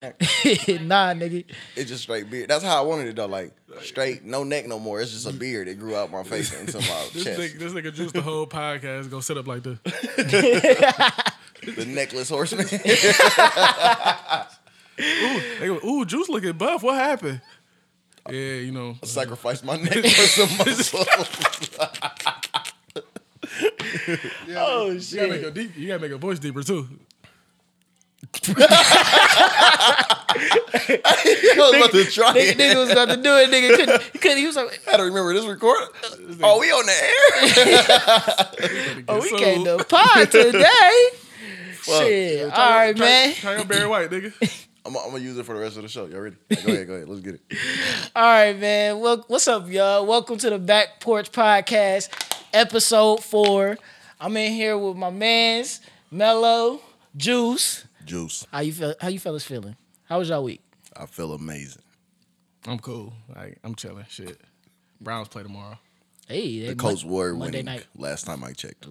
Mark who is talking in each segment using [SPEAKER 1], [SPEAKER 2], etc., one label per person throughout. [SPEAKER 1] nah, nigga.
[SPEAKER 2] It's just straight beard. That's how I wanted it though. Like straight, no neck no more. It's just a beard that grew out my face into my
[SPEAKER 3] This
[SPEAKER 2] chest.
[SPEAKER 3] nigga, this nigga juiced the whole podcast. Go sit up like this.
[SPEAKER 2] The necklace horseman.
[SPEAKER 3] They go, Ooh, juice looking buff. What happened? Yeah, you know.
[SPEAKER 2] Sacrificed my neck for some muscle.
[SPEAKER 1] Oh
[SPEAKER 3] You gotta, make
[SPEAKER 1] shit.
[SPEAKER 3] your deep, you gotta make your voice deeper too.
[SPEAKER 2] I was about to try
[SPEAKER 1] Nigga,
[SPEAKER 2] it.
[SPEAKER 1] nigga was about to do it. Nigga couldn't. He couldn't. He was like,
[SPEAKER 2] I don't remember this recording. Oh, we on the air?
[SPEAKER 1] "Oh, we
[SPEAKER 3] So-
[SPEAKER 1] can't do pod today." shit. All right,
[SPEAKER 3] Turn-
[SPEAKER 1] man.
[SPEAKER 3] Turn your Barry White, nigga.
[SPEAKER 2] I'm, I'm gonna use it for the rest of the show. Y'all ready? Go ahead, go ahead. Let's get it.
[SPEAKER 1] All right, man. Well, what's up, y'all? Welcome to the Back Porch Podcast, episode four. I'm in here with my man's Mellow Juice.
[SPEAKER 2] Juice.
[SPEAKER 1] How you feel? How you fellas feeling? How was y'all week?
[SPEAKER 2] I feel amazing.
[SPEAKER 3] I'm cool. Like I'm chilling. Shit. Browns play tomorrow.
[SPEAKER 1] Hey,
[SPEAKER 2] The Colts were
[SPEAKER 1] Monday
[SPEAKER 2] winning
[SPEAKER 1] night.
[SPEAKER 2] last time I checked.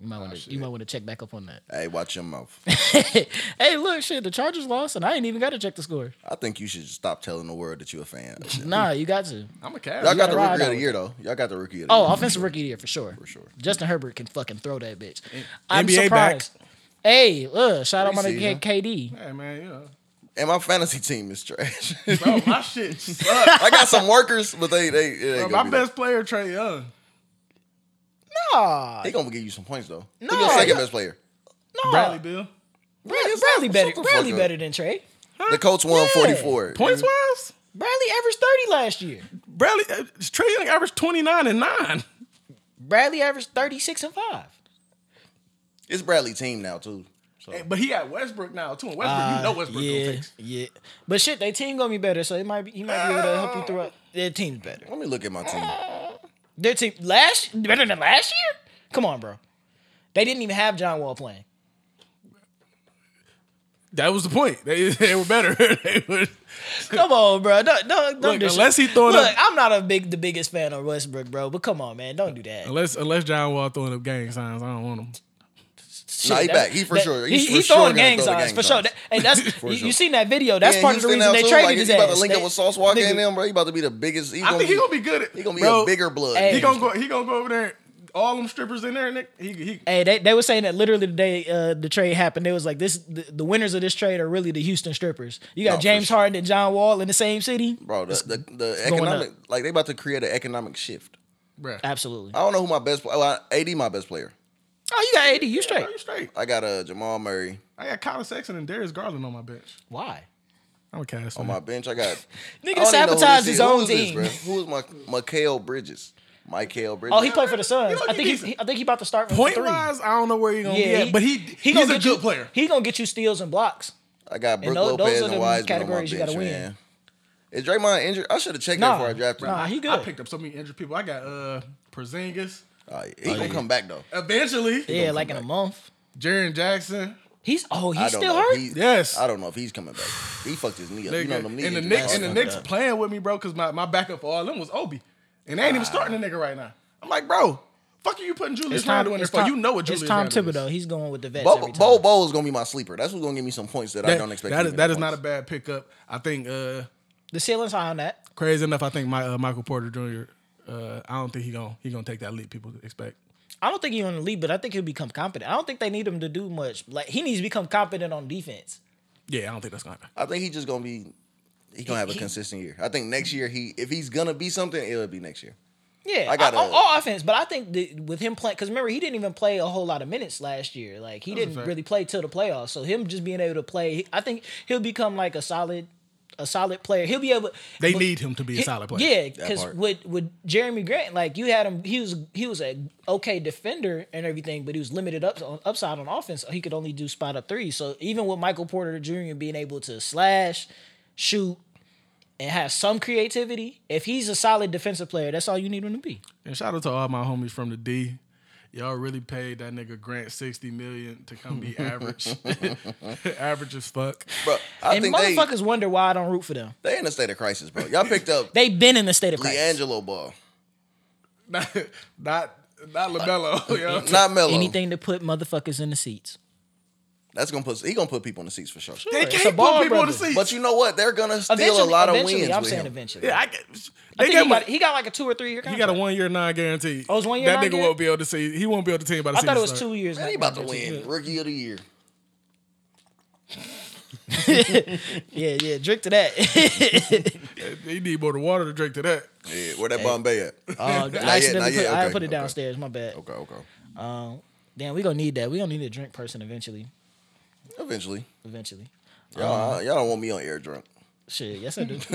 [SPEAKER 1] You might want to you might want to check back up on that.
[SPEAKER 2] Hey, watch your mouth.
[SPEAKER 1] hey, look, shit, the Chargers lost, and I ain't even got to check the score.
[SPEAKER 2] I think you should stop telling the world that you a fan. of them.
[SPEAKER 1] Nah, you got to.
[SPEAKER 3] I'm a cat.
[SPEAKER 2] Y'all got
[SPEAKER 1] gotta
[SPEAKER 2] the
[SPEAKER 1] ride
[SPEAKER 2] rookie
[SPEAKER 1] out
[SPEAKER 2] of the
[SPEAKER 1] with
[SPEAKER 2] year though. Y'all got the rookie of the year.
[SPEAKER 1] Oh, offensive rookie of the year for sure. For
[SPEAKER 2] sure.
[SPEAKER 1] Justin Herbert can fucking throw that bitch. I'm
[SPEAKER 3] NBA back.
[SPEAKER 1] surprised. Hey, look, shout out my nigga
[SPEAKER 2] Preseason.
[SPEAKER 1] KD.
[SPEAKER 3] Hey man, you know.
[SPEAKER 2] And my fantasy team is trash.
[SPEAKER 3] Bro, my shit. sucks.
[SPEAKER 2] I got some workers, but they they, they
[SPEAKER 3] Bro,
[SPEAKER 2] ain't
[SPEAKER 3] my
[SPEAKER 2] gonna be that.
[SPEAKER 3] best player, Trey Young.
[SPEAKER 1] Nah,
[SPEAKER 2] They gonna give you some points though. No,
[SPEAKER 1] No,
[SPEAKER 2] your second
[SPEAKER 1] yeah.
[SPEAKER 2] best player.
[SPEAKER 1] nah.
[SPEAKER 3] Bradley Bill.
[SPEAKER 1] Brad- Bradley better.
[SPEAKER 2] the fuck
[SPEAKER 1] Bradley
[SPEAKER 2] up.
[SPEAKER 1] better than Trey.
[SPEAKER 2] The Colts won
[SPEAKER 1] Yeah.
[SPEAKER 2] 44.
[SPEAKER 3] Points wise,
[SPEAKER 1] Bradley averaged thirty last year.
[SPEAKER 3] Bradley uh, Trey Young averaged 29 and 9.
[SPEAKER 1] Bradley averaged thirty six and five.
[SPEAKER 2] It's Bradley team now too. So
[SPEAKER 3] Hey, But he at Westbrook now too. And Westbrook, you know Westbrook
[SPEAKER 1] Uh, yeah,
[SPEAKER 3] gonna fix.
[SPEAKER 1] yeah. But shit, they team gonna be better, so it might be. He might be able to help you throughout. Uh, Their team's better.
[SPEAKER 2] let me look at my team.
[SPEAKER 1] Their team last better than last year. Come on, bro. They didn't even have John Wall playing.
[SPEAKER 3] That was the point. They, they were better. they were,
[SPEAKER 1] Come on, bro. Don't don't, don't
[SPEAKER 3] Look,
[SPEAKER 1] do shit.
[SPEAKER 3] unless he throwing
[SPEAKER 1] Look,
[SPEAKER 3] up-
[SPEAKER 1] I'm not a big the biggest fan of Westbrook, bro. But come on, man, don't do that.
[SPEAKER 3] unless unless John Wall throwing up gang signs, I don't want him.
[SPEAKER 1] Shit,
[SPEAKER 2] Nah, he
[SPEAKER 1] that-
[SPEAKER 2] back. He for
[SPEAKER 1] that-
[SPEAKER 2] sure-
[SPEAKER 1] He,
[SPEAKER 2] he's
[SPEAKER 1] he,
[SPEAKER 2] for
[SPEAKER 1] throwing
[SPEAKER 2] sure gonna
[SPEAKER 1] gang
[SPEAKER 2] throw the
[SPEAKER 1] signs
[SPEAKER 2] gang
[SPEAKER 1] for sure.
[SPEAKER 2] signs.
[SPEAKER 1] That- and that's you,
[SPEAKER 2] sure.
[SPEAKER 1] you seen that video. That's
[SPEAKER 2] Yeah,
[SPEAKER 1] part of the
[SPEAKER 2] Houston
[SPEAKER 1] reason
[SPEAKER 2] now,
[SPEAKER 1] they
[SPEAKER 2] too.
[SPEAKER 1] traded
[SPEAKER 2] like,
[SPEAKER 1] his
[SPEAKER 2] He about
[SPEAKER 1] ass.
[SPEAKER 2] to link
[SPEAKER 1] They-
[SPEAKER 2] up with Sauce Walker
[SPEAKER 1] nigga,
[SPEAKER 2] and them, bro. He about to be the biggest. He
[SPEAKER 3] I
[SPEAKER 2] gonna
[SPEAKER 3] think he
[SPEAKER 2] be-
[SPEAKER 3] gonna be good. At,
[SPEAKER 2] He gonna be
[SPEAKER 3] bro,
[SPEAKER 2] a bigger blood.
[SPEAKER 1] Hey.
[SPEAKER 3] He gonna go. He gonna go over there. All them strippers in there. Nick. He he.
[SPEAKER 1] Hey, they, they were saying that literally the day uh, the trade happened, they was like this: the, the winners of this trade are really the Houston strippers. You got
[SPEAKER 2] for
[SPEAKER 1] James
[SPEAKER 2] sure.
[SPEAKER 1] Harden and John Wall in the same city.
[SPEAKER 2] bro. The, the, the
[SPEAKER 1] going
[SPEAKER 2] economic, like they about to create an economic shift.
[SPEAKER 3] Bruh.
[SPEAKER 1] Absolutely.
[SPEAKER 2] I don't know who my best. pla- Oh, I- AD my best player.
[SPEAKER 1] Oh, you got AD. You straight.
[SPEAKER 3] Bro, you straight.
[SPEAKER 2] I got uh, Jamal Murray
[SPEAKER 3] I got Colin Sexton and Darius Garland on my bench.
[SPEAKER 1] Why?
[SPEAKER 3] I'm a cast.
[SPEAKER 2] on my bench. I got. I
[SPEAKER 1] Nigga
[SPEAKER 2] don't even know who
[SPEAKER 1] sabotaged
[SPEAKER 2] this
[SPEAKER 1] his
[SPEAKER 2] is. Who
[SPEAKER 1] own
[SPEAKER 2] is this,
[SPEAKER 1] team.
[SPEAKER 2] bro? Who is my Mikael Bridges? Mikael Bridges.
[SPEAKER 1] Oh, he played for the Suns.
[SPEAKER 3] You know,
[SPEAKER 1] I think
[SPEAKER 3] he's-
[SPEAKER 1] he, he- I think he about to start with
[SPEAKER 3] Point
[SPEAKER 1] three.
[SPEAKER 3] wise, I don't know where he gonna be at, but he,
[SPEAKER 1] gonna
[SPEAKER 3] he's a
[SPEAKER 1] get
[SPEAKER 3] good
[SPEAKER 1] you,
[SPEAKER 3] player.
[SPEAKER 1] He gonna get you steals and blocks.
[SPEAKER 2] I got Brook
[SPEAKER 1] tho- those
[SPEAKER 2] Lopez
[SPEAKER 1] are
[SPEAKER 2] and
[SPEAKER 1] the
[SPEAKER 2] Wiseman on my
[SPEAKER 1] categories you gotta
[SPEAKER 2] bench,
[SPEAKER 1] win.
[SPEAKER 2] man. Is Draymond injured? I should have checked that
[SPEAKER 1] Nah,
[SPEAKER 2] before I drafted
[SPEAKER 1] nah,
[SPEAKER 2] him.
[SPEAKER 1] he
[SPEAKER 3] I
[SPEAKER 1] good.
[SPEAKER 3] picked up so many injured people. I got uh Porzingis.
[SPEAKER 2] All right, he gonna come back though.
[SPEAKER 3] Eventually,
[SPEAKER 1] yeah,
[SPEAKER 2] come
[SPEAKER 1] like in a
[SPEAKER 2] back.
[SPEAKER 1] month.
[SPEAKER 3] Jaren Jackson.
[SPEAKER 1] He's oh
[SPEAKER 2] I
[SPEAKER 1] he's
[SPEAKER 2] don't
[SPEAKER 1] still
[SPEAKER 2] know.
[SPEAKER 1] hurt.
[SPEAKER 2] He-
[SPEAKER 3] Yes.
[SPEAKER 2] I don't know if he's coming back. He fucked his knee up. You know
[SPEAKER 3] Nigga,
[SPEAKER 2] them knee
[SPEAKER 3] and the
[SPEAKER 2] injuries.
[SPEAKER 3] Knicks and the
[SPEAKER 2] Oh,
[SPEAKER 3] Knicks
[SPEAKER 2] fuck that.
[SPEAKER 3] playing with me, bro, because my, my backup for all them was Obi. And they
[SPEAKER 2] Ah.
[SPEAKER 3] ain't even starting the nigga right now. I'm like, bro, fuck are you putting Julius Randle in there
[SPEAKER 1] it's
[SPEAKER 3] for? You know what Julius
[SPEAKER 1] It's Tom
[SPEAKER 3] Randle is.
[SPEAKER 1] Thibodeau. He's going with the vets. every
[SPEAKER 2] Bo,
[SPEAKER 1] time.
[SPEAKER 2] Bo Bo is gonna be my sleeper. That's who's gonna give me some points that, I
[SPEAKER 3] That-
[SPEAKER 2] don't expect.
[SPEAKER 3] that
[SPEAKER 2] to
[SPEAKER 3] is
[SPEAKER 2] give me
[SPEAKER 3] that
[SPEAKER 2] the
[SPEAKER 3] is not a
[SPEAKER 2] points.
[SPEAKER 3] bad pickup. I think uh
[SPEAKER 1] The ceiling's high on that.
[SPEAKER 3] crazy enough, I think my uh, Michael Porter Jr. Uh, I don't think he gonna he gonna take that leap people expect.
[SPEAKER 1] I don't think he's on the lead, but I think he'll become competent. I don't think they need him to do much. Like he needs to become competent on defense.
[SPEAKER 3] Yeah, I don't think that's gonna happen.
[SPEAKER 2] I think he's just gonna be. He's gonna have a
[SPEAKER 1] he-
[SPEAKER 2] consistent year. I think next year he, if he's gonna be something, it'll be next year.
[SPEAKER 1] Yeah,
[SPEAKER 2] I gotta-
[SPEAKER 1] on, on offense, but I think that with him playing, because remember he didn't even play a whole lot of minutes last year. Like he
[SPEAKER 3] That's a
[SPEAKER 1] didn't
[SPEAKER 3] fact.
[SPEAKER 1] really play till the playoffs. So him just being able to play, I think he'll become like a solid, a solid player. He'll be able.
[SPEAKER 3] They
[SPEAKER 1] but-
[SPEAKER 3] need him to be a solid player.
[SPEAKER 1] Yeah,
[SPEAKER 2] That
[SPEAKER 1] because
[SPEAKER 2] part.
[SPEAKER 1] with with Jeremy Grant, like you had him, he was he was a okay defender and everything, but he was limited up on upside on offense. He could only do spot up three. So even with Michael Porter Jr. being able to slash, shoot, and have some creativity, if he's a solid defensive player, that's all you need him to be.
[SPEAKER 3] And shout out to all my homies from the D. Y'all really paid that nigga Grant sixty million to come be average, average as fuck.
[SPEAKER 2] Bro, I
[SPEAKER 1] and
[SPEAKER 2] think they
[SPEAKER 1] motherfuckers wonder why I don't root for them.
[SPEAKER 2] they in a state of crisis, bro. Y'all picked up
[SPEAKER 1] They've been in a state of crisis.
[SPEAKER 2] Leangelo Ball,
[SPEAKER 3] Not not not Lamelo. yo.
[SPEAKER 2] not Melo.
[SPEAKER 1] Anything to put motherfuckers in the seats.
[SPEAKER 2] That's gonna put he gonna put people in the seats for sure.
[SPEAKER 3] They
[SPEAKER 1] It's a
[SPEAKER 3] can't put
[SPEAKER 1] ball
[SPEAKER 3] people in
[SPEAKER 1] brother.
[SPEAKER 3] the seats.
[SPEAKER 2] But you know what? They're gonna steal
[SPEAKER 1] Eventually,
[SPEAKER 2] a lot of
[SPEAKER 1] eventually,
[SPEAKER 2] wins.
[SPEAKER 1] I'm
[SPEAKER 2] with
[SPEAKER 1] saying
[SPEAKER 2] him.
[SPEAKER 1] eventually.
[SPEAKER 3] yeah, I get.
[SPEAKER 1] I
[SPEAKER 3] They
[SPEAKER 1] think
[SPEAKER 3] gave
[SPEAKER 1] he
[SPEAKER 3] him-
[SPEAKER 1] got, he got like a two or three year
[SPEAKER 3] He
[SPEAKER 1] contract.
[SPEAKER 3] got a one year non guarantee.
[SPEAKER 1] Oh, it's one year
[SPEAKER 3] That nigga
[SPEAKER 1] non-guaranteed?
[SPEAKER 3] won't be able to see. He won't be able to team by the
[SPEAKER 1] I thought it was
[SPEAKER 3] season
[SPEAKER 1] two years.
[SPEAKER 2] Man,
[SPEAKER 1] not
[SPEAKER 2] he about to
[SPEAKER 1] one year.
[SPEAKER 2] win rookie of the year.
[SPEAKER 1] Yeah, yeah. Drink to that.
[SPEAKER 3] start. He need more than water to drink to that.
[SPEAKER 2] Yeah, where that Bombay at?
[SPEAKER 1] Uh,
[SPEAKER 2] Not
[SPEAKER 1] I
[SPEAKER 2] yet, not
[SPEAKER 1] accidentally put,
[SPEAKER 2] yet,
[SPEAKER 1] I
[SPEAKER 2] okay,
[SPEAKER 1] put it
[SPEAKER 2] okay.
[SPEAKER 1] downstairs. My bad.
[SPEAKER 2] Okay, okay.
[SPEAKER 1] Um, damn, we gonna need that. We gonna need a drink person eventually.
[SPEAKER 2] Eventually,
[SPEAKER 1] Eventually.
[SPEAKER 2] y'all, y'all don't want me on air drunk.
[SPEAKER 1] Shit. Yes, I do.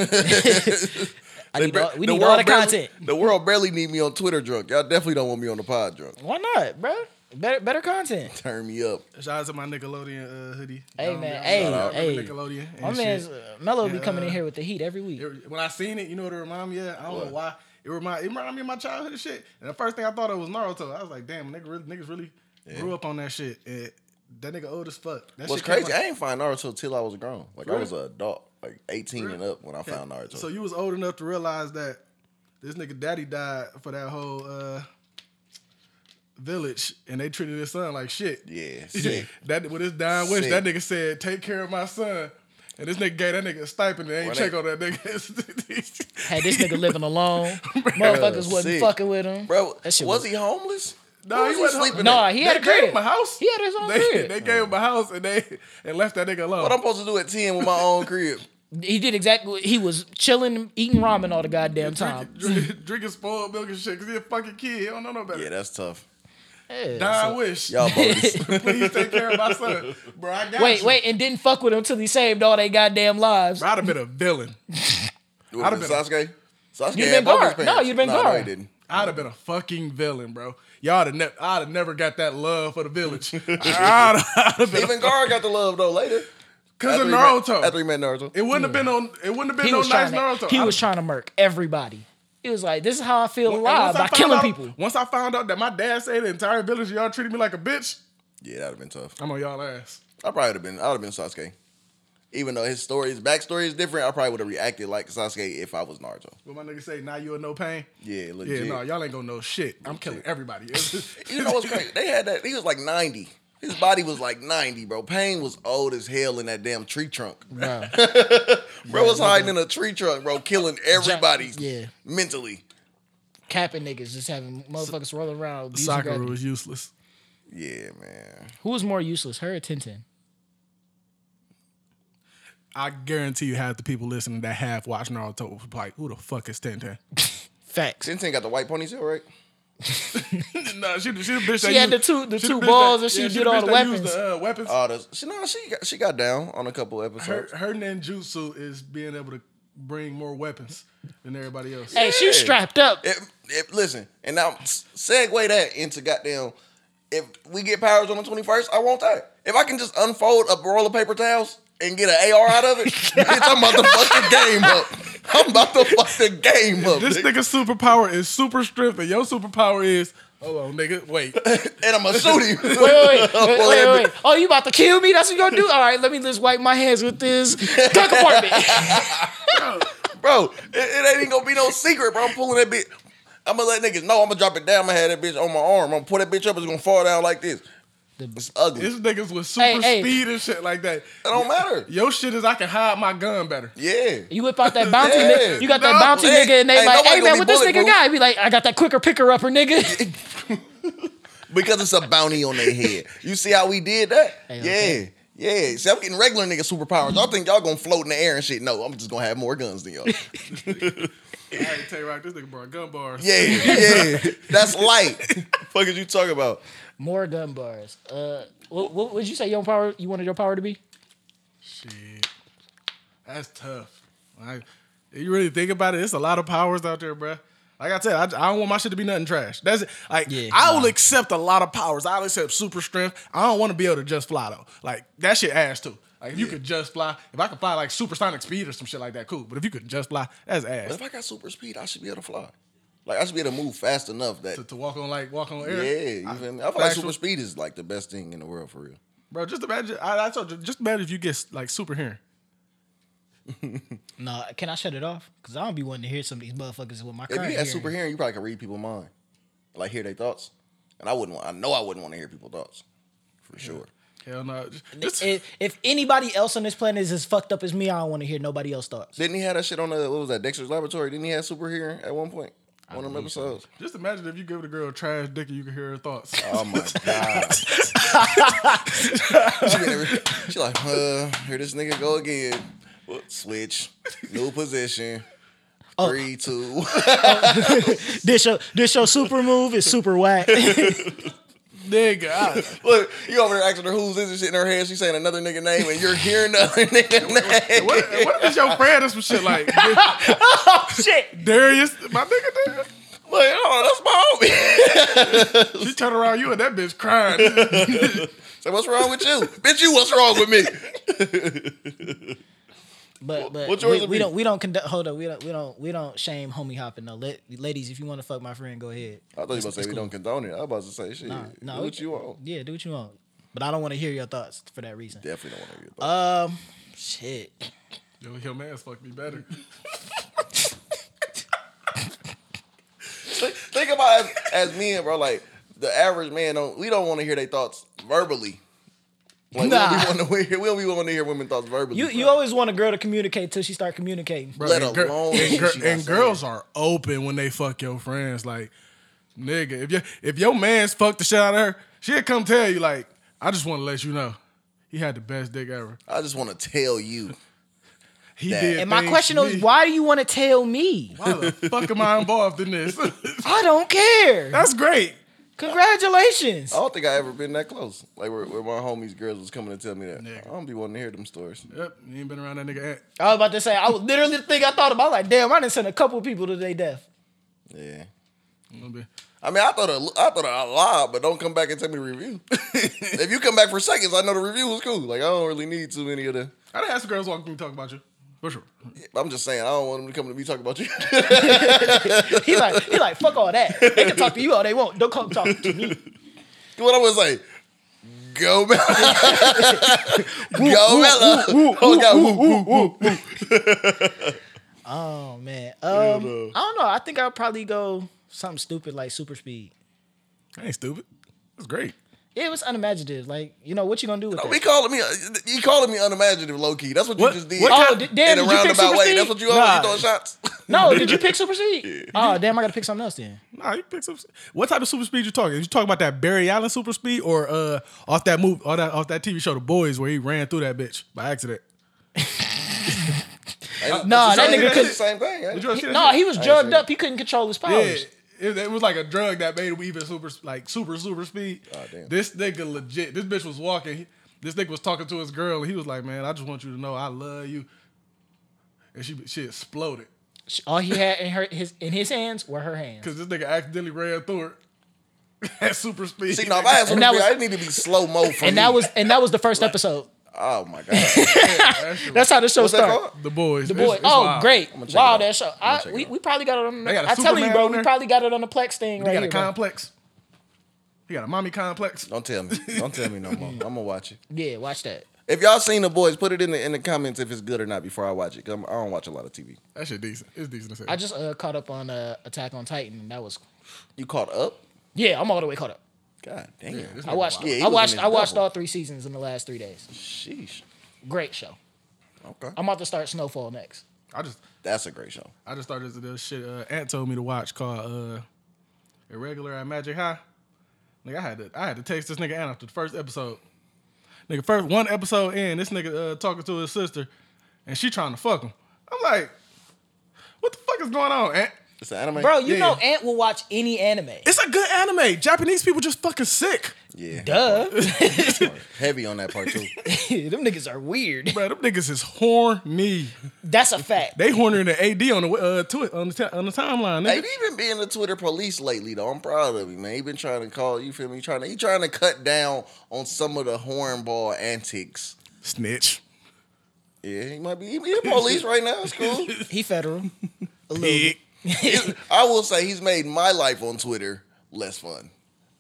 [SPEAKER 1] I
[SPEAKER 2] They
[SPEAKER 1] need
[SPEAKER 2] bar-
[SPEAKER 1] all, we
[SPEAKER 2] the
[SPEAKER 1] need
[SPEAKER 2] world
[SPEAKER 1] all the
[SPEAKER 2] barely-
[SPEAKER 1] content.
[SPEAKER 2] The world barely need me on Twitter drunk. Y'all definitely don't want me on the pod drunk.
[SPEAKER 1] Why not, bro? Better, better content.
[SPEAKER 2] Turn me up.
[SPEAKER 3] Shout out to my Nickelodeon uh, hoodie.
[SPEAKER 1] Hey,
[SPEAKER 3] Y'all
[SPEAKER 1] man.
[SPEAKER 3] remember-
[SPEAKER 1] Hey,
[SPEAKER 3] y'all remember
[SPEAKER 1] hey.
[SPEAKER 3] Nickelodeon. and
[SPEAKER 1] My
[SPEAKER 3] shit.
[SPEAKER 1] man's uh, Mello be coming in
[SPEAKER 3] uh,
[SPEAKER 1] here with the heat every week.
[SPEAKER 3] It- when I seen it, you know what it reminded me of? I don't
[SPEAKER 2] What?
[SPEAKER 3] know why. It reminded, it reminded me of my childhood and shit. And the first thing I thought of was Naruto. I was like, damn, nigga, really, niggas really grew up on that shit. And that nigga old as fuck. That
[SPEAKER 2] What's
[SPEAKER 3] shit came
[SPEAKER 2] crazy?
[SPEAKER 3] out-
[SPEAKER 2] I ain't find Naruto till I was grown. Like I
[SPEAKER 3] Really?
[SPEAKER 2] was an adult, like eighteen and up when I
[SPEAKER 3] Yeah.
[SPEAKER 2] found Naruto.
[SPEAKER 3] So you was old enough to realize that this nigga daddy died for that whole uh, village, and they treated his son like shit.
[SPEAKER 2] yeah, sick.
[SPEAKER 3] that with his dying wish,
[SPEAKER 2] Sick.
[SPEAKER 3] that nigga said, "Take care of my son." And this nigga gave that nigga a stipend and ain't
[SPEAKER 2] When
[SPEAKER 3] check
[SPEAKER 2] they-
[SPEAKER 3] on that nigga.
[SPEAKER 1] Had this nigga living alone. Motherfuckers wasn't
[SPEAKER 2] sick.
[SPEAKER 1] fucking with him.
[SPEAKER 2] bro,
[SPEAKER 1] that
[SPEAKER 2] was,
[SPEAKER 1] shit
[SPEAKER 2] he homeless?
[SPEAKER 3] No,
[SPEAKER 2] Where was
[SPEAKER 3] he
[SPEAKER 2] he
[SPEAKER 3] wasn't home-
[SPEAKER 2] sleeping?
[SPEAKER 1] Nah,
[SPEAKER 2] at?
[SPEAKER 1] he had
[SPEAKER 3] they
[SPEAKER 1] a crib.
[SPEAKER 3] gave him a house.
[SPEAKER 1] He had his own
[SPEAKER 3] They,
[SPEAKER 1] crib.
[SPEAKER 3] they gave him a house and they and left that nigga alone.
[SPEAKER 2] What I'm supposed to do at ten with my own crib?
[SPEAKER 1] He did exactly. He was chilling, eating ramen all the goddamn time.
[SPEAKER 3] drinking, drinking, drinking spoiled milk and shit because he a fucking kid. He don't know no better.
[SPEAKER 2] Yeah, that's tough.
[SPEAKER 1] Yeah,
[SPEAKER 3] Die
[SPEAKER 1] so-
[SPEAKER 3] wish.
[SPEAKER 2] Y'all bogus.
[SPEAKER 3] Please take care of my son, bro. I got
[SPEAKER 1] wait,
[SPEAKER 3] you.
[SPEAKER 1] wait, and didn't fuck with him until he saved all they goddamn lives.
[SPEAKER 3] Bro, I'd have been a villain.
[SPEAKER 2] I'd
[SPEAKER 3] been-
[SPEAKER 2] Sasuke. Sasuke
[SPEAKER 1] You'd
[SPEAKER 2] had
[SPEAKER 1] been
[SPEAKER 2] both his
[SPEAKER 1] guard. No,
[SPEAKER 2] parents.
[SPEAKER 1] you'd been
[SPEAKER 2] nah, No, he
[SPEAKER 1] guard.
[SPEAKER 2] didn't.
[SPEAKER 3] I'd have been a fucking villain, bro. Y'all have never, I'd have never got that love for the village. I'd have been
[SPEAKER 2] Even Gar got the love though later.
[SPEAKER 3] because
[SPEAKER 2] After
[SPEAKER 3] of
[SPEAKER 2] he met-
[SPEAKER 3] Naruto.
[SPEAKER 2] After he met Naruto.
[SPEAKER 3] it wouldn't have been on. It wouldn't have been
[SPEAKER 1] He
[SPEAKER 3] no
[SPEAKER 1] was
[SPEAKER 3] nice
[SPEAKER 1] trying. To,
[SPEAKER 3] Naruto.
[SPEAKER 1] he
[SPEAKER 3] I-
[SPEAKER 1] was trying to murk everybody. He was like, "This is how I feel
[SPEAKER 3] and once
[SPEAKER 1] alive
[SPEAKER 3] I
[SPEAKER 1] by
[SPEAKER 3] found
[SPEAKER 1] killing
[SPEAKER 3] out-
[SPEAKER 1] people."
[SPEAKER 3] Once I found out that my dad saved the entire village, y'all treated me like a bitch.
[SPEAKER 2] Yeah, that'd have been tough.
[SPEAKER 3] I'm on y'all ass.
[SPEAKER 2] I probably would have been. I would have been Sasuke. Even though his story, his backstory is different, I probably would have reacted like Sasuke if I was Naruto.
[SPEAKER 3] What my nigga say? Now you in no pain.
[SPEAKER 2] Yeah, legit.
[SPEAKER 3] Yeah, no, y'all ain't gonna know shit. I'm killing everybody.
[SPEAKER 2] You know what's crazy? They had that. He was like ninety. His body was like ninety, bro. Pain was old as hell in that damn tree trunk.
[SPEAKER 1] Bro,
[SPEAKER 2] Bro was hiding in a tree trunk, bro, killing everybody.
[SPEAKER 1] Yeah.
[SPEAKER 2] Mentally.
[SPEAKER 1] capping niggas, just having motherfuckers rolling around. abusing
[SPEAKER 3] Sakura
[SPEAKER 1] gravity.
[SPEAKER 3] was useless.
[SPEAKER 2] Yeah, man.
[SPEAKER 1] Who was more useless, her or Tintin?
[SPEAKER 3] I guarantee you half the people listening that have watched Naruto was like, who the fuck is Tintin?
[SPEAKER 1] Facts.
[SPEAKER 2] Tintin got the white ponytail, right?
[SPEAKER 3] no, she, she the bitch that
[SPEAKER 1] She had
[SPEAKER 3] used-
[SPEAKER 1] the two- the
[SPEAKER 3] she
[SPEAKER 1] two
[SPEAKER 3] bitch
[SPEAKER 1] balls
[SPEAKER 3] that-
[SPEAKER 1] and she
[SPEAKER 3] yeah,
[SPEAKER 1] did
[SPEAKER 3] the
[SPEAKER 1] all
[SPEAKER 3] bitch
[SPEAKER 1] the
[SPEAKER 3] that used
[SPEAKER 1] weapons.
[SPEAKER 3] the, uh, weapons.
[SPEAKER 2] All the she no, she got she got down on a couple
[SPEAKER 3] her,
[SPEAKER 2] episodes.
[SPEAKER 3] her ninjutsu is being able to bring more weapons than everybody else.
[SPEAKER 1] Hey, she was
[SPEAKER 2] Yeah.
[SPEAKER 1] strapped up.
[SPEAKER 2] If- if- listen, and now s- segue that into goddamn. If we get powers on the twenty first, I want that. If I can just unfold a roll of paper towels and get an AR out of it, bitch, I'm about to fuck the game up. I'm about to fuck the game up.
[SPEAKER 3] This
[SPEAKER 2] nigga.
[SPEAKER 3] nigga's superpower is super strength, and your superpower is hold on, nigga, wait.
[SPEAKER 2] and I'ma shoot him.
[SPEAKER 1] Wait, wait, wait, wait, wait, wait. Oh, you about to kill me? That's what you gonna do? All right, let me just wipe my hands with this gun compartment.
[SPEAKER 2] bro. It, it ain't gonna be no secret, bro. I'm pulling that bitch. I'm gonna let niggas know. I'm gonna drop it down. I'm gonna have that bitch on my arm. I'm gonna pull that bitch up. It's gonna fall down like this. It's ugly.
[SPEAKER 3] This
[SPEAKER 2] It
[SPEAKER 3] nigga's with super
[SPEAKER 1] Hey, hey.
[SPEAKER 3] speed and shit like that.
[SPEAKER 2] don't matter.
[SPEAKER 3] Your shit is I can hide my gun better.
[SPEAKER 2] Yeah.
[SPEAKER 1] You whip out that bounty
[SPEAKER 2] Yeah.
[SPEAKER 1] nigga. You got that
[SPEAKER 2] No,
[SPEAKER 1] bounty
[SPEAKER 2] hey,
[SPEAKER 1] nigga, and they
[SPEAKER 2] hey,
[SPEAKER 1] like,
[SPEAKER 2] nobody
[SPEAKER 1] hey
[SPEAKER 2] gonna
[SPEAKER 1] man,
[SPEAKER 2] be
[SPEAKER 1] what this nigga
[SPEAKER 2] bulletproof."
[SPEAKER 1] got? Be like, I got that quicker picker upper nigga.
[SPEAKER 2] Because it's a bounty on their head. You see how we did that?
[SPEAKER 1] Hey,
[SPEAKER 2] yeah.
[SPEAKER 1] okay.
[SPEAKER 2] Yeah. See, I'm getting regular nigga superpowers. Y'all think y'all gonna float in the air and shit. No, I'm just gonna have more guns than y'all.
[SPEAKER 3] I ain't tell you right, this nigga brought gun bars.
[SPEAKER 2] Yeah, yeah. That's light. fuck is you talking about?
[SPEAKER 1] More gun bars. Uh, what, what would you say your power? You wanted your power to be?
[SPEAKER 3] Shit. That's tough. Like, if you really think about it, it's a lot of powers out there, bruh. Like I said, I, I don't want my shit to be nothing trash. That's it. Like,
[SPEAKER 1] Yeah,
[SPEAKER 3] I
[SPEAKER 1] nah.
[SPEAKER 3] will accept a lot of powers. I'll accept super strength. I don't want to be able to just fly, though. Like, that shit ass, too. Like, if you could just fly, if I could fly like supersonic speed or some shit like that, cool. But if you could just fly, that's ass.
[SPEAKER 2] If I got super speed, I should be able to fly. Like I should be able to move fast enough that
[SPEAKER 3] To, to walk on, like, walk on air.
[SPEAKER 2] Yeah, you feel me? I feel like
[SPEAKER 3] Flash
[SPEAKER 2] super
[SPEAKER 3] was-
[SPEAKER 2] speed is like the best thing in the world for real.
[SPEAKER 3] Bro, just imagine. I, I told you, just imagine if you get, like, super hearing.
[SPEAKER 1] Nah, can I shut it off? Cause I don't be wanting to hear some of these motherfuckers with my
[SPEAKER 2] If
[SPEAKER 1] current.
[SPEAKER 2] you
[SPEAKER 1] hearing.
[SPEAKER 2] had super hearing, you probably could read people's mind, like hear their thoughts. And I wouldn't. Want, I know I wouldn't want to hear people's thoughts for sure.
[SPEAKER 3] Hell no. Just- just-
[SPEAKER 1] If, if anybody else on this planet is as fucked up as me, I don't want to hear nobody else thoughts.
[SPEAKER 2] Didn't he have that shit on the what was that Dexter's Laboratory? Didn't he have super hearing at one point? One of them episodes.
[SPEAKER 3] Just imagine if you give the girl a trash dick and you can hear her thoughts.
[SPEAKER 2] Oh my god. she, get every- she like, huh, here this nigga go again. Switch. New position.
[SPEAKER 1] Oh.
[SPEAKER 2] Three, two.
[SPEAKER 1] This your this your super move is super whack.
[SPEAKER 3] Nigga, I-
[SPEAKER 2] Look, you over there asking her who's this and shit in her head. She's saying another nigga name and you're hearing the other nigga name.
[SPEAKER 3] what, what if it's your friend or some shit like
[SPEAKER 1] Shit.
[SPEAKER 3] Darius, my nigga? Darius.
[SPEAKER 2] Like, oh, that's my homie.
[SPEAKER 3] She turn around, you and that bitch crying.
[SPEAKER 2] Say, what's wrong with you? Bitch, you what's wrong with me?
[SPEAKER 1] But but
[SPEAKER 2] what yours
[SPEAKER 1] we,
[SPEAKER 2] would
[SPEAKER 1] we
[SPEAKER 2] be?
[SPEAKER 1] don't we don't conduct. Hold up, we don't we don't we don't shame homie hopping though. Let, ladies, if you want to fuck my friend, go ahead.
[SPEAKER 2] I thought you were about to say we don't condone it. I was about to say shit.
[SPEAKER 1] Nah, nah,
[SPEAKER 2] do
[SPEAKER 1] we-
[SPEAKER 2] what you want.
[SPEAKER 1] Yeah, do what you want. But I don't want to hear your thoughts for that reason.
[SPEAKER 2] Definitely don't want to get
[SPEAKER 1] Um, shit.
[SPEAKER 3] Yo, your man's fucked me better.
[SPEAKER 2] Think, think about as, as men, bro. Like the average man, don't we don't want to hear their thoughts verbally. Like
[SPEAKER 1] Nah.
[SPEAKER 2] we don't be wanting to hear, we don't be wanting to hear women thoughts verbally.
[SPEAKER 1] You you always want a girl to communicate till she start communicating.
[SPEAKER 3] Bro,
[SPEAKER 2] Let
[SPEAKER 3] and gir-
[SPEAKER 2] alone
[SPEAKER 3] and,
[SPEAKER 2] she
[SPEAKER 3] gir-
[SPEAKER 2] got
[SPEAKER 3] and
[SPEAKER 2] something.
[SPEAKER 3] girls are open when they fuck your friends. Like, nigga, if your if your man's fucked the shit out of her, she'll come tell you like, I just want to let you know, he had the best dick ever.
[SPEAKER 2] I just want to tell you.
[SPEAKER 3] He
[SPEAKER 2] That-
[SPEAKER 3] did.
[SPEAKER 1] And my
[SPEAKER 3] things
[SPEAKER 1] question
[SPEAKER 3] to
[SPEAKER 1] was,
[SPEAKER 3] me.
[SPEAKER 1] why do you want to tell me?
[SPEAKER 3] Why the fuck am I involved in this?
[SPEAKER 1] I don't care.
[SPEAKER 3] That's great.
[SPEAKER 1] Congratulations.
[SPEAKER 3] Oh.
[SPEAKER 2] I don't think I ever been that close. Like where, where my homies girls was coming to tell me that.
[SPEAKER 3] Nigga.
[SPEAKER 2] I don't be wanting to hear them stories.
[SPEAKER 3] Yep, you ain't been around that nigga. At.
[SPEAKER 1] I was about to say, I was literally the thing I thought about. Like, damn, I done sent a couple people to their death.
[SPEAKER 2] Yeah.
[SPEAKER 3] Be,
[SPEAKER 2] I mean, I thought a, I thought a lot, but don't come back and tell me the review. if you come back for seconds, I know the review was cool. Like I don't really need too many of the.
[SPEAKER 3] I done had some girls walk through me talking about you for sure.
[SPEAKER 2] I'm just saying I don't want them to come to me talking about you.
[SPEAKER 1] He like, he like, fuck all that. They can talk to you all they want. Don't come talk to me.
[SPEAKER 2] what I was like, go Mello. go Mello. Oh, God, woo, woo.
[SPEAKER 1] Oh man. Um, I don't know. I think I'll probably go something stupid like super speed.
[SPEAKER 3] I ain't stupid. That's great.
[SPEAKER 1] Yeah, it was unimaginative. Like, you know, what you gonna do with
[SPEAKER 2] Don't
[SPEAKER 1] that?
[SPEAKER 2] be calling me. uh, You calling me unimaginative, low key. That's what you
[SPEAKER 3] What-
[SPEAKER 2] just did.
[SPEAKER 3] what
[SPEAKER 1] Oh,
[SPEAKER 3] kind-
[SPEAKER 1] did, damn,
[SPEAKER 2] in a
[SPEAKER 1] did you pick
[SPEAKER 2] roundabout
[SPEAKER 1] super
[SPEAKER 2] way.
[SPEAKER 1] speed?
[SPEAKER 2] That's what you always
[SPEAKER 3] Nah.
[SPEAKER 2] throwing shots.
[SPEAKER 1] No, did you pick super speed? Oh damn, I gotta pick something else then.
[SPEAKER 3] Nah, you pick some. What type of super speed you talking? You talking about that Barry Allen super speed or uh off that move, off that off that TV show The Boys where he ran through that bitch by accident?
[SPEAKER 1] Nah, that
[SPEAKER 2] Same-
[SPEAKER 1] nigga
[SPEAKER 2] that's
[SPEAKER 1] could.
[SPEAKER 2] the same thing.
[SPEAKER 3] Did
[SPEAKER 2] Right?
[SPEAKER 3] you ever see that
[SPEAKER 1] No,
[SPEAKER 3] shit?
[SPEAKER 1] he was drugged up. He couldn't control his powers.
[SPEAKER 3] Yeah, it, it was like a drug that made him even super like super super speed.
[SPEAKER 2] Ah, damn.
[SPEAKER 3] This nigga legit. This bitch was walking. he- This nigga was talking to his girl and he was like, "Man, I just want you to know I love you." And she she exploded
[SPEAKER 1] All he had in her his in his hands were her hands.
[SPEAKER 3] because this nigga accidentally ran through it at super speed.
[SPEAKER 2] See, no, if I had some
[SPEAKER 1] that
[SPEAKER 2] beer,
[SPEAKER 1] was-
[SPEAKER 2] I need to be slow mo for
[SPEAKER 1] And
[SPEAKER 2] me.
[SPEAKER 1] that was and that was the first episode.
[SPEAKER 2] oh my god.
[SPEAKER 3] That shit was-
[SPEAKER 1] That's how the show
[SPEAKER 2] What's that
[SPEAKER 1] started.
[SPEAKER 2] called?
[SPEAKER 3] the boys.
[SPEAKER 1] The boy, oh great,
[SPEAKER 2] check it
[SPEAKER 1] wow,
[SPEAKER 2] out.
[SPEAKER 1] that show.
[SPEAKER 2] I'ma
[SPEAKER 1] I,
[SPEAKER 2] check it
[SPEAKER 1] we,
[SPEAKER 2] out.
[SPEAKER 1] we probably got it on.
[SPEAKER 3] They got
[SPEAKER 1] The,
[SPEAKER 3] a
[SPEAKER 1] I tell you,
[SPEAKER 3] Superman
[SPEAKER 1] bro,
[SPEAKER 3] on
[SPEAKER 1] we
[SPEAKER 3] there?
[SPEAKER 1] probably got it on the Plex thing
[SPEAKER 3] He
[SPEAKER 1] right
[SPEAKER 3] got a
[SPEAKER 1] here. bro.
[SPEAKER 3] complex. He got a mommy complex.
[SPEAKER 2] Don't tell me. Don't tell me no more. I'm gonna watch it.
[SPEAKER 1] Yeah, watch that.
[SPEAKER 2] If y'all seen the boys, put it in the in the comments if it's good or not before I watch it. 'cause I'm- I don't watch a lot of TV.
[SPEAKER 3] That shit decent. It's decent as hell.
[SPEAKER 1] I just uh, caught up on uh, Attack on Titan, and that was
[SPEAKER 2] You caught up?
[SPEAKER 1] yeah, I'm all the way caught up.
[SPEAKER 2] God damn.
[SPEAKER 3] This
[SPEAKER 1] I
[SPEAKER 3] nigga
[SPEAKER 1] watched,
[SPEAKER 3] wild.
[SPEAKER 2] Yeah, he
[SPEAKER 1] I
[SPEAKER 2] was in
[SPEAKER 1] watched,
[SPEAKER 2] his
[SPEAKER 1] I watched
[SPEAKER 2] double.
[SPEAKER 1] all three seasons in the last three days.
[SPEAKER 2] Sheesh.
[SPEAKER 1] Great show.
[SPEAKER 2] Okay.
[SPEAKER 1] I'm about to start Snowfall next.
[SPEAKER 3] I just
[SPEAKER 2] That's a great show.
[SPEAKER 3] I just started this shit. Uh, Ant told me to watch called uh, Irregular at Magic High. Nigga, I had to I had to text this nigga Ant after the first episode. Nigga, first one episode in, this nigga uh, talking to his sister, and she trying to fuck him. I'm like, what the fuck is going on, Ant?
[SPEAKER 2] It's an anime.
[SPEAKER 1] Bro, you
[SPEAKER 3] Yeah.
[SPEAKER 1] know Ant will watch any anime.
[SPEAKER 3] It's a good anime. Japanese people just fucking sick,
[SPEAKER 2] Yeah.
[SPEAKER 1] Duh.
[SPEAKER 2] Heavy on that part too.
[SPEAKER 1] Them niggas are weird.
[SPEAKER 3] bro. Them niggas is horny.
[SPEAKER 1] That's a fact.
[SPEAKER 3] They horning the AD on the uh, twi- on the ti- on the timeline.
[SPEAKER 2] hey,
[SPEAKER 3] Nigga.
[SPEAKER 2] he been being the Twitter police lately though. I'm proud of him, man. He been trying to call you feel me? Trying to he trying to cut down on some of the hornball antics.
[SPEAKER 3] Snitch.
[SPEAKER 2] Yeah, he might be he, he the police right now. It's cool.
[SPEAKER 1] He federal. A little
[SPEAKER 3] Pig.
[SPEAKER 1] bit.
[SPEAKER 2] He's- I will say he's made my life on Twitter less fun.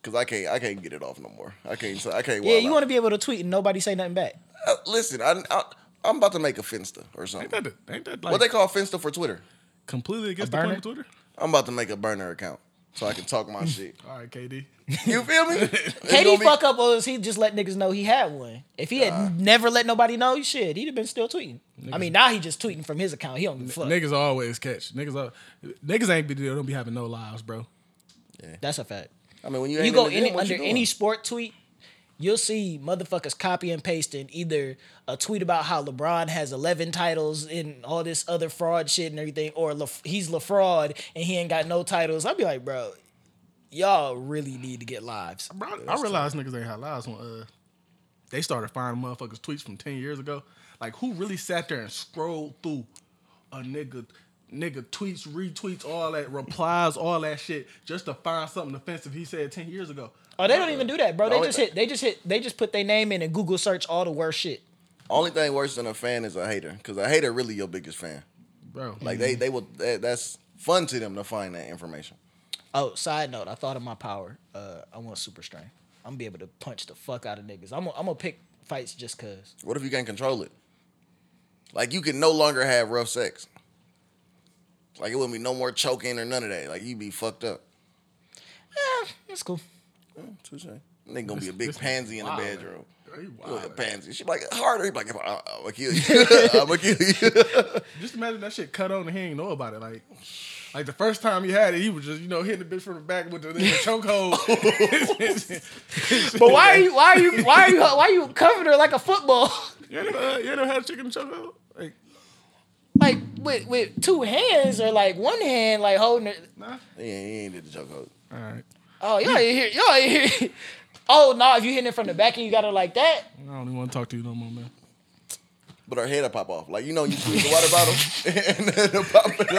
[SPEAKER 2] Cause I can't I can't get it off no more. I can't I can't
[SPEAKER 1] Yeah, you want to be able to tweet and nobody say nothing back.
[SPEAKER 2] Uh, listen, I, I, I'm about to make a Finsta or something.
[SPEAKER 3] Ain't that, the- ain't that like
[SPEAKER 2] what they call Finsta for Twitter?
[SPEAKER 3] completely against
[SPEAKER 1] A
[SPEAKER 3] the point of
[SPEAKER 1] burner?
[SPEAKER 3] Twitter?
[SPEAKER 2] I'm about to make a burner account. so I can talk my shit.
[SPEAKER 3] All right, KD.
[SPEAKER 2] You feel me?
[SPEAKER 1] KD fuck up was he just let niggas know he had one. If he had never let nobody know, shit, he'd have been still tweeting. I mean, now he just tweeting from his account. He don't give a fuck.
[SPEAKER 3] Niggas always catch. Niggas, al- niggas ain't be don't be having no lives, bro.
[SPEAKER 1] That's a fact.
[SPEAKER 2] I mean, when you,
[SPEAKER 1] You
[SPEAKER 2] ain't
[SPEAKER 1] go
[SPEAKER 2] in the
[SPEAKER 1] any,
[SPEAKER 2] gym, what
[SPEAKER 1] under
[SPEAKER 2] you doing?
[SPEAKER 1] any sport tweet, you'll see motherfuckers copy and pasting either a tweet about how LeBron has 11 titles and all this other fraud shit and everything, or Le, he's LaFraud and he ain't got no titles. I'd be like, bro, y'all really need to get lives.
[SPEAKER 3] Bro, I, I realized niggas ain't had lives when uh, they started finding motherfuckers tweets from ten years ago. Like who really sat there and scrolled through a nigga nigga tweets, retweets, all that, replies, all that shit, just to find something offensive he said ten years ago.
[SPEAKER 1] Oh, they don't even do that, bro. They
[SPEAKER 2] No,
[SPEAKER 1] just
[SPEAKER 2] it-
[SPEAKER 1] hit. They just hit. They just put their name in and Google search all the worst shit.
[SPEAKER 2] Only thing worse than a fan is a hater, because a hater really your biggest fan.
[SPEAKER 3] Bro,
[SPEAKER 2] Like they they will that, that's fun to them to find that information.
[SPEAKER 1] Oh, side note, I thought of my power. Uh, I want super strength. I'm gonna be able to punch the fuck out of niggas. I'm gonna, I'm gonna pick fights just cause.
[SPEAKER 2] What if you can't control it? Like you can no longer have rough sex. Like it wouldn't be no more choking or none of that. Like you'd be fucked up.
[SPEAKER 1] Eh, that's cool.
[SPEAKER 2] Touche. Nigga gonna be a big pansy in the
[SPEAKER 3] wild, man.
[SPEAKER 2] bedroom.
[SPEAKER 3] Bro, you
[SPEAKER 2] Look at
[SPEAKER 3] wild.
[SPEAKER 2] pansy. She be like harder. He be like, I'm gonna kill you. I'm gonna kill you.
[SPEAKER 3] Just imagine that shit cut on and he ain't know about it. Like, like the first time he had it, he was just you know hitting the bitch from the back with the, the
[SPEAKER 2] Oh.
[SPEAKER 3] chokehold.
[SPEAKER 1] But why are you why are you why are you why are you covering her like a football?
[SPEAKER 3] you ain't never, uh, you ain't never had a chicken in the chokehold? Like,
[SPEAKER 1] Like with with two hands or like one hand like holding her.
[SPEAKER 3] nah.
[SPEAKER 2] yeah, he ain't did the choke hold.
[SPEAKER 3] All right,
[SPEAKER 1] Oh, y'all ain't hear y'all ain't hear. Oh no, if you hitting it from the back and you got her like that.
[SPEAKER 3] I don't even want to talk to you no more, man.
[SPEAKER 2] But her head'll pop off. Like you know, you squeeze the water bottle and then it'll pop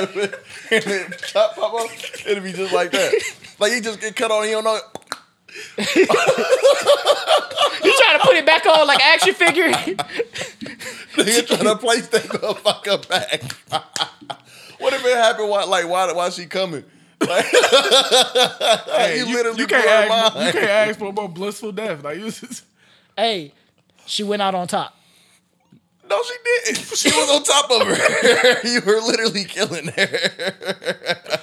[SPEAKER 2] and then top pop off. It'll be just like that. Like you just get cut on, and you don't know. it.
[SPEAKER 1] You trying to put it back on like action figure.
[SPEAKER 2] Nigga trying to place that motherfucker back. what if it happened? Why, like, why, why she coming? Like, you, literally
[SPEAKER 3] You can't
[SPEAKER 2] blew her
[SPEAKER 3] ask. You
[SPEAKER 2] mind.
[SPEAKER 3] can't ask for a more blissful death. Like, you just,
[SPEAKER 1] hey, she went out on top.
[SPEAKER 2] No, she didn't. She was on top of her. you were literally killing her.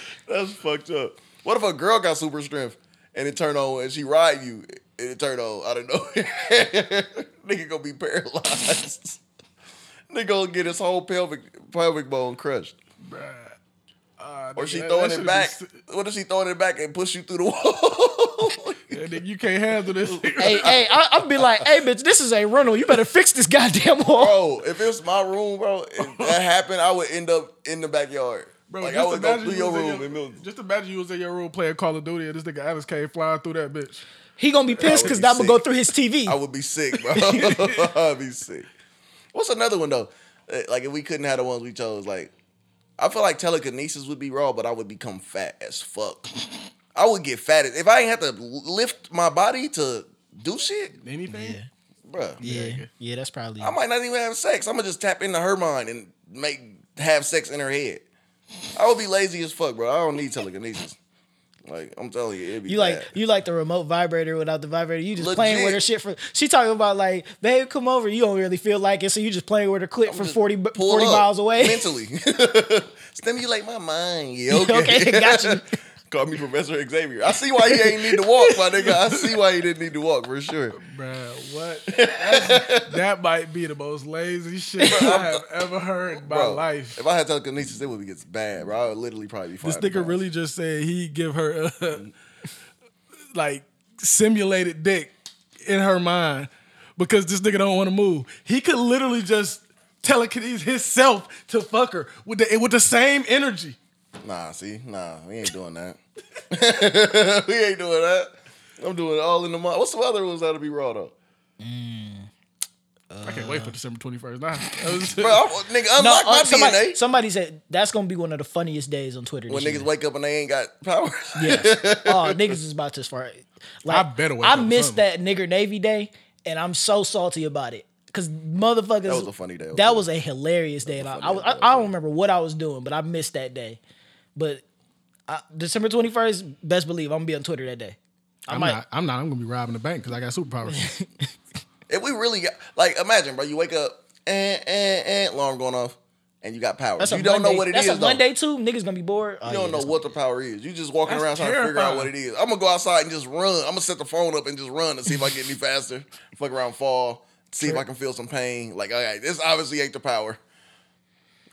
[SPEAKER 2] That's fucked up. What if a girl got super strength and it turned on and she ride you and it turned on? I don't know. Nigga gonna be paralyzed. Nigga gonna get his whole pelvic pelvic bone crushed.
[SPEAKER 3] bruh. Uh,
[SPEAKER 2] Or she
[SPEAKER 3] that-
[SPEAKER 2] throwing
[SPEAKER 3] that
[SPEAKER 2] it
[SPEAKER 3] should've
[SPEAKER 2] back.
[SPEAKER 3] been
[SPEAKER 2] What if she throwing it back and push you through the wall?
[SPEAKER 3] si- Yeah, nigga, you can't handle this.
[SPEAKER 1] hey, hey, I, I'd be like, hey, bitch, this is a rental. You better fix this goddamn wall.
[SPEAKER 2] bro, if it's my room, bro, if that happened, I would end up in the backyard.
[SPEAKER 3] Bro,
[SPEAKER 2] like
[SPEAKER 3] just
[SPEAKER 2] I would go
[SPEAKER 3] imagine
[SPEAKER 2] through
[SPEAKER 3] you
[SPEAKER 2] your
[SPEAKER 3] was in
[SPEAKER 2] room in Milton.
[SPEAKER 3] Just imagine you was in your room playing Call of Duty and this nigga Alice came flying through that bitch.
[SPEAKER 1] He gonna be pissed
[SPEAKER 2] would
[SPEAKER 1] because
[SPEAKER 2] be
[SPEAKER 1] that would go
[SPEAKER 2] sick.
[SPEAKER 1] through his TV.
[SPEAKER 2] I would be sick, bro. I'd be sick. What's another one though? Uh, Like if we couldn't have the ones we chose, like I feel like telekinesis would be raw, but I would become fat as fuck. I would get fat as- if I ain't have to lift my body to do shit,
[SPEAKER 3] Anything?
[SPEAKER 2] bro.
[SPEAKER 1] yeah, yeah, that's probably.
[SPEAKER 2] I might not even have sex. I'm gonna just tap into her mind and make have sex in her head. I would be lazy as fuck, bro. I don't need telekinesis. Like I'm telling you, it'd be
[SPEAKER 1] You like
[SPEAKER 2] bad.
[SPEAKER 1] you like the remote vibrator without the vibrator. You just
[SPEAKER 2] Legit.
[SPEAKER 1] playing with her shit for. She talking about like, babe, come over. You don't really feel like it, so you just playing with her clip from
[SPEAKER 2] Just
[SPEAKER 1] 40, bu-
[SPEAKER 2] pull
[SPEAKER 1] 40
[SPEAKER 2] up
[SPEAKER 1] miles away.
[SPEAKER 2] mentally. Stimulate my mind. Yeah, okay.
[SPEAKER 1] okay, got you.
[SPEAKER 2] Call me Professor Xavier. I see why he ain't need to walk, my nigga. I see why he didn't need to walk for sure.
[SPEAKER 3] Bruh, what? That's- that might be the most lazy shit I have ever heard in my
[SPEAKER 2] Bro,
[SPEAKER 3] life.
[SPEAKER 2] If I had telekinesis, it would get bad, bro. I would literally probably be fine.
[SPEAKER 3] This nigga really just said he give her uh, like simulated dick in her mind because this nigga don't want to move. He could literally just telekinesis himself to fuck her with the with the same energy.
[SPEAKER 2] Nah, see? Nah, we ain't doing that. we ain't doing that. I'm doing it all in the mind. What's the other ones that'll be raw though?
[SPEAKER 3] I can't wait for December twenty first. Nah,
[SPEAKER 2] Uh. Bro, I'm, nigga,
[SPEAKER 1] No,
[SPEAKER 2] unlock
[SPEAKER 1] uh,
[SPEAKER 2] my
[SPEAKER 1] somebody,
[SPEAKER 2] DNA.
[SPEAKER 1] somebody said that's gonna be one of the funniest days on Twitter.
[SPEAKER 2] when
[SPEAKER 1] this
[SPEAKER 2] niggas
[SPEAKER 1] year.
[SPEAKER 2] wake up and they ain't got power.
[SPEAKER 1] Yes. Oh, niggas is about this far. Like,
[SPEAKER 3] I better wake
[SPEAKER 1] I
[SPEAKER 3] up
[SPEAKER 1] missed that
[SPEAKER 3] something.
[SPEAKER 1] nigger Navy day, and I'm so salty about it. Cause motherfuckers, that
[SPEAKER 2] was a funny day,
[SPEAKER 1] That
[SPEAKER 2] okay.
[SPEAKER 1] was a hilarious day, and I, I,
[SPEAKER 2] funny
[SPEAKER 1] was,
[SPEAKER 2] day,
[SPEAKER 1] I, I don't remember what I was doing, but I missed that day. But I, December 21st, best believe I'm gonna be on Twitter that day. I
[SPEAKER 3] I'm
[SPEAKER 1] might.
[SPEAKER 3] not. I'm not. I'm gonna be robbing the bank because I got superpowers.
[SPEAKER 2] If we really got, like, imagine, bro, you wake up and eh, eh, alarm going off. and you got powers.
[SPEAKER 1] That's a
[SPEAKER 2] you don't
[SPEAKER 1] Monday,
[SPEAKER 2] know what it is
[SPEAKER 1] that's a
[SPEAKER 2] though.
[SPEAKER 1] Monday too. Niggas gonna be bored. Oh,
[SPEAKER 2] You don't
[SPEAKER 1] yeah,
[SPEAKER 2] know what the power is. You just walking
[SPEAKER 3] That's
[SPEAKER 2] around trying to figure out
[SPEAKER 3] terrifying.
[SPEAKER 2] what it is. I'm gonna go outside and just run. I'm gonna set the phone up and just run to see if I get any faster. Fuck around, fall, see if I can feel some pain. Like, all right, this obviously ain't the power.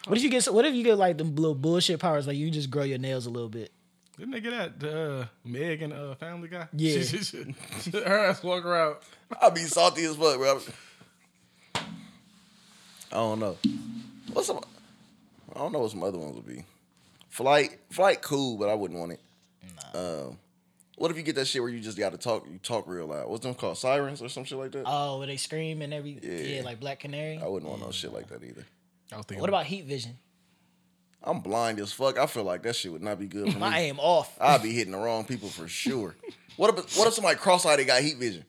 [SPEAKER 1] What if you get? What if you get like them little bullshit powers? Like you just grow your nails a little bit.
[SPEAKER 3] Didn't they get that uh, Meg and uh, Family Guy?
[SPEAKER 1] Yeah.
[SPEAKER 3] She- she- she- her ass walk around.
[SPEAKER 2] I'll be salty as fuck, bro. I don't know. What's some? I don't know what some other ones would be. Flight, flight, cool, but I wouldn't want it. Um, what if you get that shit where you just got to talk? You talk real loud. What's them called? Sirens or some shit like that.
[SPEAKER 1] Oh, where they scream and every yeah,
[SPEAKER 2] Yeah.
[SPEAKER 1] like Black Canary.
[SPEAKER 2] I wouldn't want no shit like that either.
[SPEAKER 3] I was thinking,
[SPEAKER 1] What about heat vision?
[SPEAKER 2] I'm blind as fuck. I feel like that shit would not be good for
[SPEAKER 1] My
[SPEAKER 2] me.
[SPEAKER 1] aim off. Oh,
[SPEAKER 2] I'd be hitting the wrong people for sure. What if what if somebody cross-eyed and got heat vision?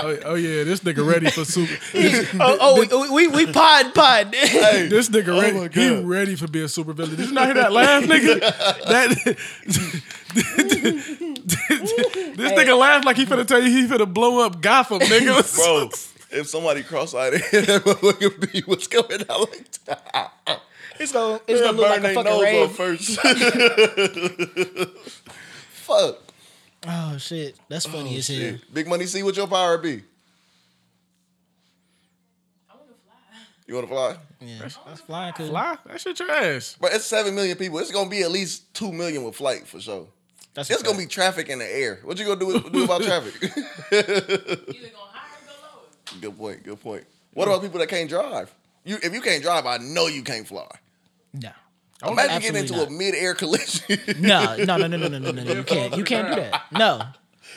[SPEAKER 3] Oh, oh, yeah, this nigga ready for super. this,
[SPEAKER 1] oh, oh, we, we we pod pod.
[SPEAKER 3] this nigga
[SPEAKER 2] my
[SPEAKER 3] ready. He
[SPEAKER 2] God.
[SPEAKER 3] ready for being super villain. Did you not hear that laugh, nigga? That this nigga laughed like he finna tell you he finna blow up Gotham, nigga.
[SPEAKER 2] Bro, if somebody cross-eyed it, look at me, what's coming out like that?
[SPEAKER 1] it's gonna it's gonna look like a fucking rave.
[SPEAKER 2] first. Fuck.
[SPEAKER 1] Oh shit, that's funny
[SPEAKER 2] Oh,
[SPEAKER 1] as hell.
[SPEAKER 2] Big money see what your power be. You wanna fly?
[SPEAKER 1] Yeah, that's flying cool.
[SPEAKER 3] Lie? That shit trash.
[SPEAKER 2] But it's seven million people. It's gonna be at least two million with flight for sure.
[SPEAKER 1] That's
[SPEAKER 2] It's gonna be traffic in the air. What you gonna do, do about traffic?
[SPEAKER 4] Either gonna hire or go lower.
[SPEAKER 2] Good point. Good point. What about people that can't drive? You, if you can't drive, I know you can't fly.
[SPEAKER 1] no.
[SPEAKER 2] Imagine getting into a
[SPEAKER 1] Oh, absolutely
[SPEAKER 2] mid-air collision.
[SPEAKER 1] No, no, no, no, no, no, no, no, no. You can't. You can't do that. No.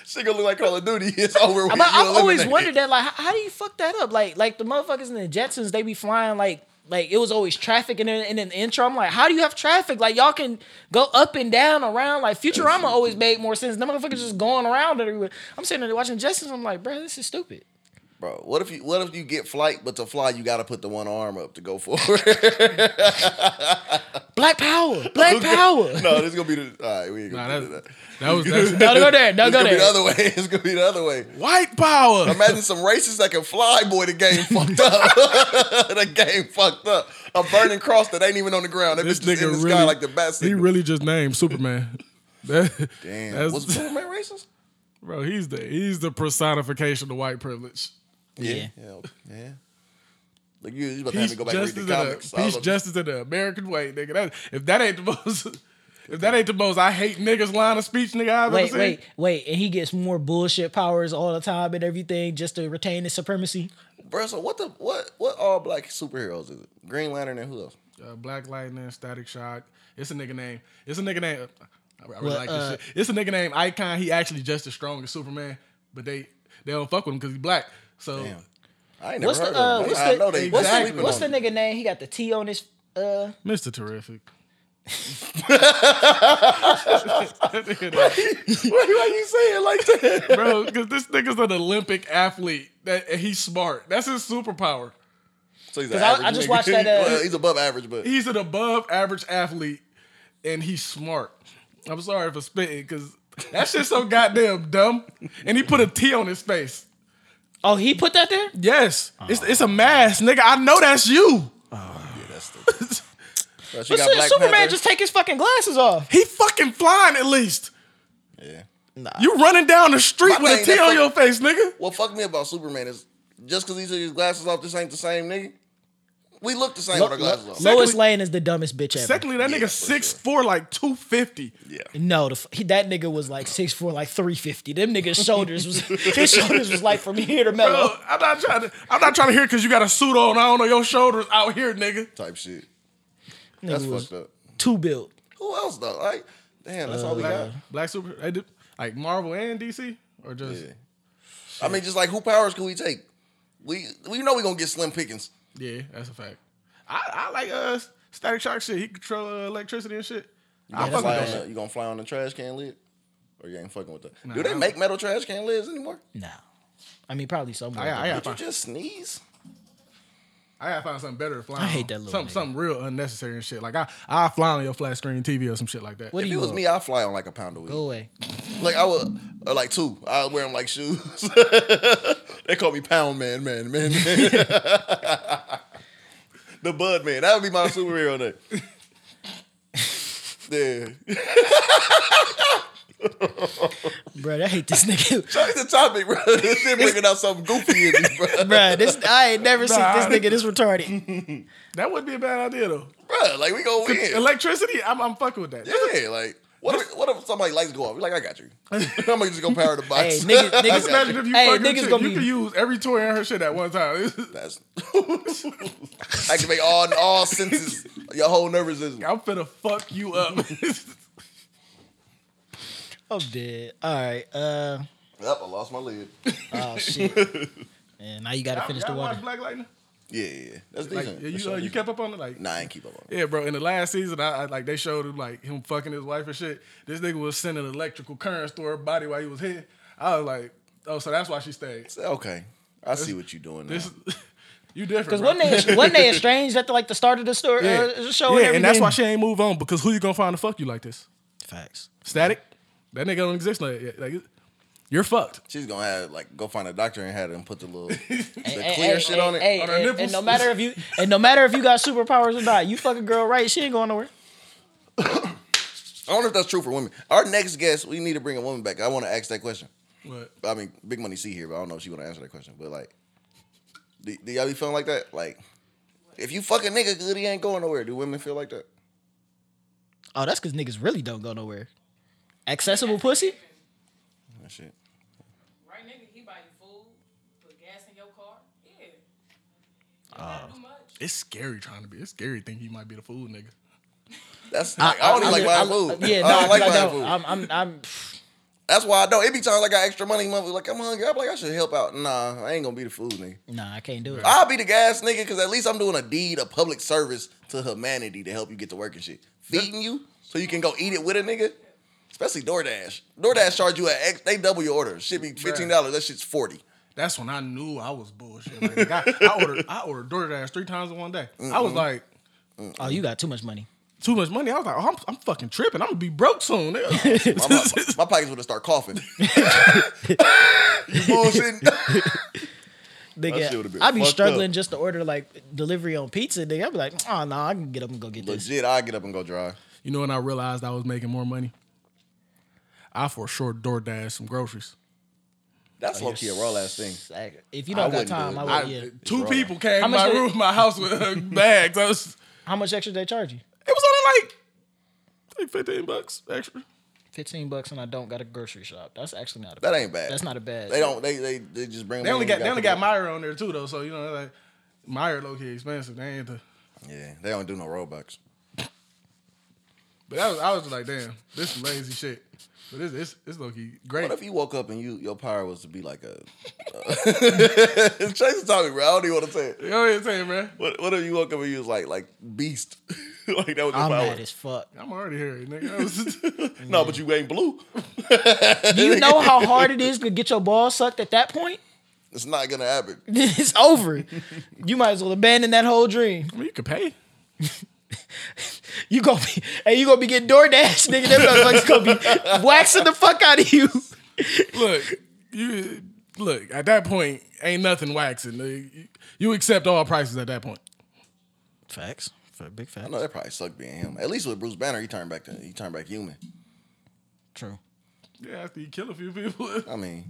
[SPEAKER 2] she gonna look like Call of Duty. It's over. With.
[SPEAKER 1] But I've
[SPEAKER 2] You
[SPEAKER 1] always
[SPEAKER 2] eliminated.
[SPEAKER 1] wondered that, like, how, how do you fuck that up? Like, like the motherfuckers in the Jetsons, they be flying like, like it was always traffic in the, in the intro. I'm like, how do you have traffic? Like, y'all can go up and down around. Like, Futurama always made more sense. Them motherfuckers just going around everywhere. I'm sitting there watching Jetsons. I'm like, bro, this is stupid.
[SPEAKER 2] bro. What if you? What if you get flight, but to fly, you gotta put the one arm up to go forward.
[SPEAKER 1] Black power, black power.
[SPEAKER 2] no, this gonna be the. All right, we ain't
[SPEAKER 3] Nah,
[SPEAKER 2] gonna do
[SPEAKER 3] that,
[SPEAKER 2] that.
[SPEAKER 3] that was that's,
[SPEAKER 1] Don't go there. Don't
[SPEAKER 2] It's
[SPEAKER 1] go
[SPEAKER 2] gonna be the
[SPEAKER 1] there.
[SPEAKER 2] other way. It's gonna be the other way.
[SPEAKER 3] white power.
[SPEAKER 2] Imagine some racists that can fly, boy. The game fucked up. the game fucked up. A burning cross that ain't even on the ground. That
[SPEAKER 3] This
[SPEAKER 2] bitch just
[SPEAKER 3] nigga
[SPEAKER 2] in the
[SPEAKER 3] really,
[SPEAKER 2] sky like the bat
[SPEAKER 3] he
[SPEAKER 2] signal.
[SPEAKER 3] really just named Superman. That-
[SPEAKER 2] Damn,
[SPEAKER 3] that's-
[SPEAKER 2] was Superman racist?
[SPEAKER 3] bro, he's the he's the personification of white privilege.
[SPEAKER 1] Yeah.
[SPEAKER 2] yeah, yeah. Like you, you about to have
[SPEAKER 3] Peace,
[SPEAKER 2] to go back and read
[SPEAKER 3] justice,
[SPEAKER 2] the
[SPEAKER 3] and
[SPEAKER 2] comics.
[SPEAKER 3] the, peace, justice, and the American way, nigga. That, if that ain't the most, if that ain't the most, I hate niggas line of speech, nigga. I've ever
[SPEAKER 1] Wait,
[SPEAKER 3] seen.
[SPEAKER 1] wait, wait, and he gets more bullshit powers all the time and everything just to retain his supremacy.
[SPEAKER 2] Bro, so what the what what all black superheroes is it? Green Lantern and who else?
[SPEAKER 3] Uh, Black Lightning, Static Shock. It's a nigga name. It's a nigga name. I really
[SPEAKER 1] Well,
[SPEAKER 3] like this
[SPEAKER 1] uh,
[SPEAKER 3] shit. It's a nigga name Icon. He actually just as strong as Superman, but they they don't fuck with him because he's black. So
[SPEAKER 2] Damn. I ain't never
[SPEAKER 1] What's
[SPEAKER 2] heard
[SPEAKER 1] the
[SPEAKER 2] of
[SPEAKER 1] uh,
[SPEAKER 2] them.
[SPEAKER 1] what's
[SPEAKER 2] I know
[SPEAKER 1] the
[SPEAKER 2] they
[SPEAKER 1] what's
[SPEAKER 2] sleeping
[SPEAKER 1] the what's the
[SPEAKER 2] on
[SPEAKER 1] nigga name? He got the T on his uh
[SPEAKER 3] Mr. Terrific.
[SPEAKER 2] them. Why why you saying like that?
[SPEAKER 3] Bro, because this nigga's an Olympic athlete. That and he's smart. That's his superpower.
[SPEAKER 2] So he's
[SPEAKER 1] 'Cause
[SPEAKER 2] an
[SPEAKER 1] I-
[SPEAKER 2] average
[SPEAKER 1] I just
[SPEAKER 2] nigga.
[SPEAKER 1] watched that, uh,
[SPEAKER 2] well, he's above average, but
[SPEAKER 3] He's an above average athlete, and he's smart. I'm sorry for spitting because that shit's so goddamn dumb. And he put a T on his face.
[SPEAKER 1] Oh, he put that there?
[SPEAKER 3] Yes, it's it's a mask, nigga. I know that's you.
[SPEAKER 2] yeah, that's the. Bro, she
[SPEAKER 1] But
[SPEAKER 2] got
[SPEAKER 1] shit,
[SPEAKER 2] Black
[SPEAKER 1] Superman
[SPEAKER 2] Panther.
[SPEAKER 1] just take his fucking glasses off.
[SPEAKER 3] He fucking flying at least.
[SPEAKER 2] yeah.
[SPEAKER 3] You running down the street
[SPEAKER 2] My
[SPEAKER 3] with a
[SPEAKER 2] thing,
[SPEAKER 3] T
[SPEAKER 2] that's
[SPEAKER 3] on your
[SPEAKER 2] like-
[SPEAKER 3] face, nigga.
[SPEAKER 2] What fuck me about Superman is just because he took his glasses off, this ain't the same nigga. We look the same with our glasses off.
[SPEAKER 3] Secondly-
[SPEAKER 1] Lois Lane is the dumbest bitch ever.
[SPEAKER 3] Secondly, that
[SPEAKER 2] Yeah,
[SPEAKER 3] nigga
[SPEAKER 2] for
[SPEAKER 3] six four, like two fifty.
[SPEAKER 2] yeah.
[SPEAKER 1] no, the, f- he, that nigga was like 6'4", like 350. Them niggas' shoulders was his shoulders was like from here to
[SPEAKER 3] Bro,
[SPEAKER 1] mellow.
[SPEAKER 3] I'm not trying to. I'm not trying to hear because you got a suit on. I don't know your shoulders out here, nigga.
[SPEAKER 2] Type shit. That's
[SPEAKER 1] Nigga was
[SPEAKER 2] fucked up.
[SPEAKER 1] too built.
[SPEAKER 2] Who else though? Like, damn, that's all we got.
[SPEAKER 1] Uh,
[SPEAKER 3] Black super, they do- like Marvel and DC, or just
[SPEAKER 2] Yeah. I mean, just like who powers can we take? We we know we gonna get slim pickings.
[SPEAKER 3] yeah, that's a fact. I, I like uh Static Shock shit. He control uh, electricity and shit. I
[SPEAKER 1] that's
[SPEAKER 2] Fly
[SPEAKER 3] fuck with
[SPEAKER 2] on
[SPEAKER 3] that
[SPEAKER 1] right.
[SPEAKER 3] shit.
[SPEAKER 2] the, you gonna fly on the trash can lid? Or you ain't fucking with that?
[SPEAKER 3] Nah,
[SPEAKER 2] Do they
[SPEAKER 3] I'm-
[SPEAKER 2] make metal trash can lids anymore?
[SPEAKER 1] No. I mean, probably somewhere.
[SPEAKER 3] I, I,
[SPEAKER 2] Did you
[SPEAKER 3] got,
[SPEAKER 2] just sneeze?
[SPEAKER 3] I gotta find something better to fly.
[SPEAKER 1] I hate
[SPEAKER 3] on.
[SPEAKER 1] that little
[SPEAKER 3] something,
[SPEAKER 1] nigga.
[SPEAKER 3] something real unnecessary and shit. Like I I fly on your flat screen TV or some shit like that.
[SPEAKER 1] What do
[SPEAKER 2] If
[SPEAKER 1] you
[SPEAKER 2] it was
[SPEAKER 1] want?
[SPEAKER 2] me, I'd fly on like a pound a week.
[SPEAKER 1] Go away.
[SPEAKER 2] Like I would, or like two. I would wear them like shoes. they call me Pound Man, man, man, man. the Bud Man. That would be my superhero name. Yeah,
[SPEAKER 1] Bro, I hate this nigga.
[SPEAKER 2] that's the topic, bro. This shit bringing out something goofy in me, bro.
[SPEAKER 1] Bruh, this I ain't never
[SPEAKER 3] Nah.
[SPEAKER 1] seen this nigga this retarded.
[SPEAKER 3] That would be a bad idea though.
[SPEAKER 2] Bro, like we gonna win.
[SPEAKER 3] Electricity, I'm, I'm fucking with that.
[SPEAKER 2] Yeah, like what if what if somebody lights go off? You're like, I got you. I'm gonna just go power the box.
[SPEAKER 1] Hey, niggas,
[SPEAKER 2] That's
[SPEAKER 1] niggas,
[SPEAKER 2] bad.
[SPEAKER 3] Imagine if you
[SPEAKER 1] Hey,
[SPEAKER 3] fucking
[SPEAKER 1] niggas
[SPEAKER 3] chick,
[SPEAKER 1] gonna
[SPEAKER 3] you
[SPEAKER 1] be-
[SPEAKER 3] can use every toy in her shit at one time.
[SPEAKER 2] That's I can make all all senses. Your whole nervous system.
[SPEAKER 3] I'm finna fuck you up.
[SPEAKER 1] I'm dead. All right. Uh,
[SPEAKER 2] Yep, I lost my lid.
[SPEAKER 1] oh shit. And now you gotta finish the
[SPEAKER 3] Y'all watch
[SPEAKER 1] water.
[SPEAKER 3] Black Lightning?
[SPEAKER 2] Yeah, yeah, yeah. That's
[SPEAKER 3] Like,
[SPEAKER 2] decent. That's
[SPEAKER 3] you, uh,
[SPEAKER 2] so
[SPEAKER 3] you
[SPEAKER 2] decent.
[SPEAKER 3] kept up on it, like.
[SPEAKER 2] Nah, I ain't keep up on it.
[SPEAKER 3] Yeah, bro. In the last season, I, I like they showed him like him fucking his wife and shit. This nigga was sending electrical currents through her body while he was here. I was like, oh, so that's why she stayed.
[SPEAKER 2] Say, okay, I see what you're doing. Now.
[SPEAKER 3] This, you different.
[SPEAKER 1] Because
[SPEAKER 3] bro.
[SPEAKER 1] one day, one day estranged at the, like the start of the story,
[SPEAKER 3] yeah,
[SPEAKER 1] uh, show.
[SPEAKER 3] yeah, and that's why
[SPEAKER 1] everything.
[SPEAKER 3] she ain't move on because who you gonna find to fuck you like this?
[SPEAKER 1] Facts.
[SPEAKER 3] Static, that nigga don't exist like, yet. like you're fucked.
[SPEAKER 2] She's gonna have like go find a doctor and have them put the little the
[SPEAKER 1] Hey,
[SPEAKER 2] clear
[SPEAKER 1] hey,
[SPEAKER 2] shit
[SPEAKER 1] hey,
[SPEAKER 2] on it.
[SPEAKER 1] hey,
[SPEAKER 3] on her
[SPEAKER 1] and,
[SPEAKER 3] nipples.
[SPEAKER 1] and no matter if you and no matter if you got superpowers or not, you fucking girl right, she ain't going nowhere.
[SPEAKER 2] I wonder if that's true for women. Our next guest, we need to bring a woman back. I want to ask that question.
[SPEAKER 3] What?
[SPEAKER 2] I mean, Big Money C here, but I don't know if she want to answer that question. But like, do, do y'all be feeling like that? Like, if you fuck a nigga good, he ain't going nowhere. Do women feel like that?
[SPEAKER 1] Oh, that's because niggas really don't go nowhere. Accessible pussy?
[SPEAKER 2] That shit.
[SPEAKER 4] Right, nigga, he buy you food, put gas in your car. Yeah. You gotta do much.
[SPEAKER 3] It's scary trying to be. It's scary thinking you might be the fool, nigga.
[SPEAKER 2] That's I, I don't even like
[SPEAKER 1] I-
[SPEAKER 2] buying food.
[SPEAKER 1] Yeah, no,
[SPEAKER 2] I don't like
[SPEAKER 1] I
[SPEAKER 2] buying
[SPEAKER 1] don't.
[SPEAKER 2] food.
[SPEAKER 1] I'm, I'm, I'm.
[SPEAKER 2] That's why I don't. It be times I got extra money, motherfucker. Like I'm hungry. I'm like I should help out. Nah, I ain't gonna be the food nigga.
[SPEAKER 1] Nah, I can't do it.
[SPEAKER 2] I'll be the gas nigga because at least I'm doing a deed of public service to humanity to help you get to work and shit. Feeding you so you can go eat it with a nigga. Especially DoorDash. DoorDash charge you at ex- they double your order. Shit be fifteen dollars. That shit's forty.
[SPEAKER 3] That's when I knew I was bullshit. Like, I, I ordered I ordered DoorDash three times in one day. I was like,
[SPEAKER 1] Oh, you got too much money.
[SPEAKER 3] too much money. I was like, oh, I'm, I'm fucking tripping. I'm gonna be broke soon. nigga.
[SPEAKER 2] My, my, my pockets would have start coughing. you bullshitting. shit would've
[SPEAKER 1] Nigga,
[SPEAKER 2] been
[SPEAKER 1] I be
[SPEAKER 2] fucked
[SPEAKER 1] struggling
[SPEAKER 2] up.
[SPEAKER 1] just to order like delivery on pizza. Nigga, I be like, oh no, I can get up and go get this.
[SPEAKER 2] Legit, I get up and go drive.
[SPEAKER 3] you know when I realized I was making more money? I for sure DoorDash some groceries.
[SPEAKER 1] Oh,
[SPEAKER 2] That's low key a raw ass thing.
[SPEAKER 1] Like, If you
[SPEAKER 2] I
[SPEAKER 1] don't got
[SPEAKER 2] wouldn't do
[SPEAKER 1] time,
[SPEAKER 2] it.
[SPEAKER 1] I
[SPEAKER 3] I,
[SPEAKER 1] would. Yeah.
[SPEAKER 3] two
[SPEAKER 2] raw.
[SPEAKER 3] people came
[SPEAKER 1] How
[SPEAKER 3] to
[SPEAKER 1] much
[SPEAKER 3] my
[SPEAKER 1] did it-
[SPEAKER 3] room, my house with uh, bags. I was,
[SPEAKER 1] How much extra they charge you?
[SPEAKER 3] it was only like, like 15 bucks extra.
[SPEAKER 1] Fifteen bucks, and I don't got a grocery shop. That's actually not. A
[SPEAKER 2] That ain't bad.
[SPEAKER 1] That's not a bad.
[SPEAKER 2] They don't. They they, they just bring. 'em
[SPEAKER 3] They only
[SPEAKER 2] in, you
[SPEAKER 3] got they only
[SPEAKER 2] gotta
[SPEAKER 3] got Meyer on there too though, so you know like Meyer low key expensive. They ain't the
[SPEAKER 2] put it- Yeah, they don't do no Robux.
[SPEAKER 3] But I was, I was like, damn, this some lazy shit. But it's it's, it's low key great.
[SPEAKER 2] What if you woke up and you your power was to be like a? Chase is talking, bro. I don't even want to say it.
[SPEAKER 3] You know what I'm saying, man?
[SPEAKER 2] What, what if you woke up and you was like like beast, like that was your
[SPEAKER 1] I'm
[SPEAKER 2] power?
[SPEAKER 1] mad as fuck.
[SPEAKER 3] I'm already here, nigga. I was-
[SPEAKER 2] No, but you ain't blue.
[SPEAKER 1] Do you know how hard it is to get your ball sucked at that point?
[SPEAKER 2] It's not gonna happen.
[SPEAKER 1] it's over. You might as well abandon that whole dream.
[SPEAKER 3] I mean, you could pay.
[SPEAKER 1] You gonna be and you gonna be getting DoorDash, nigga. Them motherfuckers gonna be waxing the fuck out of you.
[SPEAKER 3] Look, you look at that point, ain't nothing waxing. nigga. You, you accept all prices at that point.
[SPEAKER 1] Facts. For big
[SPEAKER 2] I
[SPEAKER 1] facts.
[SPEAKER 2] know that probably sucked being him. At least with Bruce Banner, he turned back to he turned back human.
[SPEAKER 1] True.
[SPEAKER 3] Yeah, after you kill a few people. Hell
[SPEAKER 2] I mean,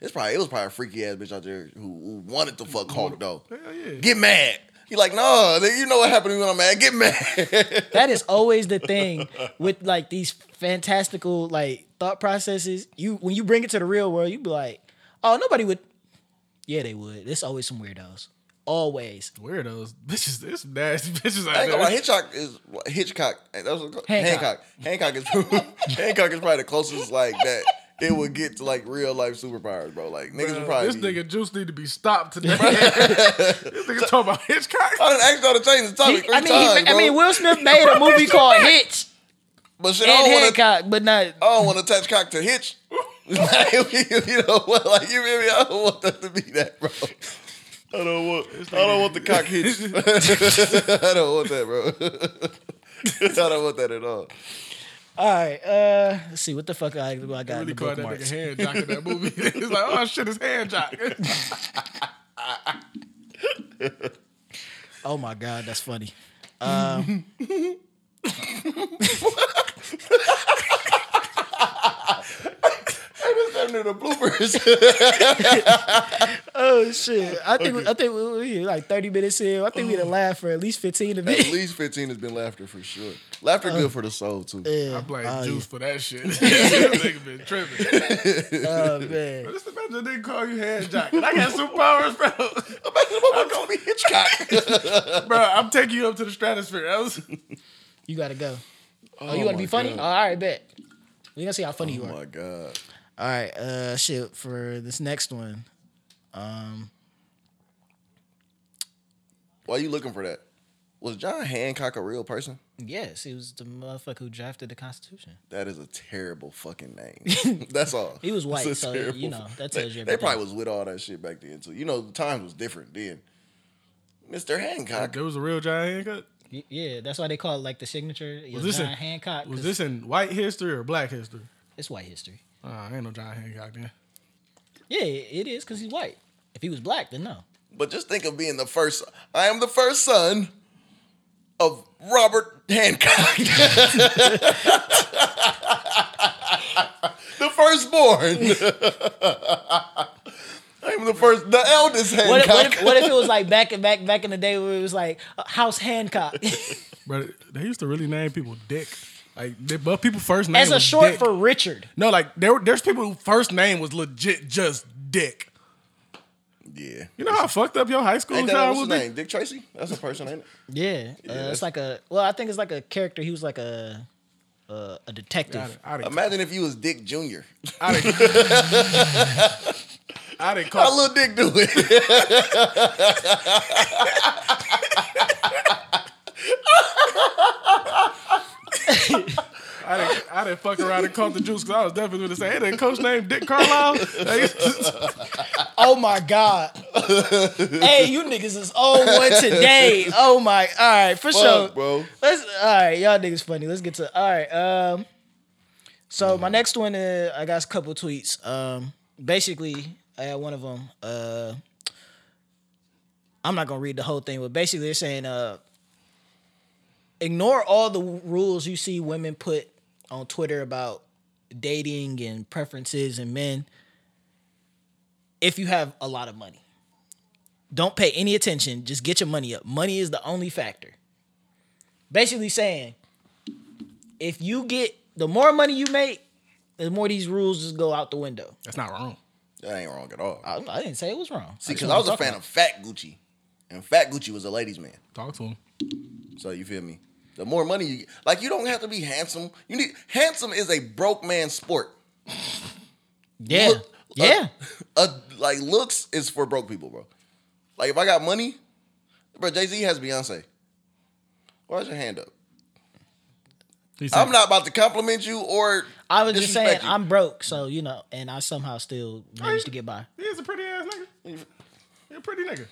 [SPEAKER 2] it's probably it was probably a freaky ass bitch out there who, who wanted to fuck Hulk though.
[SPEAKER 3] yeah.
[SPEAKER 2] Get mad. He like, no, you know what happened when I'm mad. Get mad.
[SPEAKER 1] That is always the thing with like these fantastical like thought processes. You when you bring it to the real world, you be like, oh, nobody would. Yeah, they would. There's always some weirdos. Always.
[SPEAKER 3] Weirdos, bitches, this nasty bitches
[SPEAKER 2] I ain't gonna lie,
[SPEAKER 3] out there.
[SPEAKER 2] Hitchcock is Hitchcock. That's what, Hancock.
[SPEAKER 1] Hancock.
[SPEAKER 2] Hancock is Hancock is probably the closest like that it would get to like real life superpowers, bro. Like niggas would
[SPEAKER 3] Bro,
[SPEAKER 2] probably.
[SPEAKER 3] Uh, this
[SPEAKER 2] be-
[SPEAKER 3] nigga Juice need to be stopped today. this nigga talking about Hitchcock.
[SPEAKER 2] I done asked y'all to change the topic
[SPEAKER 1] He-
[SPEAKER 2] three
[SPEAKER 1] I mean, he-
[SPEAKER 2] times, bro.
[SPEAKER 1] I mean, Will Smith made a movie called Hitch
[SPEAKER 2] but shit, I
[SPEAKER 1] and
[SPEAKER 2] don't want to.
[SPEAKER 1] Hancock, but not.
[SPEAKER 2] I don't want to touch cock to hitch. like, you know what? Like you feel me? I don't want that to be that, bro. I don't want. I don't want the cock hitch. I don't want that, bro. I don't want that at all.
[SPEAKER 1] All right. Uh, let's see what the fuck I, what I got. in
[SPEAKER 3] Really
[SPEAKER 1] the
[SPEAKER 3] called that nigga
[SPEAKER 1] bookmarks.
[SPEAKER 3] hand jock in that movie. it's like, oh shit, it's hand jock.
[SPEAKER 1] Oh my god, that's funny.
[SPEAKER 2] Damn near the bloopers.
[SPEAKER 1] Oh shit! I think I think we- we like thirty minutes in. I think we
[SPEAKER 2] Oh.
[SPEAKER 1] done laughed for at least fifteen of
[SPEAKER 2] at
[SPEAKER 1] it.
[SPEAKER 2] least fifteen has been laughter for sure. Laughter good for the soul too.
[SPEAKER 3] I
[SPEAKER 1] Yeah.
[SPEAKER 3] blame
[SPEAKER 2] Ah,
[SPEAKER 1] Oh,
[SPEAKER 3] Juice for that shit. nigga been tripping.
[SPEAKER 1] Oh man.
[SPEAKER 3] Just imagine a nigga call you hand jock. And I got superpowers, bro.
[SPEAKER 2] I'm gonna be Hitchcock.
[SPEAKER 3] bro, I'm taking you up to the stratosphere. That was
[SPEAKER 1] You gotta go. Oh, you wanna
[SPEAKER 2] my
[SPEAKER 1] be funny?
[SPEAKER 2] God.
[SPEAKER 1] Oh, all right, bet. We gonna see how funny you
[SPEAKER 2] Oh
[SPEAKER 1] are.
[SPEAKER 2] my god.
[SPEAKER 1] All right, uh, shit. For this next one,
[SPEAKER 2] Why you looking for that? Was John Hancock a real person?
[SPEAKER 1] yes, he was the motherfucker who drafted the Constitution.
[SPEAKER 2] That is a terrible fucking name. That's all.
[SPEAKER 1] He was white,
[SPEAKER 2] That's a
[SPEAKER 1] so,
[SPEAKER 2] terrible
[SPEAKER 1] you know,
[SPEAKER 2] fu-
[SPEAKER 1] that tells
[SPEAKER 2] they,
[SPEAKER 1] you
[SPEAKER 2] They probably
[SPEAKER 1] everything.
[SPEAKER 2] was with all that shit back then too. You know, the times was different then. Mr. Hancock.
[SPEAKER 3] there was a real John Hancock.
[SPEAKER 1] Y- Yeah, that's why they call it like the signature. Was
[SPEAKER 3] this
[SPEAKER 1] John
[SPEAKER 3] in-
[SPEAKER 1] Hancock?
[SPEAKER 3] Was
[SPEAKER 1] 'cause
[SPEAKER 3] this in white history or black history?
[SPEAKER 1] It's white history.
[SPEAKER 3] Ah, ain't no John Hancock then.
[SPEAKER 1] Yeah, it is because he's white. If he was black, then no.
[SPEAKER 2] But just think of being the first. I am the first son of Robert Hancock. the firstborn. I am the first, the eldest
[SPEAKER 1] What
[SPEAKER 2] Hancock.
[SPEAKER 1] if, what, if, what if it was like back in back back in the day where it was like uh, House Hancock
[SPEAKER 3] Bro, they used to really name people Dick. Like, they, but people first name
[SPEAKER 1] as a
[SPEAKER 3] was
[SPEAKER 1] short
[SPEAKER 3] Dick.
[SPEAKER 1] for Richard?
[SPEAKER 3] No, like there, were- there's people whose first name was legit just Dick.
[SPEAKER 2] yeah.
[SPEAKER 3] You know how fucked up your high school
[SPEAKER 2] Ain't that
[SPEAKER 3] child
[SPEAKER 2] what's his
[SPEAKER 3] would be.
[SPEAKER 2] name? Dick Tracy? That's a person, ain't it?
[SPEAKER 1] Yeah, uh, it's like a well, I think it's like a character. He was like a uh, a detective.
[SPEAKER 3] I'd have-
[SPEAKER 2] Imagine if you was Dick Jr.
[SPEAKER 3] I'd have- I'd have
[SPEAKER 2] How
[SPEAKER 3] called.
[SPEAKER 2] little Dick do it?
[SPEAKER 3] I'd have, I'd have fucked around and caught the juice because I was definitely going to say, "Hey, that coach named Dick Carlisle." Like,
[SPEAKER 1] Oh my god! hey, you niggas is on one today. Oh my! All right, for sure,
[SPEAKER 2] Fuck, bro.
[SPEAKER 1] Let's all right, y'all niggas funny. Let's get to all right. Um, so my next one, uh, I got a couple tweets. Um, basically, I had one of them. Uh, I'm not gonna read the whole thing, but basically they're saying, uh, ignore all the w- rules you see women put on Twitter about dating and preferences and men. If you have a lot of money, don't pay any attention. Just get your money up. Money is the only factor basically saying if you get the more money you make, the more these rules just go out the window.
[SPEAKER 3] That's not wrong.
[SPEAKER 2] That ain't wrong at all.
[SPEAKER 1] I, I didn't say it was wrong.
[SPEAKER 2] See, because I was a fan of Fat Gucci, and Fat Gucci was a ladies' man.
[SPEAKER 3] Talk to him.
[SPEAKER 2] So you feel me? The more money you get, like you don't have to be handsome. You need handsome is a broke man sport.
[SPEAKER 1] yeah,
[SPEAKER 2] Look- uh,
[SPEAKER 1] yeah.
[SPEAKER 2] A, a- like looks is for broke people, bro. Like if I got money, bro, Jay Z has Beyonce. Why's your hand up?
[SPEAKER 3] He said,
[SPEAKER 2] I'm not about to compliment you or
[SPEAKER 1] Hmm. I was just saying
[SPEAKER 2] disrespect you.
[SPEAKER 1] I'm broke, so you know, and I somehow still managed to get by.
[SPEAKER 3] He's a pretty ass nigga. You're a pretty nigga.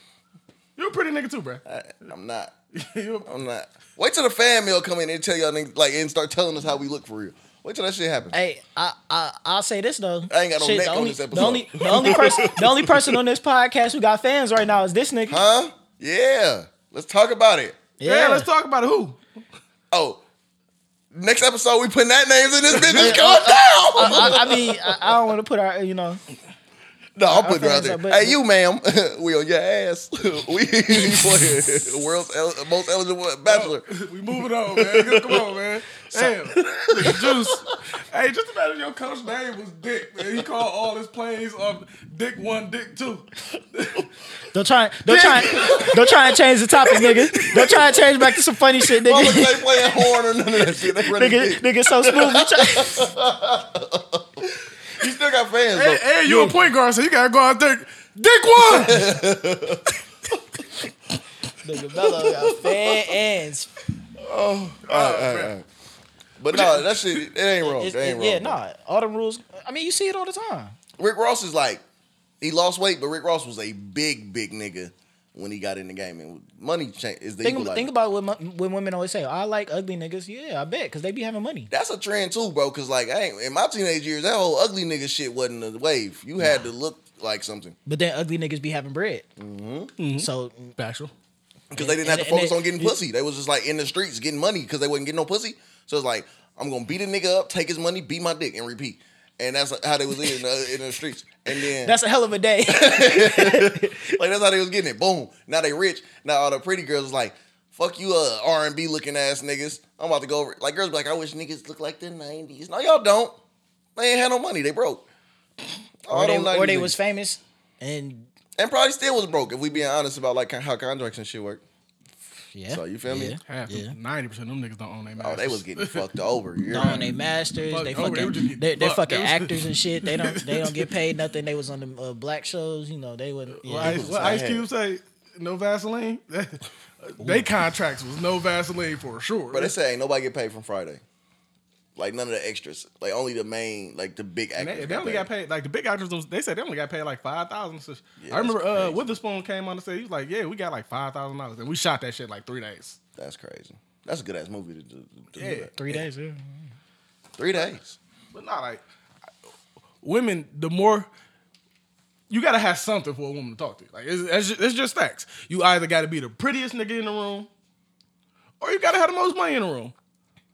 [SPEAKER 3] You're a pretty nigga too, bro.
[SPEAKER 2] I, I'm not.
[SPEAKER 3] You a-
[SPEAKER 2] I'm not. Wait till the fan mail come in and tell y'all niggas, like and start telling us how we look for real. Wait till that shit happens.
[SPEAKER 1] Hey, I, I I'll say this though.
[SPEAKER 2] I ain't got no neck
[SPEAKER 1] the
[SPEAKER 2] on
[SPEAKER 1] only,
[SPEAKER 2] this episode.
[SPEAKER 1] The only, the only person the only person on this podcast who got fans right now is this nigga.
[SPEAKER 2] Huh? Yeah. Let's talk about it.
[SPEAKER 3] yeah. let's talk about it. Who?
[SPEAKER 2] Oh, next episode we putting that names in this bitch. It's going down.
[SPEAKER 1] I, I mean, I, I don't want to put our you know.
[SPEAKER 2] No, I'm putting her out
[SPEAKER 1] feel
[SPEAKER 2] there.
[SPEAKER 1] like so, but-
[SPEAKER 2] hey, you, ma'am. we on your ass. we the world's el- most eligible bachelor.
[SPEAKER 3] We moving on, man. Come on, man. Damn. Nigga, Juice. Hey, just imagine your coach name was Dick, man. He called all his plays off Dick 1, Dick 2.
[SPEAKER 1] Don't try, don't try, don't try and change the topic, nigga. Don't try and change back to some funny shit,
[SPEAKER 2] Why
[SPEAKER 1] nigga.
[SPEAKER 2] was they playing horn or none of that shit? They running
[SPEAKER 1] nigga,
[SPEAKER 2] dick.
[SPEAKER 1] nigga, so smooth. We try-
[SPEAKER 2] You still got fans
[SPEAKER 3] Hey,
[SPEAKER 2] though.
[SPEAKER 3] hey, you a point guard, so you gotta go out there. Dick 1!
[SPEAKER 1] nigga, Mello got fans.
[SPEAKER 2] But no, that shit it ain't wrong.
[SPEAKER 1] It's-
[SPEAKER 2] It
[SPEAKER 1] it-
[SPEAKER 2] ain't wrong.
[SPEAKER 1] yeah,
[SPEAKER 2] Oh, bro.
[SPEAKER 1] nah. All them rules. I mean, you see it all the time.
[SPEAKER 2] Rick Ross is like he lost weight, but Rick Ross was a big, big nigga when he got in the game. And money cha- is the
[SPEAKER 1] Think,
[SPEAKER 2] equalizer.
[SPEAKER 1] think about what mu- when women always say. I like ugly niggas. Yeah, I bet because they be having money.
[SPEAKER 2] That's a trend too, bro. Cause like, I ain't, in my teenage years, that whole ugly nigga shit wasn't a wave. You had to look like something
[SPEAKER 1] But then ugly niggas be having bread.
[SPEAKER 2] Mm-hmm.
[SPEAKER 1] So
[SPEAKER 3] Factual.
[SPEAKER 2] because they didn't
[SPEAKER 1] And-
[SPEAKER 2] have to
[SPEAKER 1] and- and
[SPEAKER 2] focus
[SPEAKER 1] it-
[SPEAKER 2] on getting pussy. They was just like in the streets getting money because they wasn't getting no pussy. So it's like I'm gonna beat a nigga up, take his money, beat my dick, and repeat. And that's how they was in the, in the streets. And then
[SPEAKER 1] that's a hell of a day.
[SPEAKER 2] like that's how they was getting it. Boom. Now they rich. Now all the pretty girls is like, fuck you, uh, R and B looking ass niggas. I'm about to go over. Like girls be like, I wish niggas look like the '90s. No, y'all don't. They ain't had no money. They broke. All
[SPEAKER 1] or they,
[SPEAKER 2] them 90s
[SPEAKER 1] or they
[SPEAKER 2] niggas.
[SPEAKER 1] was famous and
[SPEAKER 2] and probably still was broke if we being honest about like how contracts and shit work.
[SPEAKER 1] yeah.
[SPEAKER 2] So, you feel me?
[SPEAKER 1] Yeah.
[SPEAKER 3] Half
[SPEAKER 1] yeah.
[SPEAKER 3] ninety percent of them niggas don't own their masters.
[SPEAKER 2] Oh, they was getting fucked over. you
[SPEAKER 1] On they masters,
[SPEAKER 3] Fuck,
[SPEAKER 1] they
[SPEAKER 3] oh, they
[SPEAKER 1] fucking,
[SPEAKER 3] were just getting
[SPEAKER 1] they are they're
[SPEAKER 3] fucked.
[SPEAKER 1] fucking
[SPEAKER 3] They was-
[SPEAKER 1] actors and shit. They don't, they don't get paid nothing. They was on the uh, black shows, you know. They would, yeah,
[SPEAKER 3] Well,
[SPEAKER 1] it
[SPEAKER 3] Ice,
[SPEAKER 1] was
[SPEAKER 3] what
[SPEAKER 1] like-
[SPEAKER 3] Ice Cube say? No Vaseline. they contracts was no Vaseline for sure.
[SPEAKER 2] But they say ain't nobody get paid from Friday. Like none of the extras. Like only the main, like the big
[SPEAKER 3] And
[SPEAKER 2] actors.
[SPEAKER 3] they, they only got paid like the big actors. was- They said they only got paid like five thousand. So
[SPEAKER 2] Yeah,
[SPEAKER 3] I remember
[SPEAKER 2] that's
[SPEAKER 3] uh,
[SPEAKER 2] crazy.
[SPEAKER 3] Witherspoon came on and said he was like, "Yeah, we got like five thousand dollars, and we shot that shit like three days."
[SPEAKER 2] That's crazy. That's a good ass movie to, to, to do
[SPEAKER 3] Yeah.
[SPEAKER 2] that.
[SPEAKER 1] three days. Yeah.
[SPEAKER 2] Three days.
[SPEAKER 3] But not like women. The more you gotta have something for a woman to talk to. Like it's, it's, just, it's just facts. You either gotta be the prettiest nigga in the room, or you gotta have the most money in the room.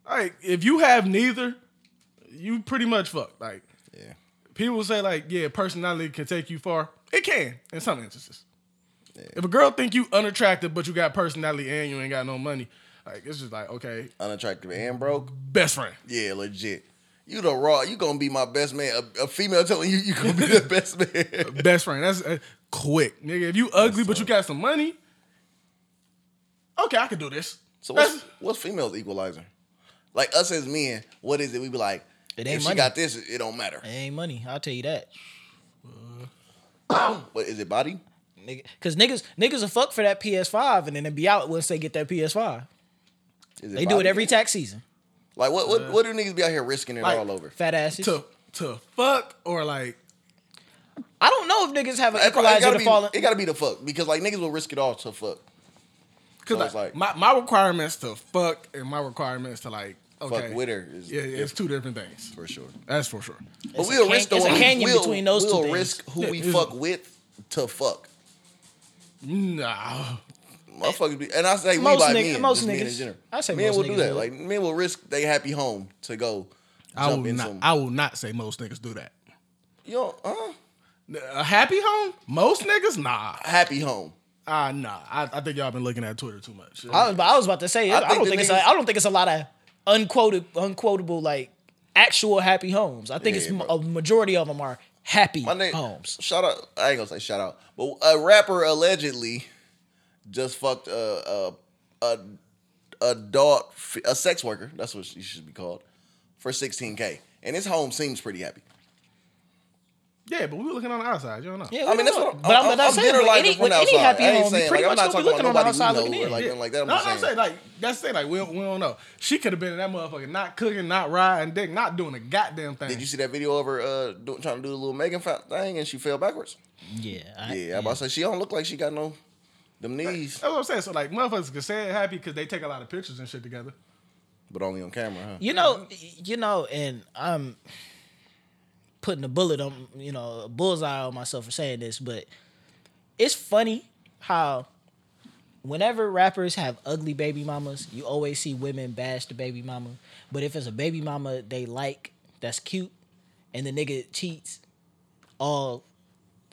[SPEAKER 3] Like if you have neither, you pretty much fucked. Like
[SPEAKER 2] Yeah.
[SPEAKER 3] people say like, yeah, personality can take you far. It can in some instances.
[SPEAKER 2] Yeah.
[SPEAKER 3] If a girl think you unattractive but you got personality and you ain't got no money, like it's just like okay,
[SPEAKER 2] Unattractive and broke.
[SPEAKER 3] best friend.
[SPEAKER 2] Yeah, legit. You the raw. You gonna be my best man. A, a female telling you you gonna be the best man.
[SPEAKER 3] Best friend. That's uh, quick, nigga. If you ugly but you got some money, okay, I can do this.
[SPEAKER 2] so what's what's females equalizer? Like us as men, what is it? We be like,
[SPEAKER 1] It ain't
[SPEAKER 2] if she
[SPEAKER 1] money.
[SPEAKER 2] got this, it don't matter.
[SPEAKER 1] It ain't money. I'll tell you that.
[SPEAKER 2] But is it body?
[SPEAKER 1] Nigga, Cause niggas, niggas will fuck for that PS5 and then they be out once they get that PS5.
[SPEAKER 2] Is it
[SPEAKER 1] They do it
[SPEAKER 2] body?
[SPEAKER 1] every tax season.
[SPEAKER 2] Like what? What, what do niggas be out here risking it
[SPEAKER 3] like-
[SPEAKER 2] all over?
[SPEAKER 1] Fat asses.
[SPEAKER 3] to to fuck or like
[SPEAKER 1] I don't know if niggas have an
[SPEAKER 2] It, probably- it
[SPEAKER 1] equalizer
[SPEAKER 2] gotta
[SPEAKER 1] to
[SPEAKER 2] be,
[SPEAKER 1] fall.
[SPEAKER 2] it
[SPEAKER 1] in-
[SPEAKER 2] gotta be the fuck because like niggas will risk it all to fuck.
[SPEAKER 3] because
[SPEAKER 2] So it's
[SPEAKER 3] like,
[SPEAKER 2] like-
[SPEAKER 3] my my requirements to fuck and my requirements to like okay
[SPEAKER 2] with her is
[SPEAKER 3] yeah, yeah, it's
[SPEAKER 2] different.
[SPEAKER 3] two different things.
[SPEAKER 2] For sure.
[SPEAKER 3] That's for sure.
[SPEAKER 2] But
[SPEAKER 1] It's a
[SPEAKER 2] we'll
[SPEAKER 1] can-
[SPEAKER 2] risk the
[SPEAKER 1] it's a
[SPEAKER 2] one-
[SPEAKER 1] canyon
[SPEAKER 2] we'll-
[SPEAKER 1] between those two
[SPEAKER 2] We'll
[SPEAKER 1] things.
[SPEAKER 2] risk who
[SPEAKER 3] Yeah,
[SPEAKER 2] we
[SPEAKER 3] it's-
[SPEAKER 2] fuck with to fuck.
[SPEAKER 3] Nah.
[SPEAKER 2] Motherfuckers be, and I say we
[SPEAKER 1] Most
[SPEAKER 2] by
[SPEAKER 1] nigga-
[SPEAKER 2] men,
[SPEAKER 1] most
[SPEAKER 2] just men in
[SPEAKER 1] niggas.
[SPEAKER 2] general.
[SPEAKER 1] I say
[SPEAKER 2] men
[SPEAKER 1] most
[SPEAKER 2] will do
[SPEAKER 1] niggas
[SPEAKER 2] that.
[SPEAKER 1] do it.
[SPEAKER 2] Like men will risk they happy home to go
[SPEAKER 3] I
[SPEAKER 2] jump
[SPEAKER 3] will
[SPEAKER 2] in
[SPEAKER 3] not.
[SPEAKER 2] some.
[SPEAKER 3] I will not say most niggas do that.
[SPEAKER 2] you know, huh?
[SPEAKER 3] A happy home? Most niggas? Nah.
[SPEAKER 2] Happy home.
[SPEAKER 3] Ah, nah. I, I think y'all been looking at Twitter too much.
[SPEAKER 1] I was, I was about to say. I,
[SPEAKER 2] think
[SPEAKER 1] don't
[SPEAKER 2] the
[SPEAKER 1] think it's.
[SPEAKER 2] niggas-
[SPEAKER 1] A, I don't think it's a lot of unquoted, unquotable like actual happy homes. I think it's
[SPEAKER 2] Yeah,
[SPEAKER 1] m-
[SPEAKER 2] bro.
[SPEAKER 1] a majority of them are happy
[SPEAKER 2] My name
[SPEAKER 1] homes.
[SPEAKER 2] Shout out. I ain't gonna say shout out, but a rapper allegedly just fucked a a, a adult f- a sex worker. That's what she should be called for 16k. And his home seems pretty happy.
[SPEAKER 3] yeah, but we were looking on the outside. You don't know.
[SPEAKER 1] Yeah, we
[SPEAKER 2] I
[SPEAKER 1] don't
[SPEAKER 2] mean, that's
[SPEAKER 1] know.
[SPEAKER 2] what I'm,
[SPEAKER 1] but I'm,
[SPEAKER 2] I'm,
[SPEAKER 1] not
[SPEAKER 2] I'm
[SPEAKER 1] saying like generalizing
[SPEAKER 2] any,
[SPEAKER 1] with
[SPEAKER 2] from the
[SPEAKER 1] any
[SPEAKER 2] outside.
[SPEAKER 1] happy
[SPEAKER 2] I ain't
[SPEAKER 1] home, you
[SPEAKER 2] saying like
[SPEAKER 1] pretty
[SPEAKER 2] I'm not
[SPEAKER 1] much gonna
[SPEAKER 2] talking
[SPEAKER 1] be looking
[SPEAKER 2] about
[SPEAKER 1] on the
[SPEAKER 2] nobody
[SPEAKER 1] outside
[SPEAKER 2] we
[SPEAKER 1] looking
[SPEAKER 2] know or
[SPEAKER 1] in.
[SPEAKER 2] like nothing like that. I'm
[SPEAKER 3] no,
[SPEAKER 2] just
[SPEAKER 3] I'm
[SPEAKER 2] saying
[SPEAKER 3] saying like that's the thing. Like we don't, we don't know. She could have been in that motherfucker, not cooking, not riding dick, not doing a goddamn thing.
[SPEAKER 2] Did you see that video of her uh, do, trying to do the little Megan fa- thing and she fell backwards?
[SPEAKER 1] Yeah, I,
[SPEAKER 2] Yeah, I'm about to say she don't look like she got no them
[SPEAKER 3] That's
[SPEAKER 2] knees,
[SPEAKER 3] what I'm saying. So like motherfuckers can say it happy because they take a lot of pictures and shit together.
[SPEAKER 2] but only on camera, huh?
[SPEAKER 1] you know, you know, and I'm putting a bullet on, you know, a bullseye on myself for saying this, but it's funny how whenever rappers have ugly baby mamas, you always see women bash the baby mama. But if it's a baby mama they like, that's cute, and the nigga cheats, all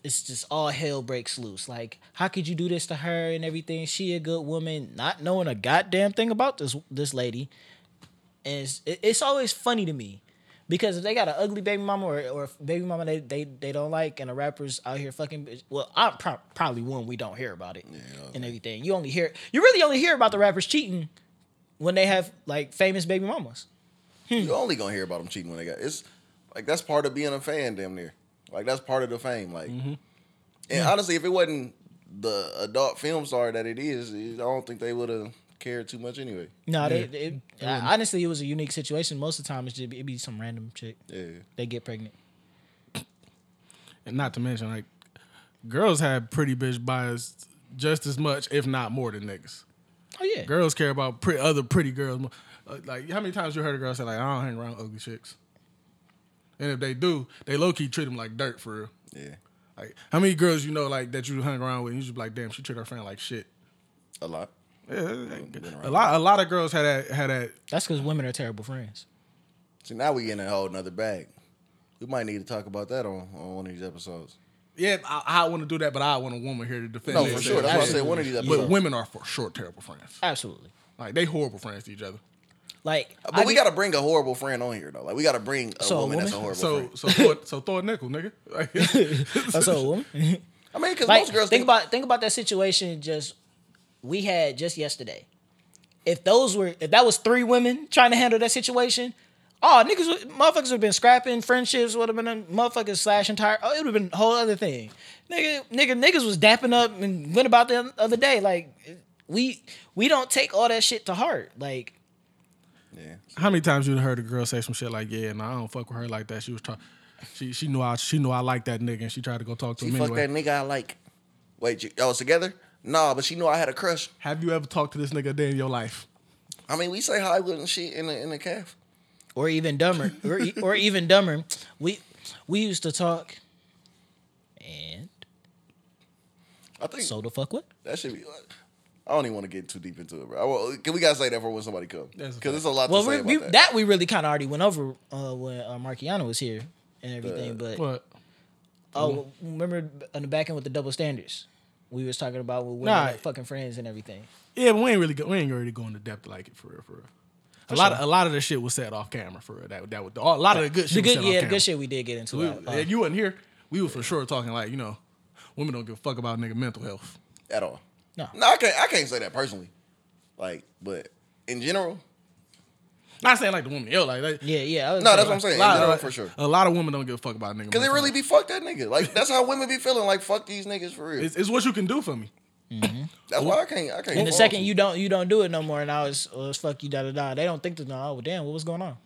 [SPEAKER 1] it's just all hell breaks loose. Like, how could you do this to her and everything? She a good woman, not knowing a goddamn thing about this this lady. And it's, it- it's always funny to me because if they got an ugly baby mama or, or a baby mama they, they they don't like and the rappers out here fucking bitch- well I'm pro- probably one we don't hear about it and everything you only hear you really only hear about the rappers cheating when they have like famous baby mamas
[SPEAKER 2] You only gonna hear about them cheating when they got it's like that's part of being a fan, damn near. Like that's part of the fame. Like, and honestly, if it wasn't the adult film star that it is, I don't think they would have cared too much anyway.
[SPEAKER 1] no they, they- it- I- honestly it was a unique situation most of the time it's just it be some random chick
[SPEAKER 2] Yeah,
[SPEAKER 1] they get pregnant
[SPEAKER 3] And not to mention like girls have pretty bitch bias just as much, if not more, than niggas.
[SPEAKER 1] Oh yeah.
[SPEAKER 3] Girls care about pre- other pretty girls. mo- uh, Like how many times you heard a girl say like, "I don't hang around ugly chicks," and if they do, they low key treat them like dirt for real.
[SPEAKER 2] Yeah,
[SPEAKER 3] Like how many girls you know like that you hung around with, and you just be like, "Damn, she treat her friend like shit."
[SPEAKER 2] a lot.
[SPEAKER 3] A lot, a lot of girls had that had that
[SPEAKER 1] That's because women are terrible friends.
[SPEAKER 2] See, now we in a whole another bag. We might need to talk about that on, on one of these episodes.
[SPEAKER 3] Yeah, I, I want to do that, but I want a woman here to defend.
[SPEAKER 2] No,
[SPEAKER 3] this
[SPEAKER 2] for
[SPEAKER 3] shit.
[SPEAKER 2] sure. That's why I said one of these
[SPEAKER 3] But
[SPEAKER 2] episodes.
[SPEAKER 3] women are for sure terrible friends.
[SPEAKER 1] Absolutely.
[SPEAKER 3] Like they horrible friends to each other.
[SPEAKER 1] Like,
[SPEAKER 2] But we got to bring a horrible friend on here though. Like we got to bring a
[SPEAKER 1] So a
[SPEAKER 2] woman, that's a
[SPEAKER 1] woman?
[SPEAKER 2] horrible
[SPEAKER 3] So
[SPEAKER 2] friend.
[SPEAKER 3] so Thor, so Thor nickel, nigga. Like,
[SPEAKER 1] that's a woman.
[SPEAKER 2] I mean, because
[SPEAKER 1] like,
[SPEAKER 2] most girls
[SPEAKER 1] think about think about that situation. Just we had just yesterday. If those were if that was three women trying to handle that situation, oh niggas, would- motherfuckers would have been scrapping friendships. Would have been a motherfuckers slashing tire. Oh, it would have been a whole other thing. Nigga, nigga, niggas was dapping up and went about the other day. Like we we don't take all that shit to heart. Like
[SPEAKER 2] Yeah.
[SPEAKER 3] How many times you done heard a girl say some shit like, "Yeah, no, I don't fuck with her like that." She was trying. She she knew I she knew I liked that nigga, and she tried to go talk to
[SPEAKER 2] She
[SPEAKER 3] him
[SPEAKER 2] fucked
[SPEAKER 3] anyway.
[SPEAKER 2] that nigga I like. Wait, you, y'all was together? Nah, but she knew I had a crush.
[SPEAKER 3] Have you ever talked to this nigga a day in your life?
[SPEAKER 2] I mean, we say Hollywood and shit in the in the calf.
[SPEAKER 1] or even dumber, or, e- or even dumber. We we used to talk, and
[SPEAKER 2] I think
[SPEAKER 1] so the fuck what?
[SPEAKER 2] that should be. I don't even want to get too deep into it, bro. I won't- Can we gotta say that for when somebody comes?
[SPEAKER 3] That's a
[SPEAKER 2] Because it's a lot
[SPEAKER 1] Well,
[SPEAKER 2] to say
[SPEAKER 1] we,
[SPEAKER 2] about
[SPEAKER 1] we,
[SPEAKER 2] that.
[SPEAKER 1] that. we really kind of already went over uh, when uh, Marciano was here and everything. but
[SPEAKER 3] What?
[SPEAKER 1] oh, remember on the back end with the double standards, we was talking about with women
[SPEAKER 3] Nah.
[SPEAKER 1] like fucking friends and everything.
[SPEAKER 3] Yeah, but we ain't really go, we ain't really going to depth like it for real, for real. A lot of a lot of the shit was said off camera for real. That that was, a lot of Oh, the good
[SPEAKER 1] the
[SPEAKER 3] shit.
[SPEAKER 1] good,
[SPEAKER 3] was said
[SPEAKER 1] yeah,
[SPEAKER 3] off
[SPEAKER 1] the
[SPEAKER 3] camera.
[SPEAKER 1] good shit we did get into.
[SPEAKER 3] We,
[SPEAKER 1] uh,
[SPEAKER 3] if you wasn't here, we were for sure talking like, you know, women don't give a fuck about nigga mental health.
[SPEAKER 2] at all.
[SPEAKER 1] No.
[SPEAKER 2] no, I can't. I can't say that personally. Like, but in general,
[SPEAKER 3] Not saying like the woman ill like that.
[SPEAKER 1] yeah, yeah. I was
[SPEAKER 2] no, that's
[SPEAKER 1] saying,
[SPEAKER 2] what I'm saying.
[SPEAKER 3] A
[SPEAKER 2] In
[SPEAKER 3] lot,
[SPEAKER 2] general,
[SPEAKER 3] of,
[SPEAKER 2] for sure.
[SPEAKER 3] a lot of women don't give a fuck about nigga.
[SPEAKER 2] Because it
[SPEAKER 3] mental
[SPEAKER 2] really
[SPEAKER 3] health.
[SPEAKER 2] be fuck that nigga. Like that's how women be feeling. Like fuck these niggas for real.
[SPEAKER 3] it's, it's what you can do for me.
[SPEAKER 2] That's why I can't. I can't.
[SPEAKER 1] And the second you don't, you don't do it no more, and I was, oh, it's fuck you, da da da. They don't think to know. Oh, damn, what was going on?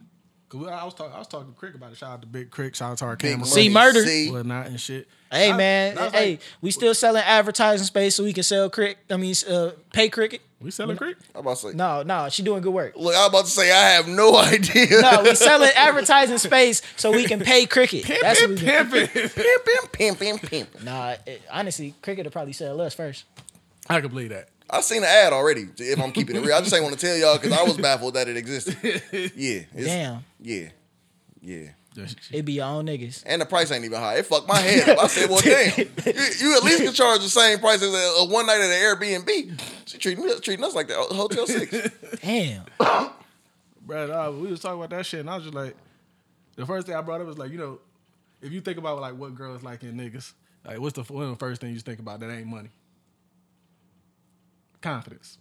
[SPEAKER 3] 'Cause we- I was talking, I was talking to Crick about it. Shout out to Big Crick. Shout out to our
[SPEAKER 2] Big
[SPEAKER 3] camera,
[SPEAKER 1] See,
[SPEAKER 2] money,
[SPEAKER 1] murder.
[SPEAKER 2] see.
[SPEAKER 3] whatnot and shit.
[SPEAKER 1] Hey
[SPEAKER 3] I-
[SPEAKER 1] man,
[SPEAKER 3] I was
[SPEAKER 1] hey,
[SPEAKER 3] like,
[SPEAKER 1] we still selling advertising space so we can sell crick. I mean, uh, pay cricket.
[SPEAKER 3] we selling Crick.
[SPEAKER 2] I'm about to say.
[SPEAKER 1] No, no, she doing good work.
[SPEAKER 2] Look, I'm about to say I have no idea.
[SPEAKER 1] No, we selling advertising space so we can pay cricket. That's what we do.
[SPEAKER 3] Pimpin'.
[SPEAKER 2] pimp, pimp, pimp, pimp, pimp.
[SPEAKER 1] Nah, it, honestly, cricket will probably sell us first.
[SPEAKER 3] I can believe that.
[SPEAKER 2] I seen the ad already. If I'm keeping it real, I just ain't want to tell y'all because I was baffled that it existed. Yeah. It's,
[SPEAKER 1] Damn,
[SPEAKER 2] Yeah. Yeah.
[SPEAKER 3] Yeah, she- she-
[SPEAKER 1] it be your own niggas.
[SPEAKER 2] And the price ain't even high. It fucked my head up. I said, well, damn. You, you at least can charge the same price as a, a one night at an Airbnb. She treating, me, treating us like the Hotel 6.
[SPEAKER 1] Damn,
[SPEAKER 3] Brad, uh, we was talking about that shit, and I was just like, the first thing I brought up was like, you know, if you think about like what girls like in niggas, like what's the, one of the first thing you think about that ain't money? Confidence.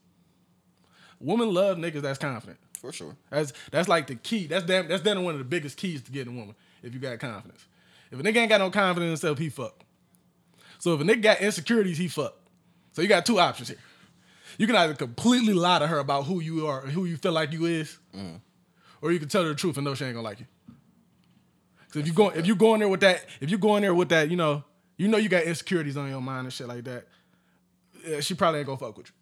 [SPEAKER 3] Women love niggas that's confident.
[SPEAKER 2] For sure.
[SPEAKER 3] That's that's like the key. That's damn. That's damn one of the biggest keys to getting a woman. If you got confidence. If a nigga ain't got no confidence in himself, he fuck. So if a nigga got insecurities, he fuck. So you got two options here. You can either completely lie to her about who you are, who you feel like you is, or you can tell her the truth and know she ain't gonna like you. Cause if you go if you go in there with that, if you go in there with that, you know, you know you got insecurities on your mind and shit like that. yeah, she probably ain't gonna fuck with you.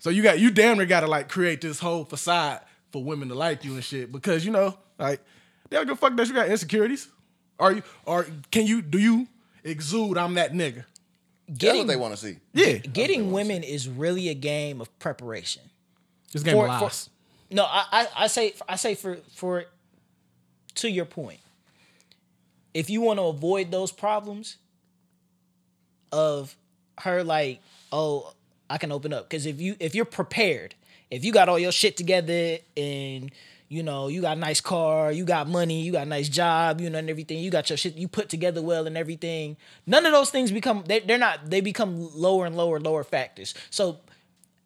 [SPEAKER 3] So you got you damn near gotta like create this whole facade for women to like you and shit because you know like they don't give a fuck that you got insecurities. Are you or can you do you exude I'm that nigga?
[SPEAKER 2] That's
[SPEAKER 1] getting
[SPEAKER 2] what they want to see.
[SPEAKER 3] Yeah,
[SPEAKER 1] getting women is really a game of preparation.
[SPEAKER 3] this game
[SPEAKER 1] For-
[SPEAKER 3] of lies.
[SPEAKER 1] No, I, I, I say I say for for to your point. If you want to avoid those problems of her like, oh, I can open up. Cause if you if you're prepared, if you got all your shit together and you know, you got a nice car, you got money, you got a nice job, you know, and everything, you got your shit you put together well and everything. None of those things become they, they're not they become lower and lower, lower factors. So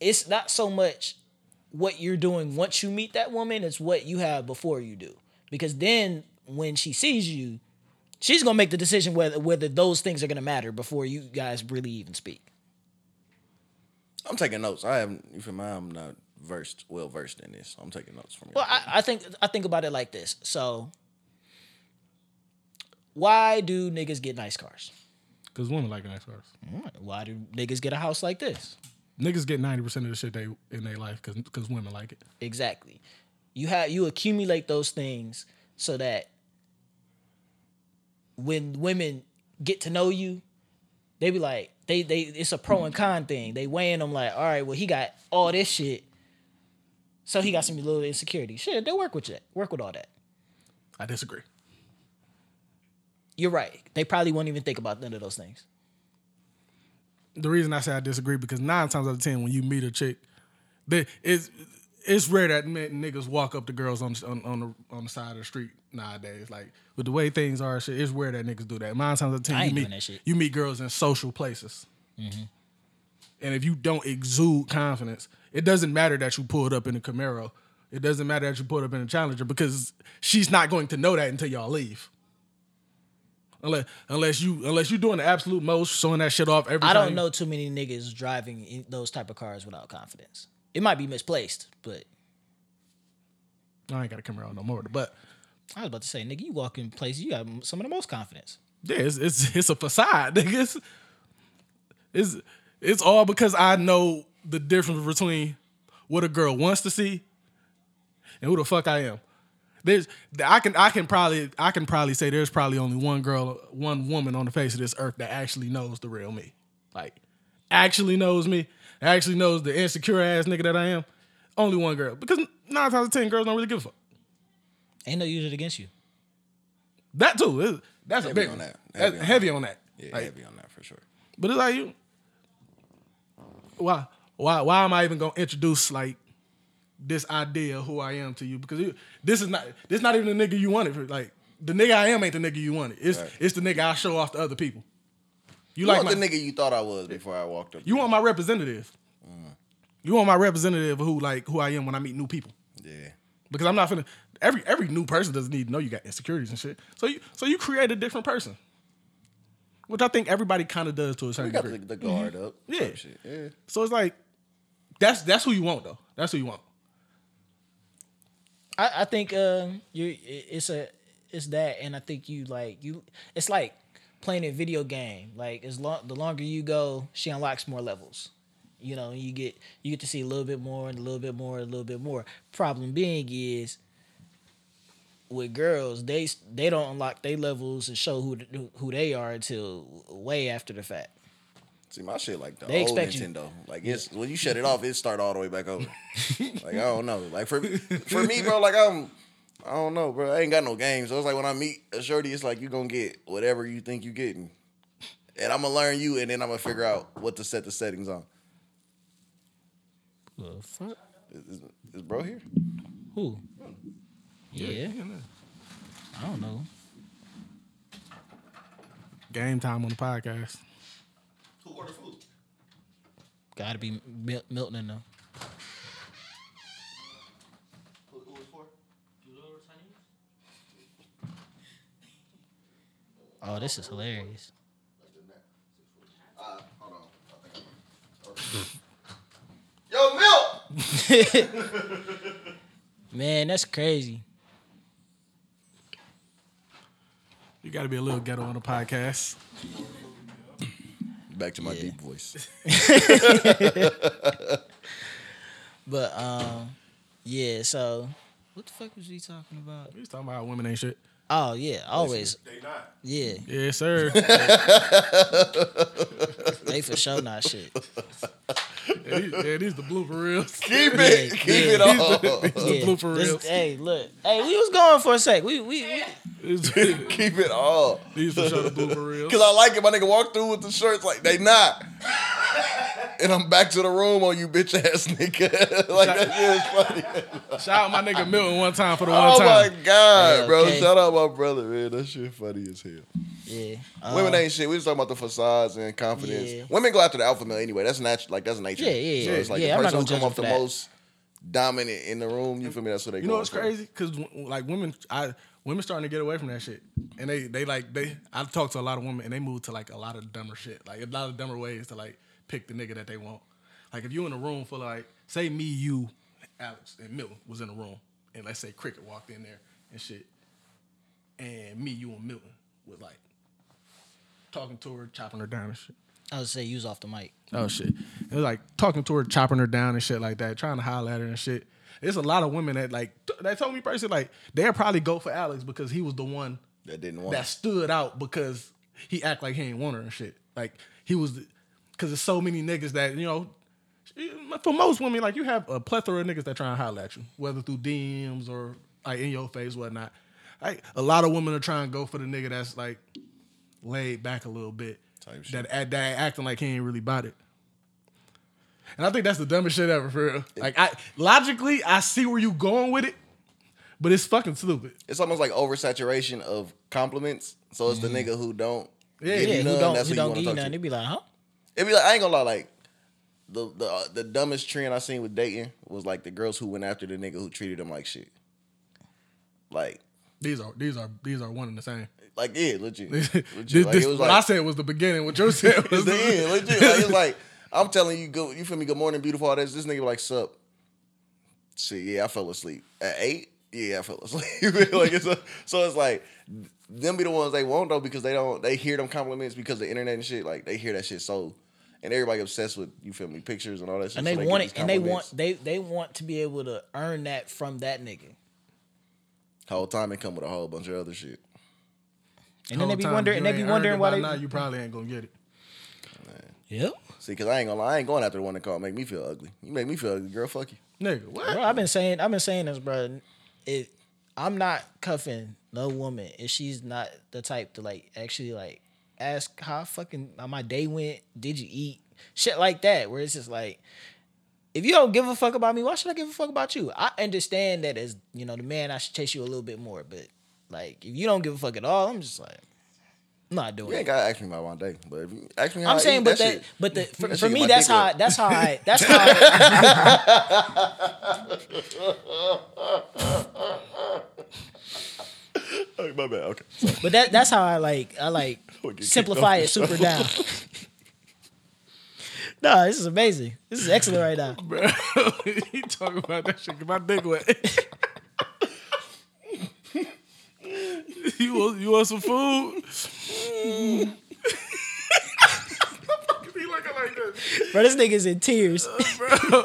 [SPEAKER 1] it's not so much what you're doing once you meet that woman it's what you have before you do because then when she sees you she's going to make the decision whether whether those things are going to matter before you guys really even speak
[SPEAKER 2] I'm taking notes. I haven't, you feel me? I'm not versed, well versed in this. I'm taking notes from you.
[SPEAKER 1] well I, I think i think about it like this so why do niggas get nice cars
[SPEAKER 3] Cause women like nice cars.
[SPEAKER 1] Mm, Why do niggas get a house like this?
[SPEAKER 3] Niggas get ninety percent of the shit they in their life because because women like it.
[SPEAKER 1] Exactly. You have you accumulate those things so that when women get to know you, they be like they they it's a pro and con thing. They weighing them like, all right, well he got all this shit, so he got some little insecurity. Shit, they work with that. Work with all that.
[SPEAKER 3] I disagree.
[SPEAKER 1] You're right. They probably won't even think about none of those things.
[SPEAKER 3] The reason I say I disagree because nine times out of ten when you meet a chick, they it's it's rare that men, niggas walk up to girls on, on on the on the side of the street nowadays. Like with the way things are, and shit, it's rare that niggas do that. Nine times out of ten,
[SPEAKER 1] I
[SPEAKER 3] you
[SPEAKER 1] ain't
[SPEAKER 3] meet
[SPEAKER 1] doing that shit. Mm-hmm.
[SPEAKER 3] you meet girls in social places, and if you don't exude confidence, it doesn't matter that you pulled up in a Camaro. It doesn't matter that you pulled up in a Challenger because she's not going to know that until y'all leave. Unless, unless you unless you doing the absolute most, showing that shit off every
[SPEAKER 1] I
[SPEAKER 3] time.
[SPEAKER 1] don't know too many niggas driving in those type of cars without confidence. It might be misplaced, but
[SPEAKER 3] I ain't got a Camaro no more. But
[SPEAKER 1] I was about to say, nigga, you walk in places you got some of the most confidence.
[SPEAKER 3] Yeah, it's it's, it's a facade, nigga. It's, it's it's all because I know the difference between what a girl wants to see and who the fuck I am. There's I can I can probably I can probably say there's probably only one girl, one woman on the face of this earth that actually knows the real me. Like actually knows me, actually knows the insecure ass nigga that I am. Only one girl. Because nine times out of ten girls don't really give a fuck.
[SPEAKER 1] Ain't no use it against you.
[SPEAKER 3] That too. It- That's a
[SPEAKER 2] Heavy
[SPEAKER 3] big
[SPEAKER 2] on
[SPEAKER 3] one.
[SPEAKER 2] that.
[SPEAKER 3] That's
[SPEAKER 2] Heavy on
[SPEAKER 3] Heavy on that.
[SPEAKER 2] Yeah,
[SPEAKER 3] Like,
[SPEAKER 2] heavy on that for sure.
[SPEAKER 3] But it's like you. Why? Why? Why am I even gonna introduce like this idea of who I am to you? Because you, this is not this not even the nigga you wanted. for- Like the nigga I am ain't the nigga you wanted. It's
[SPEAKER 2] Right.
[SPEAKER 3] it's the nigga I show off to other people. You,
[SPEAKER 2] You
[SPEAKER 3] like
[SPEAKER 2] want
[SPEAKER 3] my,
[SPEAKER 2] the nigga you thought I was before I walked up.
[SPEAKER 3] You want my representative.
[SPEAKER 2] Mm.
[SPEAKER 3] You want my representative of who like who I am when I meet new people.
[SPEAKER 2] Yeah.
[SPEAKER 3] Because I'm not finna every every new person doesn't need to know you got insecurities and shit. So you so you create a different person. Which I think everybody kind of does to a certain
[SPEAKER 2] We got
[SPEAKER 3] degree.
[SPEAKER 2] the, the guard up.
[SPEAKER 3] Mm-hmm. Yeah.
[SPEAKER 2] type shit. Yeah.
[SPEAKER 3] So it's like that's that's who you want though. That's who you want.
[SPEAKER 1] I, I think um, you it's a it's that, and I think you like you. It's like playing a video game. Like as long the longer you go, she unlocks more levels. You know, you get you get to see a little bit more and a little bit more and a little bit more. Problem being is with girls, they they don't unlock their levels and show who who they are until way after the fact.
[SPEAKER 2] See my shit like the
[SPEAKER 1] They
[SPEAKER 2] old
[SPEAKER 1] expect you-
[SPEAKER 2] Nintendo. Like it's when you shut it off, it start all the way back over. like I don't know. Like for for me, bro. Like I'm. I don't know, bro. I ain't got no games. So it's like when I meet a shorty, it's like you gonna get whatever you think you getting, and I'm gonna learn you, and then I'm gonna figure out what to set the settings on. Is, is, is bro here?
[SPEAKER 1] Who? Yeah, I don't know.
[SPEAKER 3] Game time on the podcast.
[SPEAKER 5] Who ordered food?
[SPEAKER 1] Got to be Mil- Milton in them.
[SPEAKER 5] Who, who was for? You ordered Chinese?
[SPEAKER 1] Oh, this is hilarious.
[SPEAKER 5] Ah, Yo, milk!
[SPEAKER 1] Man, that's crazy.
[SPEAKER 3] You gotta be a little ghetto on the podcast.
[SPEAKER 2] Back to my deep voice.
[SPEAKER 1] But um, yeah. So what the fuck was we talking about?
[SPEAKER 3] He's talking about how women ain't shit.
[SPEAKER 1] Oh yeah, always.
[SPEAKER 5] They not.
[SPEAKER 1] Yeah,
[SPEAKER 3] Yes, sir.
[SPEAKER 1] they for sure not shit.
[SPEAKER 3] yeah, these- yeah, these the blooper reels.
[SPEAKER 2] keep it,
[SPEAKER 1] Yeah,
[SPEAKER 2] keep
[SPEAKER 1] yeah.
[SPEAKER 2] it all,
[SPEAKER 1] Yeah,
[SPEAKER 3] blooper
[SPEAKER 1] this-
[SPEAKER 3] reels.
[SPEAKER 1] Hey, look. Hey, we was going for a sec. We we, we
[SPEAKER 3] These-
[SPEAKER 2] keep it all.
[SPEAKER 3] these for sure the blooper reels.
[SPEAKER 2] Cause I like it. My nigga walk through with the shirts like they not. and I'm back to the room on you bitch ass nigga. like that shit is funny.
[SPEAKER 3] Shout out my nigga Milton one time for the one
[SPEAKER 2] Oh
[SPEAKER 3] time.
[SPEAKER 2] my god,
[SPEAKER 1] Yeah,
[SPEAKER 2] bro.
[SPEAKER 1] okay.
[SPEAKER 2] Shout out my brother, man. That shit funny as hell.
[SPEAKER 1] yeah. uh,
[SPEAKER 2] Women ain't shit. We was talking about the facades and confidence.
[SPEAKER 1] Yeah.
[SPEAKER 2] Women go after the alpha male anyway. That's natural. Like that's nature.
[SPEAKER 1] Yeah, yeah,
[SPEAKER 2] So it's like
[SPEAKER 1] yeah. Yeah, I'm
[SPEAKER 2] the
[SPEAKER 1] not
[SPEAKER 2] person
[SPEAKER 1] gonna
[SPEAKER 2] who come
[SPEAKER 1] judge
[SPEAKER 2] off the
[SPEAKER 1] them for that.
[SPEAKER 2] most dominant in the room. You feel me? That's what they.
[SPEAKER 3] You know
[SPEAKER 2] going
[SPEAKER 3] what's
[SPEAKER 2] for.
[SPEAKER 3] crazy? Cause w- like women, I women starting to get away from that shit, and they they like they. I talk to a lot of women, and they move to like a lot of dumber shit, like a lot of dumber ways to like pick the nigga that they want. Like if you in a room full of like, say me, you, Alex, and Milton was in a room, and let's say Cricket walked in there and shit, and me, you, and Milton was like, talk- talking to her, chopping her down and shit.
[SPEAKER 1] I would say use off the mic.
[SPEAKER 3] Oh shit. It was like talking to her, chopping her down and shit like that, trying to holler at her and shit. There's a lot of women that like t- that told me personally like they'll probably go for Alex because he was the one
[SPEAKER 2] That didn't want.
[SPEAKER 3] that stood out because he act like he ain't want her and shit. Like he was, because there's so many niggas that you know. For most women, like you have a plethora of niggas that try and holler at you, whether through DMs or like in your face, whatnot. Like a lot of women are trying to go for the nigga that's like laid back a little bit,
[SPEAKER 2] Type shit.
[SPEAKER 3] that act- that acting like he ain't really about it. And I think that's the dumbest shit ever, for real. Like I logically, I see where you going with it, but it's fucking stupid.
[SPEAKER 2] It's almost like oversaturation of compliments. So it's the nigga who don't.
[SPEAKER 3] Yeah.
[SPEAKER 2] give
[SPEAKER 3] If
[SPEAKER 1] Mm-hmm. Yeah,
[SPEAKER 2] you none,
[SPEAKER 1] who don't
[SPEAKER 2] that's
[SPEAKER 1] who
[SPEAKER 2] who you
[SPEAKER 1] don't
[SPEAKER 2] want to
[SPEAKER 1] give you
[SPEAKER 2] talk
[SPEAKER 1] nothing?
[SPEAKER 2] to.
[SPEAKER 1] They be like, huh?
[SPEAKER 2] It'd be like I ain't gonna lie, like the the uh, the dumbest trend I seen with dating was like the girls who went after the nigga who treated them like shit. Like,
[SPEAKER 3] These are these are these are one and the same.
[SPEAKER 2] like yeah, legit.
[SPEAKER 3] this,
[SPEAKER 2] legit.
[SPEAKER 3] this-
[SPEAKER 2] like,
[SPEAKER 3] what I said was the beginning. What you said was
[SPEAKER 2] It's the end, legit. Like, it's like I'm telling you, go, you feel me? Good morning, beautiful. All that. This nigga like sup. Shit, yeah, I fell asleep at eight. Yeah, I fell asleep. like it's a, so it's like them be the ones they won't though because they don't they hear them compliments because the internet and shit like they hear that shit so and everybody obsessed with you feel me pictures and all that shit
[SPEAKER 1] And
[SPEAKER 2] so
[SPEAKER 1] they
[SPEAKER 2] get
[SPEAKER 1] want
[SPEAKER 2] these
[SPEAKER 1] it, and they want
[SPEAKER 2] compliments.
[SPEAKER 1] they they want to be able to earn that from that nigga.
[SPEAKER 2] whole time they come with a whole bunch of other shit.
[SPEAKER 1] And then they
[SPEAKER 3] Whole
[SPEAKER 1] be
[SPEAKER 3] time,
[SPEAKER 1] wondering,
[SPEAKER 3] if
[SPEAKER 1] and
[SPEAKER 3] you
[SPEAKER 1] they be
[SPEAKER 3] ain't earned it
[SPEAKER 1] wondering why
[SPEAKER 3] by
[SPEAKER 1] they.
[SPEAKER 3] now you probably ain't gonna get it.
[SPEAKER 1] Yep.
[SPEAKER 2] See, because I ain't gonna lie, I ain't going after the one that called make me feel ugly. You make me feel ugly, girl. Fuck you.
[SPEAKER 3] Nigga, what?
[SPEAKER 1] Bro, I've been saying I've been saying this, bro. It, I'm not cuffing no woman if she's not the type to like actually like ask how fucking how my day went. Did you eat? Shit like that, where it's just like, if you don't give a fuck about me, why should I give a fuck about you? I understand that as you know the man, I should chase you a little bit more, but like if you don't give a fuck at all, I'm just like, I'm not doing
[SPEAKER 2] You
[SPEAKER 1] it.
[SPEAKER 2] ain't gotta ask me about my day, but if you ask me, how
[SPEAKER 1] I'm
[SPEAKER 2] I
[SPEAKER 1] saying,
[SPEAKER 2] eat,
[SPEAKER 1] but
[SPEAKER 2] that
[SPEAKER 1] that,
[SPEAKER 2] shit-
[SPEAKER 1] but the, for,
[SPEAKER 2] that
[SPEAKER 1] for
[SPEAKER 2] shit
[SPEAKER 1] me,
[SPEAKER 2] my
[SPEAKER 1] that's
[SPEAKER 2] dick
[SPEAKER 1] how, I,
[SPEAKER 2] wet.
[SPEAKER 1] that's how I, that's how I,
[SPEAKER 2] Oh, my bad. Okay.
[SPEAKER 1] but that, that's how I like, I like
[SPEAKER 2] We'll get kicked
[SPEAKER 1] simplify
[SPEAKER 2] off
[SPEAKER 1] it super down. no, this is amazing. This is excellent right now.
[SPEAKER 3] Bro, he talking about that shit. 'cause My dick wet. you want you want some food? he looking like this,
[SPEAKER 1] Bro, this nigga's in tears.
[SPEAKER 3] bro.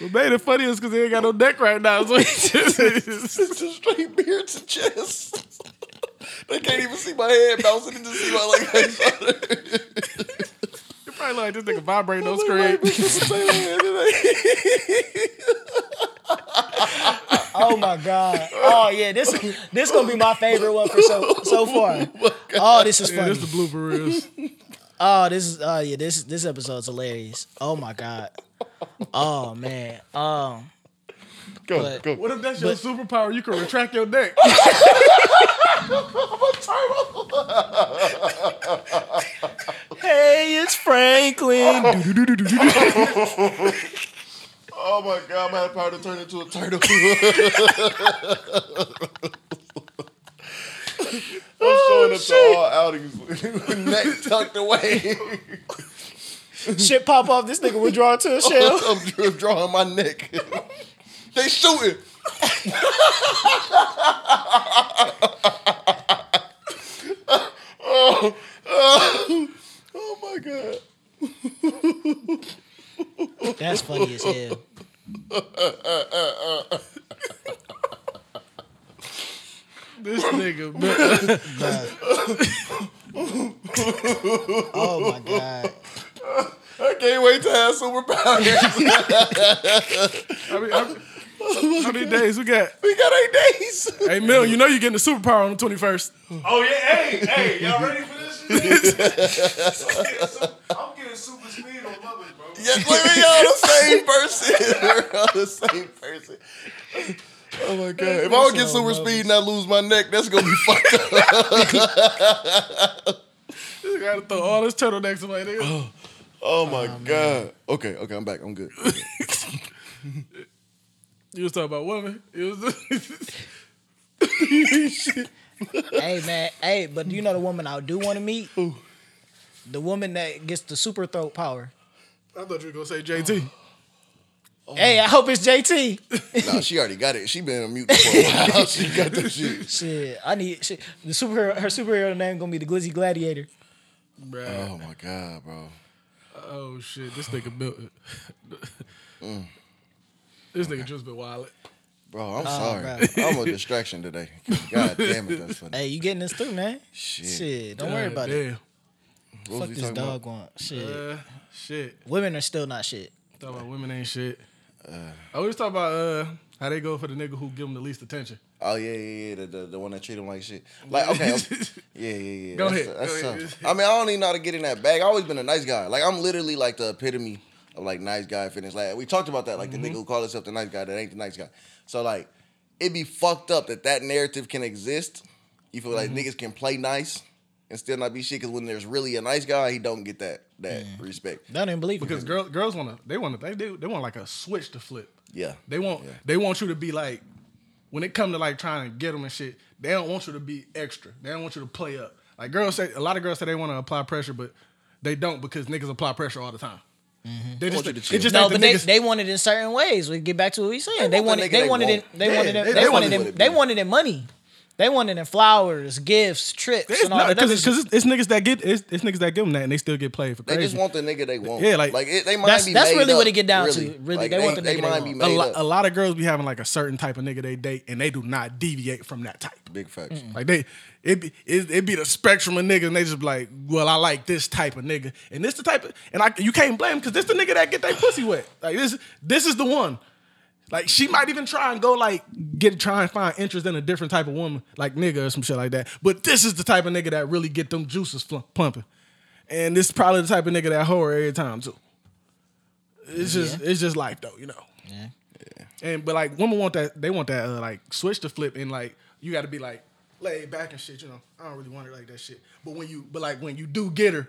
[SPEAKER 3] what made it funny is because he ain't got no dick right now, so he just.
[SPEAKER 2] It's just straight beer to chest. they can't even see my head bouncing. They just see my like face on there.
[SPEAKER 3] Probably like this nigga vibrating on
[SPEAKER 2] Like,
[SPEAKER 3] screen.
[SPEAKER 2] this is the same head today.
[SPEAKER 1] Oh my god. Oh yeah, this this gonna be my favorite one for so so far. Oh, this is
[SPEAKER 3] Yeah,
[SPEAKER 1] funny.
[SPEAKER 3] this the blooper reels.
[SPEAKER 1] Oh, this is oh yeah, this this episode's hilarious. Oh my god. Oh man. Um
[SPEAKER 2] Go,
[SPEAKER 1] But-
[SPEAKER 2] go.
[SPEAKER 3] What if that's your superpower? You can retract your dick.
[SPEAKER 1] Hey, it's Franklin.
[SPEAKER 2] Oh my god, my power to turn into a turtle. I'm showing up to all outings with Oh, neck tucked away.
[SPEAKER 1] shit pop off, this nigga would draw to a shell.
[SPEAKER 2] I'm dr- drawing my neck. they shooting. oh, oh, oh my god.
[SPEAKER 1] That's funny as hell.
[SPEAKER 3] This nigga, man.
[SPEAKER 1] Oh my god.
[SPEAKER 2] I can't wait to have superpowers.
[SPEAKER 3] I mean, I mean, how many days we got?
[SPEAKER 2] we got eight days.
[SPEAKER 3] Hey, Mill, you know you're getting a superpower on the 21st.
[SPEAKER 5] Oh yeah, hey, hey, y'all ready for this shit? I'm, getting super, I'm getting super speed on mothers, bro.
[SPEAKER 2] Yeah, look at y'all the same person. We're all the same person. Oh my god! If I don't get super speed and I lose my neck, that's gonna be fucked up.
[SPEAKER 3] You gotta throw all this turtlenecks away, nigga.
[SPEAKER 2] Oh my god! Okay, okay, I'm back. I'm good.
[SPEAKER 3] You was talking about women. You was
[SPEAKER 1] hey man, hey, but do you know the woman I do want to meet? The woman that gets the super throat power. Oh.
[SPEAKER 3] I thought you were gonna say JT.
[SPEAKER 1] Hey, I hope it's JT.
[SPEAKER 2] Nah, she already got it. She been on mute for a while. she got the shit.
[SPEAKER 1] Shit, I need shit. the superhero. Her superhero name gonna be the Glizzy Gladiator.
[SPEAKER 3] Bruh.
[SPEAKER 2] Oh my god, bro.
[SPEAKER 3] Oh shit, this nigga built it.
[SPEAKER 1] Mm.
[SPEAKER 3] This nigga just been wild.
[SPEAKER 2] Bro, I'm sorry. I'm a distraction today. God damn it, that's funny.
[SPEAKER 1] Hey, you getting this through, man?
[SPEAKER 2] Shit.
[SPEAKER 1] Shit, don't worry about it.
[SPEAKER 2] What
[SPEAKER 1] Fuck
[SPEAKER 2] was we
[SPEAKER 1] this
[SPEAKER 2] talking about?
[SPEAKER 1] dog want. Shit,
[SPEAKER 3] Uh, shit.
[SPEAKER 1] women are still not shit.
[SPEAKER 3] Talk about women ain't shit. I always talk about uh, how they go for the nigga who give them the least attention.
[SPEAKER 2] Oh yeah, yeah, yeah. The, the, the one that treat him like shit. Like okay, I'm- yeah, yeah, yeah.
[SPEAKER 3] Go
[SPEAKER 2] that's,
[SPEAKER 3] ahead,
[SPEAKER 2] That's
[SPEAKER 3] go ahead.
[SPEAKER 2] tough. I mean, I don't even know how to get in that bag. I've always been a nice guy. Like I'm literally like the epitome of like nice guy fitness. Like we talked about that. Like
[SPEAKER 1] Mm-hmm.
[SPEAKER 2] the nigga who called himself the nice guy that ain't the nice guy. So like, it'd be fucked up that that narrative can exist. You feel
[SPEAKER 1] Mm-hmm.
[SPEAKER 2] like niggas can play nice and still not be shit. Because when there's really a nice guy, he don't get that that
[SPEAKER 1] Mm.
[SPEAKER 2] respect.
[SPEAKER 1] I didn't believe
[SPEAKER 3] Because
[SPEAKER 1] it.
[SPEAKER 3] girl, girls wanna they wanna they do they want like a switch to flip.
[SPEAKER 2] Yeah.
[SPEAKER 3] They want they want you to be like when it come to like trying to get them and shit. They don't want you to be extra. They don't want you to play up. Like girls say, a lot of girls say they want to apply pressure, but they don't because niggas apply pressure all the time. They just
[SPEAKER 2] Mm-hmm. want you to
[SPEAKER 3] it
[SPEAKER 2] chill.
[SPEAKER 3] just
[SPEAKER 1] No,
[SPEAKER 3] ain't the
[SPEAKER 1] but they,
[SPEAKER 3] niggas.
[SPEAKER 1] they wanted in certain ways. We get back to what we saying. They
[SPEAKER 2] want the
[SPEAKER 1] wanted
[SPEAKER 2] nigga
[SPEAKER 1] they
[SPEAKER 2] they
[SPEAKER 1] wanted in they wanted
[SPEAKER 2] want.
[SPEAKER 3] they-
[SPEAKER 1] in
[SPEAKER 3] they
[SPEAKER 1] they wanted
[SPEAKER 2] want what
[SPEAKER 1] in
[SPEAKER 2] it
[SPEAKER 1] they
[SPEAKER 2] be.
[SPEAKER 1] wanted in money. They wanted in flowers, gifts, trips,
[SPEAKER 3] it's
[SPEAKER 1] and all that
[SPEAKER 3] because
[SPEAKER 1] other
[SPEAKER 3] it's,
[SPEAKER 1] shit.
[SPEAKER 3] 'cause it's- it's niggas that get it's, it's niggas that give them that and they still get played for
[SPEAKER 2] They
[SPEAKER 3] crazy.
[SPEAKER 2] just want the nigga they want.
[SPEAKER 3] Yeah, like-
[SPEAKER 2] like it, they might
[SPEAKER 1] That's-
[SPEAKER 2] be.
[SPEAKER 1] that's
[SPEAKER 2] made
[SPEAKER 1] really
[SPEAKER 2] up,
[SPEAKER 1] what it get down to.
[SPEAKER 2] really.
[SPEAKER 1] Really,
[SPEAKER 2] Like,
[SPEAKER 1] they want the nigga they
[SPEAKER 2] might
[SPEAKER 1] want.
[SPEAKER 2] be
[SPEAKER 3] a,
[SPEAKER 2] made
[SPEAKER 3] lot,
[SPEAKER 2] up.
[SPEAKER 3] a lot of girls be having like a certain type of nigga they date and they do not deviate from that type.
[SPEAKER 2] Big facts.
[SPEAKER 1] Mm.
[SPEAKER 3] Mm. Like they, it be it, it be the spectrum of niggas, and they just be like, well, I like this type of nigga, and this the type of, and I you can't blame because this the nigga that get their pussy wet. Like this, this is the one. Like she might even try and go like get try and find interest in a different type of woman, like nigga or some shit like that. But this is the type of nigga that really get them juices fl- pumping, and this probably the type of nigga that whore every time too. It's just it's just life though, you know.
[SPEAKER 1] Yeah.
[SPEAKER 3] And but like women want that they want that uh, like switch to flip and like you got to be like laid back and shit. You know I don't really want her like that shit. But when you but like when you do get her,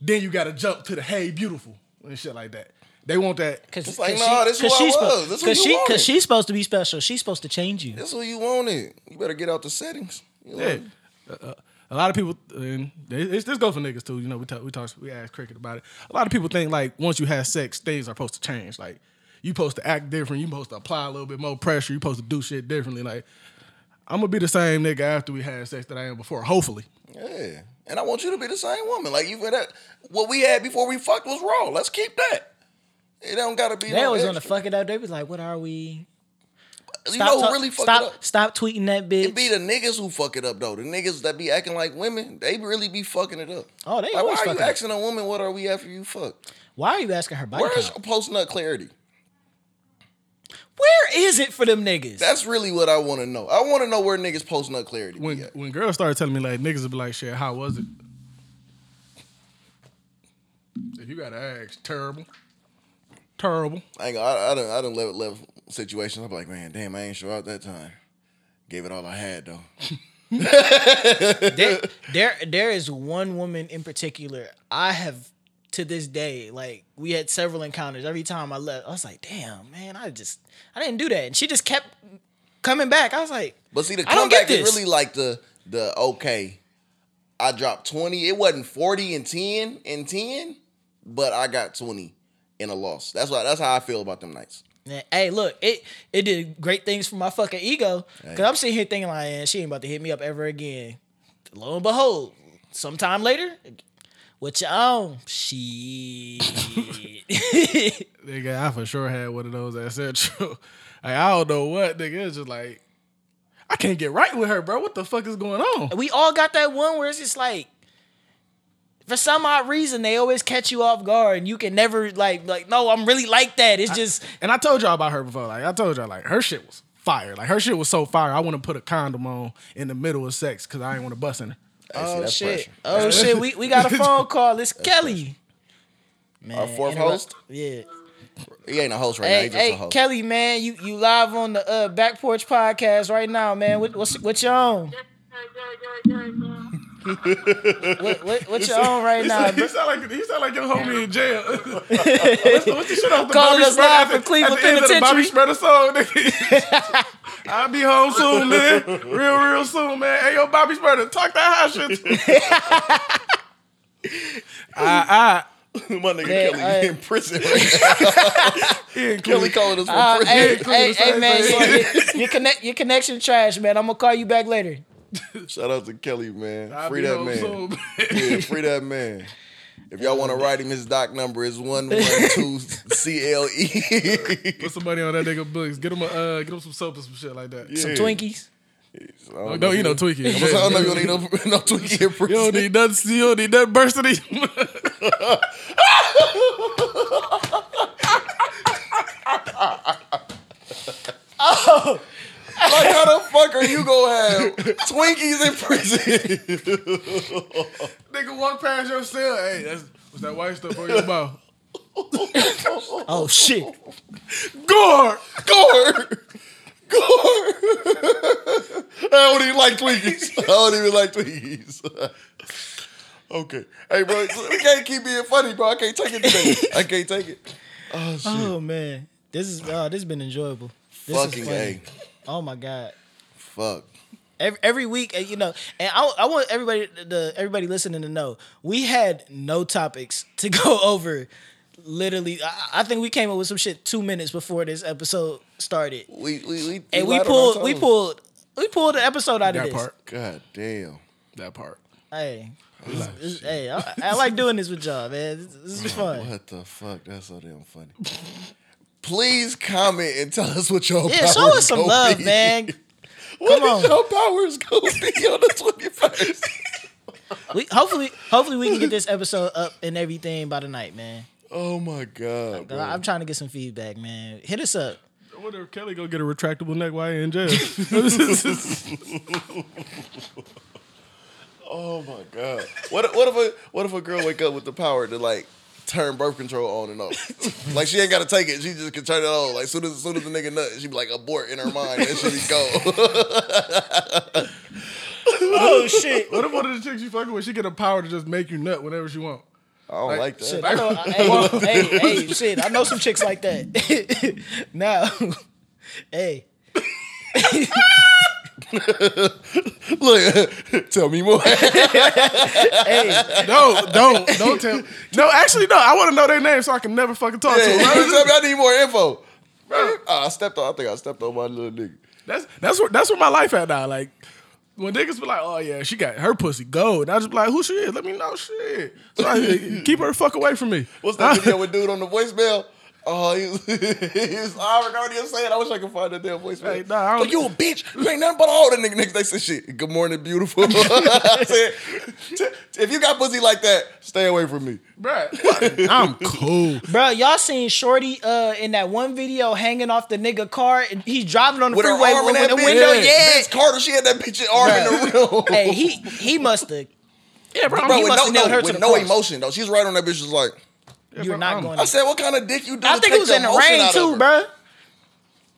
[SPEAKER 3] then you got to jump to the hey beautiful and shit like that. They want that.
[SPEAKER 1] Cause,
[SPEAKER 2] It's like,
[SPEAKER 1] cause
[SPEAKER 2] nah, this is who I
[SPEAKER 1] she's
[SPEAKER 2] was.
[SPEAKER 1] suppo-
[SPEAKER 2] This is
[SPEAKER 1] cause
[SPEAKER 2] who you
[SPEAKER 1] she,
[SPEAKER 2] wanted.
[SPEAKER 1] cause she's supposed to be special. She's supposed to change you.
[SPEAKER 2] That's what you wanted. You better get out the settings. You know?
[SPEAKER 3] Yeah. Uh, uh, a lot of people, and it's, this goes for niggas too. You know, we talk, we talk, we ask cricket about it. A lot of people think like once you have sex, things are supposed to change. Like you supposed to act different. You supposed to apply a little bit more pressure. You supposed to do shit differently. Like I'm gonna be the same nigga after we had sex that I am before. Hopefully,
[SPEAKER 2] Yeah. And I want you to be the same woman. Like you that what we had before we fucked was raw. Let's keep that. It don't gotta be.
[SPEAKER 1] They
[SPEAKER 2] no
[SPEAKER 1] always want to
[SPEAKER 2] extra.
[SPEAKER 1] fuck it up. They be like, "What are we?"
[SPEAKER 2] You know
[SPEAKER 1] ta-
[SPEAKER 2] who really fuck
[SPEAKER 1] stop,
[SPEAKER 2] it up?
[SPEAKER 1] stop tweeting that bitch.
[SPEAKER 2] It be the niggas who fuck it up though. The niggas that be acting like women, they really be fucking it up.
[SPEAKER 1] Oh, they always
[SPEAKER 2] like, why are you
[SPEAKER 1] fucking up.
[SPEAKER 2] asking a woman what are we after you fuck?
[SPEAKER 1] Why are you asking her body
[SPEAKER 2] Where's
[SPEAKER 1] count?
[SPEAKER 2] your post nut clarity?
[SPEAKER 1] Where is it for them niggas?
[SPEAKER 2] That's really what I want to know. I want to know where niggas post nut clarity.
[SPEAKER 3] when
[SPEAKER 2] When, at.
[SPEAKER 3] when girls started telling me like niggas would be like, "Shit, how was it?" If you gotta ask, terrible, terrible.
[SPEAKER 2] I ain't, gonna- I, I don't I don't love love situations. I'm like, man, damn, I ain't sure out that time. Gave it all I had though.
[SPEAKER 1] there, there, there is one woman in particular I have to this day. Like we had several encounters. Every time I left, I was like, "Damn, man, I just, I didn't do that." And she just kept coming back. I was like,
[SPEAKER 2] But see, the
[SPEAKER 1] I don't get
[SPEAKER 2] comeback is
[SPEAKER 1] this.
[SPEAKER 2] really like the the okay. I dropped twenty. It wasn't forty and ten and ten, but I got twenty in a loss. That's why. That's how I feel about them nights.
[SPEAKER 1] Man, Hey, look, it it did great things for my fucking ego. Cause I'm sitting here thinking like, "Eh, she ain't about to hit me up ever again. Lo and behold, sometime later, what your own shit.
[SPEAKER 3] Nigga, I for sure had one of those at Central. like, I don't know what, nigga. It's just like, I can't get right with her, bro. What the fuck is going on?
[SPEAKER 1] we all got that one where it's just like, for some odd reason, they always catch you off guard, and you can never like like, no, I'm really like that. It's just
[SPEAKER 3] And I told y'all about her before. Like, I told y'all, like, her shit was fire. Like, her shit was so fire. I want to put a condom on in the middle of sex because I didn't want to bust in her.
[SPEAKER 2] Hey, see,
[SPEAKER 1] oh
[SPEAKER 2] that's
[SPEAKER 1] shit,
[SPEAKER 2] pressure.
[SPEAKER 1] oh shit, we we got a phone call. It's Kelly. Man,
[SPEAKER 2] Our fourth
[SPEAKER 1] interrupt-
[SPEAKER 2] host?
[SPEAKER 1] Yeah.
[SPEAKER 2] He ain't a host right now.
[SPEAKER 1] Hey,
[SPEAKER 2] He's just a
[SPEAKER 1] hey,
[SPEAKER 2] host.
[SPEAKER 1] Kelly, man, you you live on the uh, back porch podcast right now, man. What, what's what you on? What, what what you on right now?
[SPEAKER 3] He
[SPEAKER 1] bro?
[SPEAKER 3] sound like he sound like your homie in jail. what's, the, what's the shit off the
[SPEAKER 1] Calling
[SPEAKER 3] Bobby
[SPEAKER 1] us
[SPEAKER 3] Shmurda-
[SPEAKER 1] live
[SPEAKER 3] at
[SPEAKER 1] from
[SPEAKER 3] the-
[SPEAKER 1] Cleveland
[SPEAKER 3] at the end of the Bobby
[SPEAKER 1] Penitentiary.
[SPEAKER 3] Shmurda song, nigga. I'll be home soon, nigga. Real, real soon, man. Hey, yo,
[SPEAKER 1] Ah,
[SPEAKER 3] Bobby Shmurda, talk that hot shit. I, I,
[SPEAKER 2] My nigga
[SPEAKER 1] Yeah,
[SPEAKER 2] Kelly
[SPEAKER 1] I-
[SPEAKER 2] in prison right now. Kelly calling us from
[SPEAKER 1] Uh,
[SPEAKER 2] prison.
[SPEAKER 1] hey, hey,
[SPEAKER 3] the same
[SPEAKER 1] hey, man,
[SPEAKER 3] thing.
[SPEAKER 1] your, your- your connect, your connection trash, man. I'm gonna call you back later.
[SPEAKER 2] Shout out to Kelly, man.
[SPEAKER 3] I'll
[SPEAKER 2] free
[SPEAKER 3] be
[SPEAKER 2] that
[SPEAKER 3] home
[SPEAKER 2] man.
[SPEAKER 3] soon.
[SPEAKER 2] Yeah, free that man. If y'all want to write him, his doc number is one one two C L E.
[SPEAKER 3] Put some money on that nigga books. Get him a uh, get him some soap and some shit like that.
[SPEAKER 1] Some
[SPEAKER 2] Yeah.
[SPEAKER 1] Twinkies.
[SPEAKER 2] Don't
[SPEAKER 3] Don't eat no Twinkie.
[SPEAKER 2] I don't know if you don't need no, no Twinkie in
[SPEAKER 3] You
[SPEAKER 2] prison.
[SPEAKER 3] don't need nothing. You don't need nothing burst of these.
[SPEAKER 2] Like, how the fuck are you gonna have Twinkies in prison?
[SPEAKER 3] Nigga walk past your cell. Hey, that's what's that white stuff on your mouth?
[SPEAKER 1] Oh shit.
[SPEAKER 3] Gore.
[SPEAKER 2] Gore! Gore! I don't even like Twinkies. I don't even like Twinkies. okay. Hey, bro, we can't keep being funny, bro. I can't take it today. I can't take it. Oh, shit.
[SPEAKER 1] Oh man, this is oh, this has been enjoyable. This
[SPEAKER 2] Fucking
[SPEAKER 1] is
[SPEAKER 2] A.
[SPEAKER 1] funny. Oh my god.
[SPEAKER 2] Fuck.
[SPEAKER 1] Every, every week, uh, you know, and I, I want everybody the everybody listening to know we had no topics to go over. Literally, I, I think we came up with some shit two minutes before this episode started,
[SPEAKER 2] We, we, we,
[SPEAKER 1] and we
[SPEAKER 2] lied on
[SPEAKER 1] pulled,
[SPEAKER 2] our
[SPEAKER 1] we
[SPEAKER 2] toes.
[SPEAKER 1] pulled, we pulled the episode out of
[SPEAKER 3] That
[SPEAKER 1] this.
[SPEAKER 3] part.
[SPEAKER 2] God damn.
[SPEAKER 3] That part.
[SPEAKER 1] Hey, this- this- hey, I, I like doing this with y'all, man. This, this is fun.
[SPEAKER 2] What the fuck? That's so damn funny. Please comment and tell us what your
[SPEAKER 1] Yeah, show
[SPEAKER 2] powers
[SPEAKER 1] us some
[SPEAKER 2] gonna
[SPEAKER 1] love,
[SPEAKER 2] be.
[SPEAKER 1] man.
[SPEAKER 2] What
[SPEAKER 1] Come
[SPEAKER 2] is
[SPEAKER 1] on.
[SPEAKER 2] your powers gonna be on the twenty first?
[SPEAKER 1] We hopefully, hopefully, we can get this episode up and everything by tonight, man.
[SPEAKER 2] Oh my god, bro.
[SPEAKER 1] I'm trying to get some feedback, man. Hit us up.
[SPEAKER 3] I wonder if Kelly gonna get a retractable neck while he in jail.
[SPEAKER 2] Oh my god. What if- what if a what if a girl wake up with the power to like turn birth control on and off? like she ain't gotta take it. She just can turn it on. Like soon as soon as the nigga nut, she be like abort in her mind and she be go.
[SPEAKER 1] Oh shit.
[SPEAKER 3] what if one of the chicks you fucking with, she get a power to just make you nut whenever she want?
[SPEAKER 2] I don't like that.
[SPEAKER 1] Shit, I know. I, hey, hey, hey, shit! I know some chicks like that. now, hey,
[SPEAKER 2] Look, tell me more.
[SPEAKER 1] hey,
[SPEAKER 3] No, don't, don't tell. No, actually, no. I want to know their name so I can never fucking talk to
[SPEAKER 2] Hey, you
[SPEAKER 3] them.
[SPEAKER 2] tell me I need more info. Bro, I stepped on. I think I stepped on my little nigga.
[SPEAKER 3] That's that's where that's where my life at now. Like when niggas be like, "Oh yeah, she got her pussy gold," I just be like, "Who she is? Let me know shit." So I keep her fuck away from me.
[SPEAKER 2] What's that video with dude on the voicemail? Oh, he was, he was I already saying. I wish I could find that damn voicemail.
[SPEAKER 3] Hey, nah, I don't-
[SPEAKER 2] Like, you a bitch. You ain't nothing but all that nigga. Next day said shit. Good morning, beautiful. I said, "T- t- if you got pussy like that, stay away from me.
[SPEAKER 3] Bruh, I'm cool.
[SPEAKER 1] bro, y'all seen Shorty uh, in that one video hanging off the nigga car? And he's driving on the freeway with, with a
[SPEAKER 2] bitch.
[SPEAKER 1] window. Yeah.
[SPEAKER 2] Vince Carter. She had that bitch arm in the room.
[SPEAKER 1] Hey, he he must have.
[SPEAKER 3] Yeah, bro.
[SPEAKER 2] Bro,
[SPEAKER 1] he
[SPEAKER 2] with
[SPEAKER 1] must
[SPEAKER 2] no,
[SPEAKER 1] have nailed
[SPEAKER 2] no,
[SPEAKER 1] her to
[SPEAKER 2] with
[SPEAKER 1] the
[SPEAKER 2] no
[SPEAKER 1] cross.
[SPEAKER 2] emotion though. She's right on that bitch. Was like,
[SPEAKER 1] You're not going.
[SPEAKER 2] I
[SPEAKER 1] To,
[SPEAKER 2] said, what kind of dick you do?
[SPEAKER 1] I
[SPEAKER 2] to
[SPEAKER 1] think
[SPEAKER 2] take
[SPEAKER 1] it was in the
[SPEAKER 2] emotion
[SPEAKER 1] rain
[SPEAKER 2] out of
[SPEAKER 1] too,
[SPEAKER 2] her?
[SPEAKER 1] bro.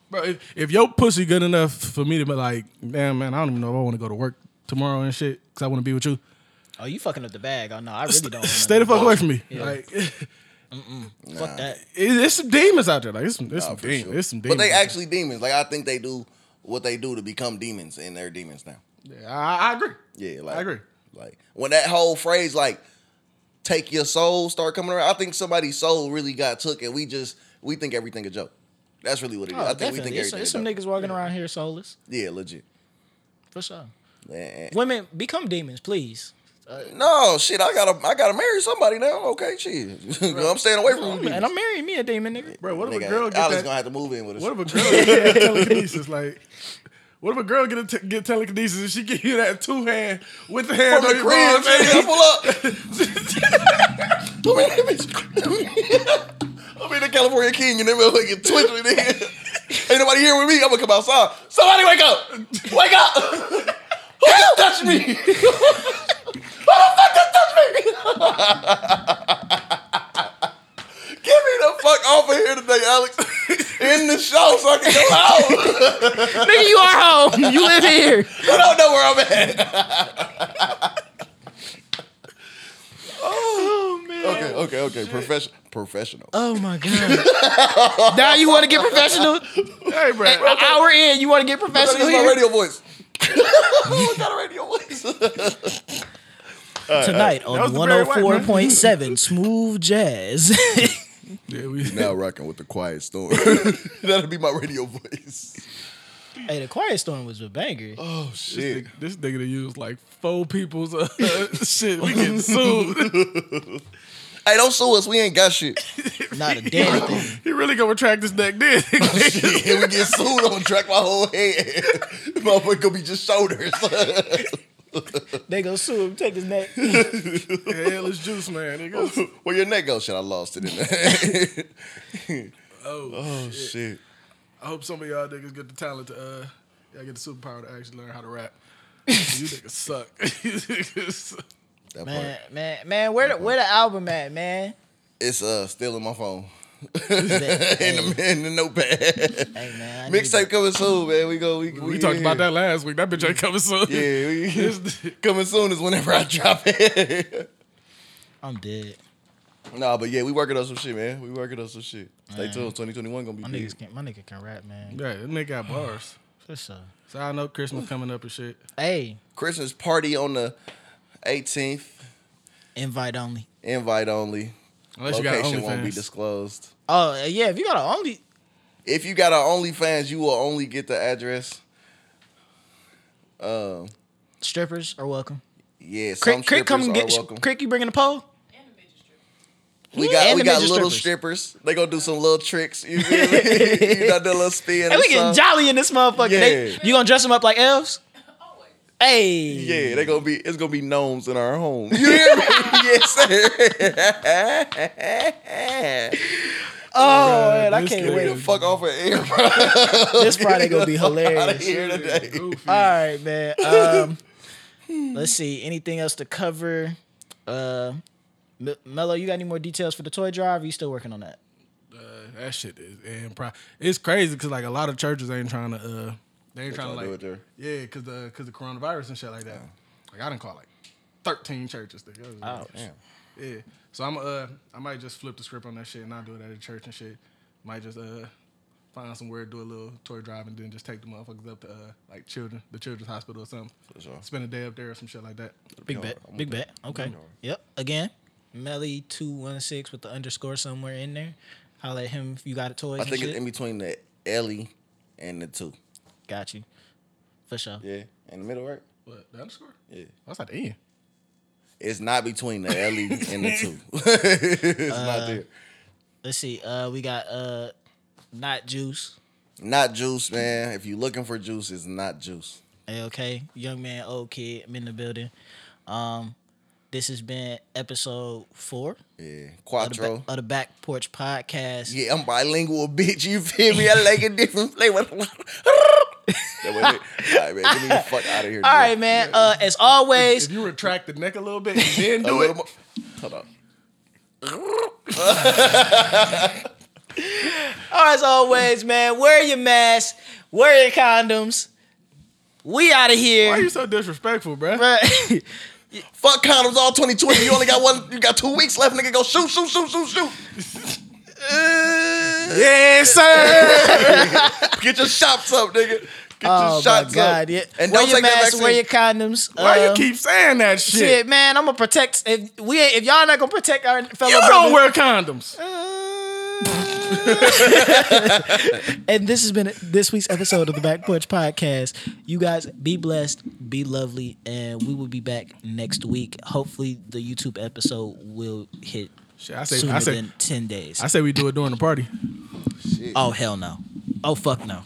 [SPEAKER 3] Bro, if, if your pussy good enough for me to be like, damn man, I don't even know if I want to go to work tomorrow and shit because I want to be with you.
[SPEAKER 1] Oh, you fucking up the bag. Oh no, I really don't.
[SPEAKER 3] Stay the fuck away from me. Like, it,
[SPEAKER 1] Fuck that.
[SPEAKER 3] it's some demons out there. Like, it's some, it's
[SPEAKER 2] Nah,
[SPEAKER 3] some
[SPEAKER 2] for
[SPEAKER 3] demons.
[SPEAKER 2] sure.
[SPEAKER 3] It's some demons.
[SPEAKER 2] But they actually demons. Like I think they do what they do to become demons, and they're demons now.
[SPEAKER 3] Yeah, I, I agree.
[SPEAKER 2] Yeah, like
[SPEAKER 3] I agree.
[SPEAKER 2] Like when that whole phrase like "take your soul" start coming around, I think somebody's soul really got took, and we just we think everything a joke. That's really what it is.
[SPEAKER 1] Oh,
[SPEAKER 2] I think
[SPEAKER 1] definitely.
[SPEAKER 2] we think
[SPEAKER 1] It's-
[SPEAKER 2] everything.
[SPEAKER 1] it's
[SPEAKER 2] a
[SPEAKER 1] some
[SPEAKER 2] joke.
[SPEAKER 1] niggas walking around here soulless
[SPEAKER 2] Yeah, legit.
[SPEAKER 1] for sure.
[SPEAKER 2] Eh, eh.
[SPEAKER 1] Women, become demons, please.
[SPEAKER 2] No shit, I gotta I gotta marry somebody now. Okay, shit, I'm staying away
[SPEAKER 3] Oh,
[SPEAKER 2] from you.
[SPEAKER 1] And I'm marrying me a demon, nigga.
[SPEAKER 3] Bro, what if a
[SPEAKER 2] Nigga,
[SPEAKER 3] girl get
[SPEAKER 2] Alex
[SPEAKER 3] that?
[SPEAKER 2] gonna have to move in with us.
[SPEAKER 3] What if a girl get that telekinesis? Like, what if a girl get a te- get telekinesis and she give you that two hand with the
[SPEAKER 2] from
[SPEAKER 3] hand on
[SPEAKER 2] the
[SPEAKER 3] your
[SPEAKER 2] crib,
[SPEAKER 3] balls,
[SPEAKER 2] man.
[SPEAKER 3] man?
[SPEAKER 2] Pull up. Put me in that bitch. I'm in the California King and that motherfucking twitch me, nigga. Ain't nobody here with me. I'm gonna come outside. Somebody wake up! Wake up! Who just touched me? Who the fuck just touched me? Get me the fuck off of here today, Alex. In the show so I can go home.
[SPEAKER 1] Nigga, you are home. You live here.
[SPEAKER 2] I don't know where I'm at.
[SPEAKER 1] Oh man.
[SPEAKER 2] Okay, okay, okay. Professional. Professional.
[SPEAKER 1] Oh my god. now you want to get professional?
[SPEAKER 3] Hey, bro.
[SPEAKER 1] An hour in, you want to get
[SPEAKER 2] That's
[SPEAKER 1] professional
[SPEAKER 2] my
[SPEAKER 1] here?
[SPEAKER 2] radio voice. what kind of radio voice?
[SPEAKER 1] Tonight on
[SPEAKER 3] was the Barry White, man.
[SPEAKER 1] 104.7 Smooth Jazz.
[SPEAKER 3] Yeah, we,
[SPEAKER 2] Now rocking with the quiet storm. That'll be my radio voice.
[SPEAKER 1] hey, the Quiet Storm was a banger.
[SPEAKER 2] Oh
[SPEAKER 3] this,
[SPEAKER 2] shit!
[SPEAKER 3] nigga, this nigga to use like four people's uh, shit. We getting sued.
[SPEAKER 2] Hey, don't sue us. We ain't got shit.
[SPEAKER 1] Not a damn thing.
[SPEAKER 3] he really gonna retract this neck then.
[SPEAKER 2] shit. If we get sued, I'm gonna track my whole head. Motherfucker gonna be just shoulders.
[SPEAKER 1] They gonna sue him, take his neck.
[SPEAKER 3] Hell is juice, man. Nigga.
[SPEAKER 2] Where your neck go? Shit, I lost it in there.
[SPEAKER 3] Oh,
[SPEAKER 2] oh shit!
[SPEAKER 3] I hope some of y'all niggas get the talent to uh, y'all get the superpower to actually learn how to rap. you niggas suck. you niggas suck.
[SPEAKER 2] That
[SPEAKER 1] Man,
[SPEAKER 2] part.
[SPEAKER 1] man, man, where the where the album at, man?
[SPEAKER 2] It's uh still in my phone. in
[SPEAKER 1] Hey,
[SPEAKER 2] the in the notepad.
[SPEAKER 1] hey, man, I need
[SPEAKER 2] Mixtape coming soon, man. We go. We,
[SPEAKER 3] We
[SPEAKER 2] we
[SPEAKER 3] talked
[SPEAKER 2] in
[SPEAKER 3] about
[SPEAKER 2] here.
[SPEAKER 3] that last week. That bitch ain't coming soon.
[SPEAKER 2] Yeah,
[SPEAKER 3] This-
[SPEAKER 2] we, coming soon is whenever I drop it.
[SPEAKER 1] to- I'm dead.
[SPEAKER 2] nah, but yeah, we working on some shit, man. We working on some shit. Stay tuned. 2021 gonna be
[SPEAKER 1] My
[SPEAKER 2] big.
[SPEAKER 1] niggas can, my nigga can rap, man.
[SPEAKER 3] Yeah, that nigga got bars.
[SPEAKER 1] For sure.
[SPEAKER 3] So I know Christmas coming up and shit.
[SPEAKER 1] Hey,
[SPEAKER 2] Christmas party on the 18th.
[SPEAKER 1] invite only.
[SPEAKER 2] Invite only.
[SPEAKER 3] Unless
[SPEAKER 2] Location
[SPEAKER 3] you got
[SPEAKER 2] won't be
[SPEAKER 3] OnlyFans.
[SPEAKER 2] disclosed.
[SPEAKER 1] Oh yeah, if you got an only,
[SPEAKER 2] If you got an OnlyFans, you will only get the address. Um,
[SPEAKER 1] strippers are welcome.
[SPEAKER 2] yeah, some
[SPEAKER 1] Crick, Crick,
[SPEAKER 2] strippers
[SPEAKER 1] come
[SPEAKER 2] are
[SPEAKER 1] get
[SPEAKER 2] welcome.
[SPEAKER 1] Crick. You bringing the pole?
[SPEAKER 4] And the midget strip.
[SPEAKER 2] we got
[SPEAKER 1] and
[SPEAKER 2] we
[SPEAKER 1] the
[SPEAKER 2] got
[SPEAKER 1] midget
[SPEAKER 2] little strippers. They gonna do some little tricks. You feel me? you know, do a little spin.
[SPEAKER 1] Hey,
[SPEAKER 2] or
[SPEAKER 1] we getting
[SPEAKER 2] something.
[SPEAKER 1] jolly in this motherfucker. They-
[SPEAKER 2] Yeah.
[SPEAKER 1] you gonna dress them up like elves?
[SPEAKER 4] Always.
[SPEAKER 1] Hey,
[SPEAKER 2] Yeah, they gonna be. It's gonna be gnomes in our home. You hear me? yes, sir.
[SPEAKER 1] Oh man, I
[SPEAKER 3] this
[SPEAKER 1] can't
[SPEAKER 2] Get
[SPEAKER 3] nigga-
[SPEAKER 2] the
[SPEAKER 1] wait.
[SPEAKER 2] fuck off of air, bro.
[SPEAKER 1] This Friday gonna be
[SPEAKER 2] Out
[SPEAKER 1] hilarious.
[SPEAKER 2] of here today.
[SPEAKER 3] Goofy.
[SPEAKER 1] All right, man. Um, let's see. Anything else to cover? Uh, M- Mello, you got any more details for the toy drive? Are you still working on that?
[SPEAKER 3] Uh, that shit is impro- It's crazy because like a lot of churches ain't trying to. uh They ain't trying
[SPEAKER 2] tryna
[SPEAKER 3] to
[SPEAKER 2] do
[SPEAKER 3] like.
[SPEAKER 2] it
[SPEAKER 3] Yeah, because the because the coronavirus and shit like that. Like I didn't call like thirteen churches. Together.
[SPEAKER 2] Oh,
[SPEAKER 1] damn.
[SPEAKER 3] Yeah. So I'm uh I might just flip the script on that shit and not do it at a church and shit. Might just uh find somewhere, do a little toy drive, and then just take the motherfuckers up to uh like children, the children's hospital or something.
[SPEAKER 2] sure.
[SPEAKER 3] Spend a day up there or some shit like that.
[SPEAKER 1] Big bet. Big bet. Okay. Yep. Again, Melly two one six with the underscore somewhere in there. Holla at him if you got a toy.
[SPEAKER 2] I think it's in between the Ellie and the two.
[SPEAKER 1] got you. For sure.
[SPEAKER 2] Yeah, in the middle, right?
[SPEAKER 3] What the underscore? Oh,
[SPEAKER 2] Yeah.
[SPEAKER 3] That's not the end.
[SPEAKER 2] It's not between the Ellie and the two. it's
[SPEAKER 1] Uh,
[SPEAKER 2] not there.
[SPEAKER 1] Let's see. Uh, we got uh, not juice.
[SPEAKER 2] Not juice, man. If you're looking for juice, it's not juice.
[SPEAKER 1] Okay, young man, old kid, I'm in the building. Um, this has been episode four
[SPEAKER 2] Yeah,
[SPEAKER 1] of the,
[SPEAKER 2] Quattro.
[SPEAKER 1] ba- of the Back Porch Podcast.
[SPEAKER 2] Yeah, I'm bilingual, bitch. You feel me? I like a different flavor. That was it. All right, man. Get me the fuck out of here.
[SPEAKER 1] All
[SPEAKER 2] dude.
[SPEAKER 1] right, man. Uh, as always,
[SPEAKER 3] If you retract the neck a little bit and then
[SPEAKER 2] A
[SPEAKER 3] do it,
[SPEAKER 2] little more. Hold up.
[SPEAKER 1] all as always, man. Wear your mask. Wear your condoms. We out of
[SPEAKER 3] why are
[SPEAKER 1] here.
[SPEAKER 3] you so disrespectful, bruh?
[SPEAKER 1] Bruh.
[SPEAKER 2] Fuck condoms all 2020. You only got one. You got two weeks left, nigga. Go shoot, shoot, shoot, shoot, shoot.
[SPEAKER 3] Yes, sir.
[SPEAKER 2] Get your shots up, nigga. Get
[SPEAKER 1] oh
[SPEAKER 2] your
[SPEAKER 1] my
[SPEAKER 2] shots up.
[SPEAKER 1] God! Yeah.
[SPEAKER 2] And
[SPEAKER 1] wear
[SPEAKER 2] don't
[SPEAKER 1] your
[SPEAKER 2] take that
[SPEAKER 1] mask.
[SPEAKER 2] vaccine.
[SPEAKER 1] Wear your condoms.
[SPEAKER 3] Why
[SPEAKER 1] Um,
[SPEAKER 3] you keep saying that shit?
[SPEAKER 1] shit, man? I'm gonna protect. If we, ain't- if y'all not gonna protect our fellow,
[SPEAKER 3] You
[SPEAKER 1] brothers-
[SPEAKER 3] don't wear condoms.
[SPEAKER 1] And this has been this week's episode of the Back Porch Podcast. You guys be blessed, be lovely, and we will be back next week. Hopefully, the YouTube episode will hit
[SPEAKER 3] Shit, I say,
[SPEAKER 1] sooner
[SPEAKER 3] I say,
[SPEAKER 1] than 10 days.
[SPEAKER 3] I say we do it during the party.
[SPEAKER 1] oh, hell no. Oh, fuck no.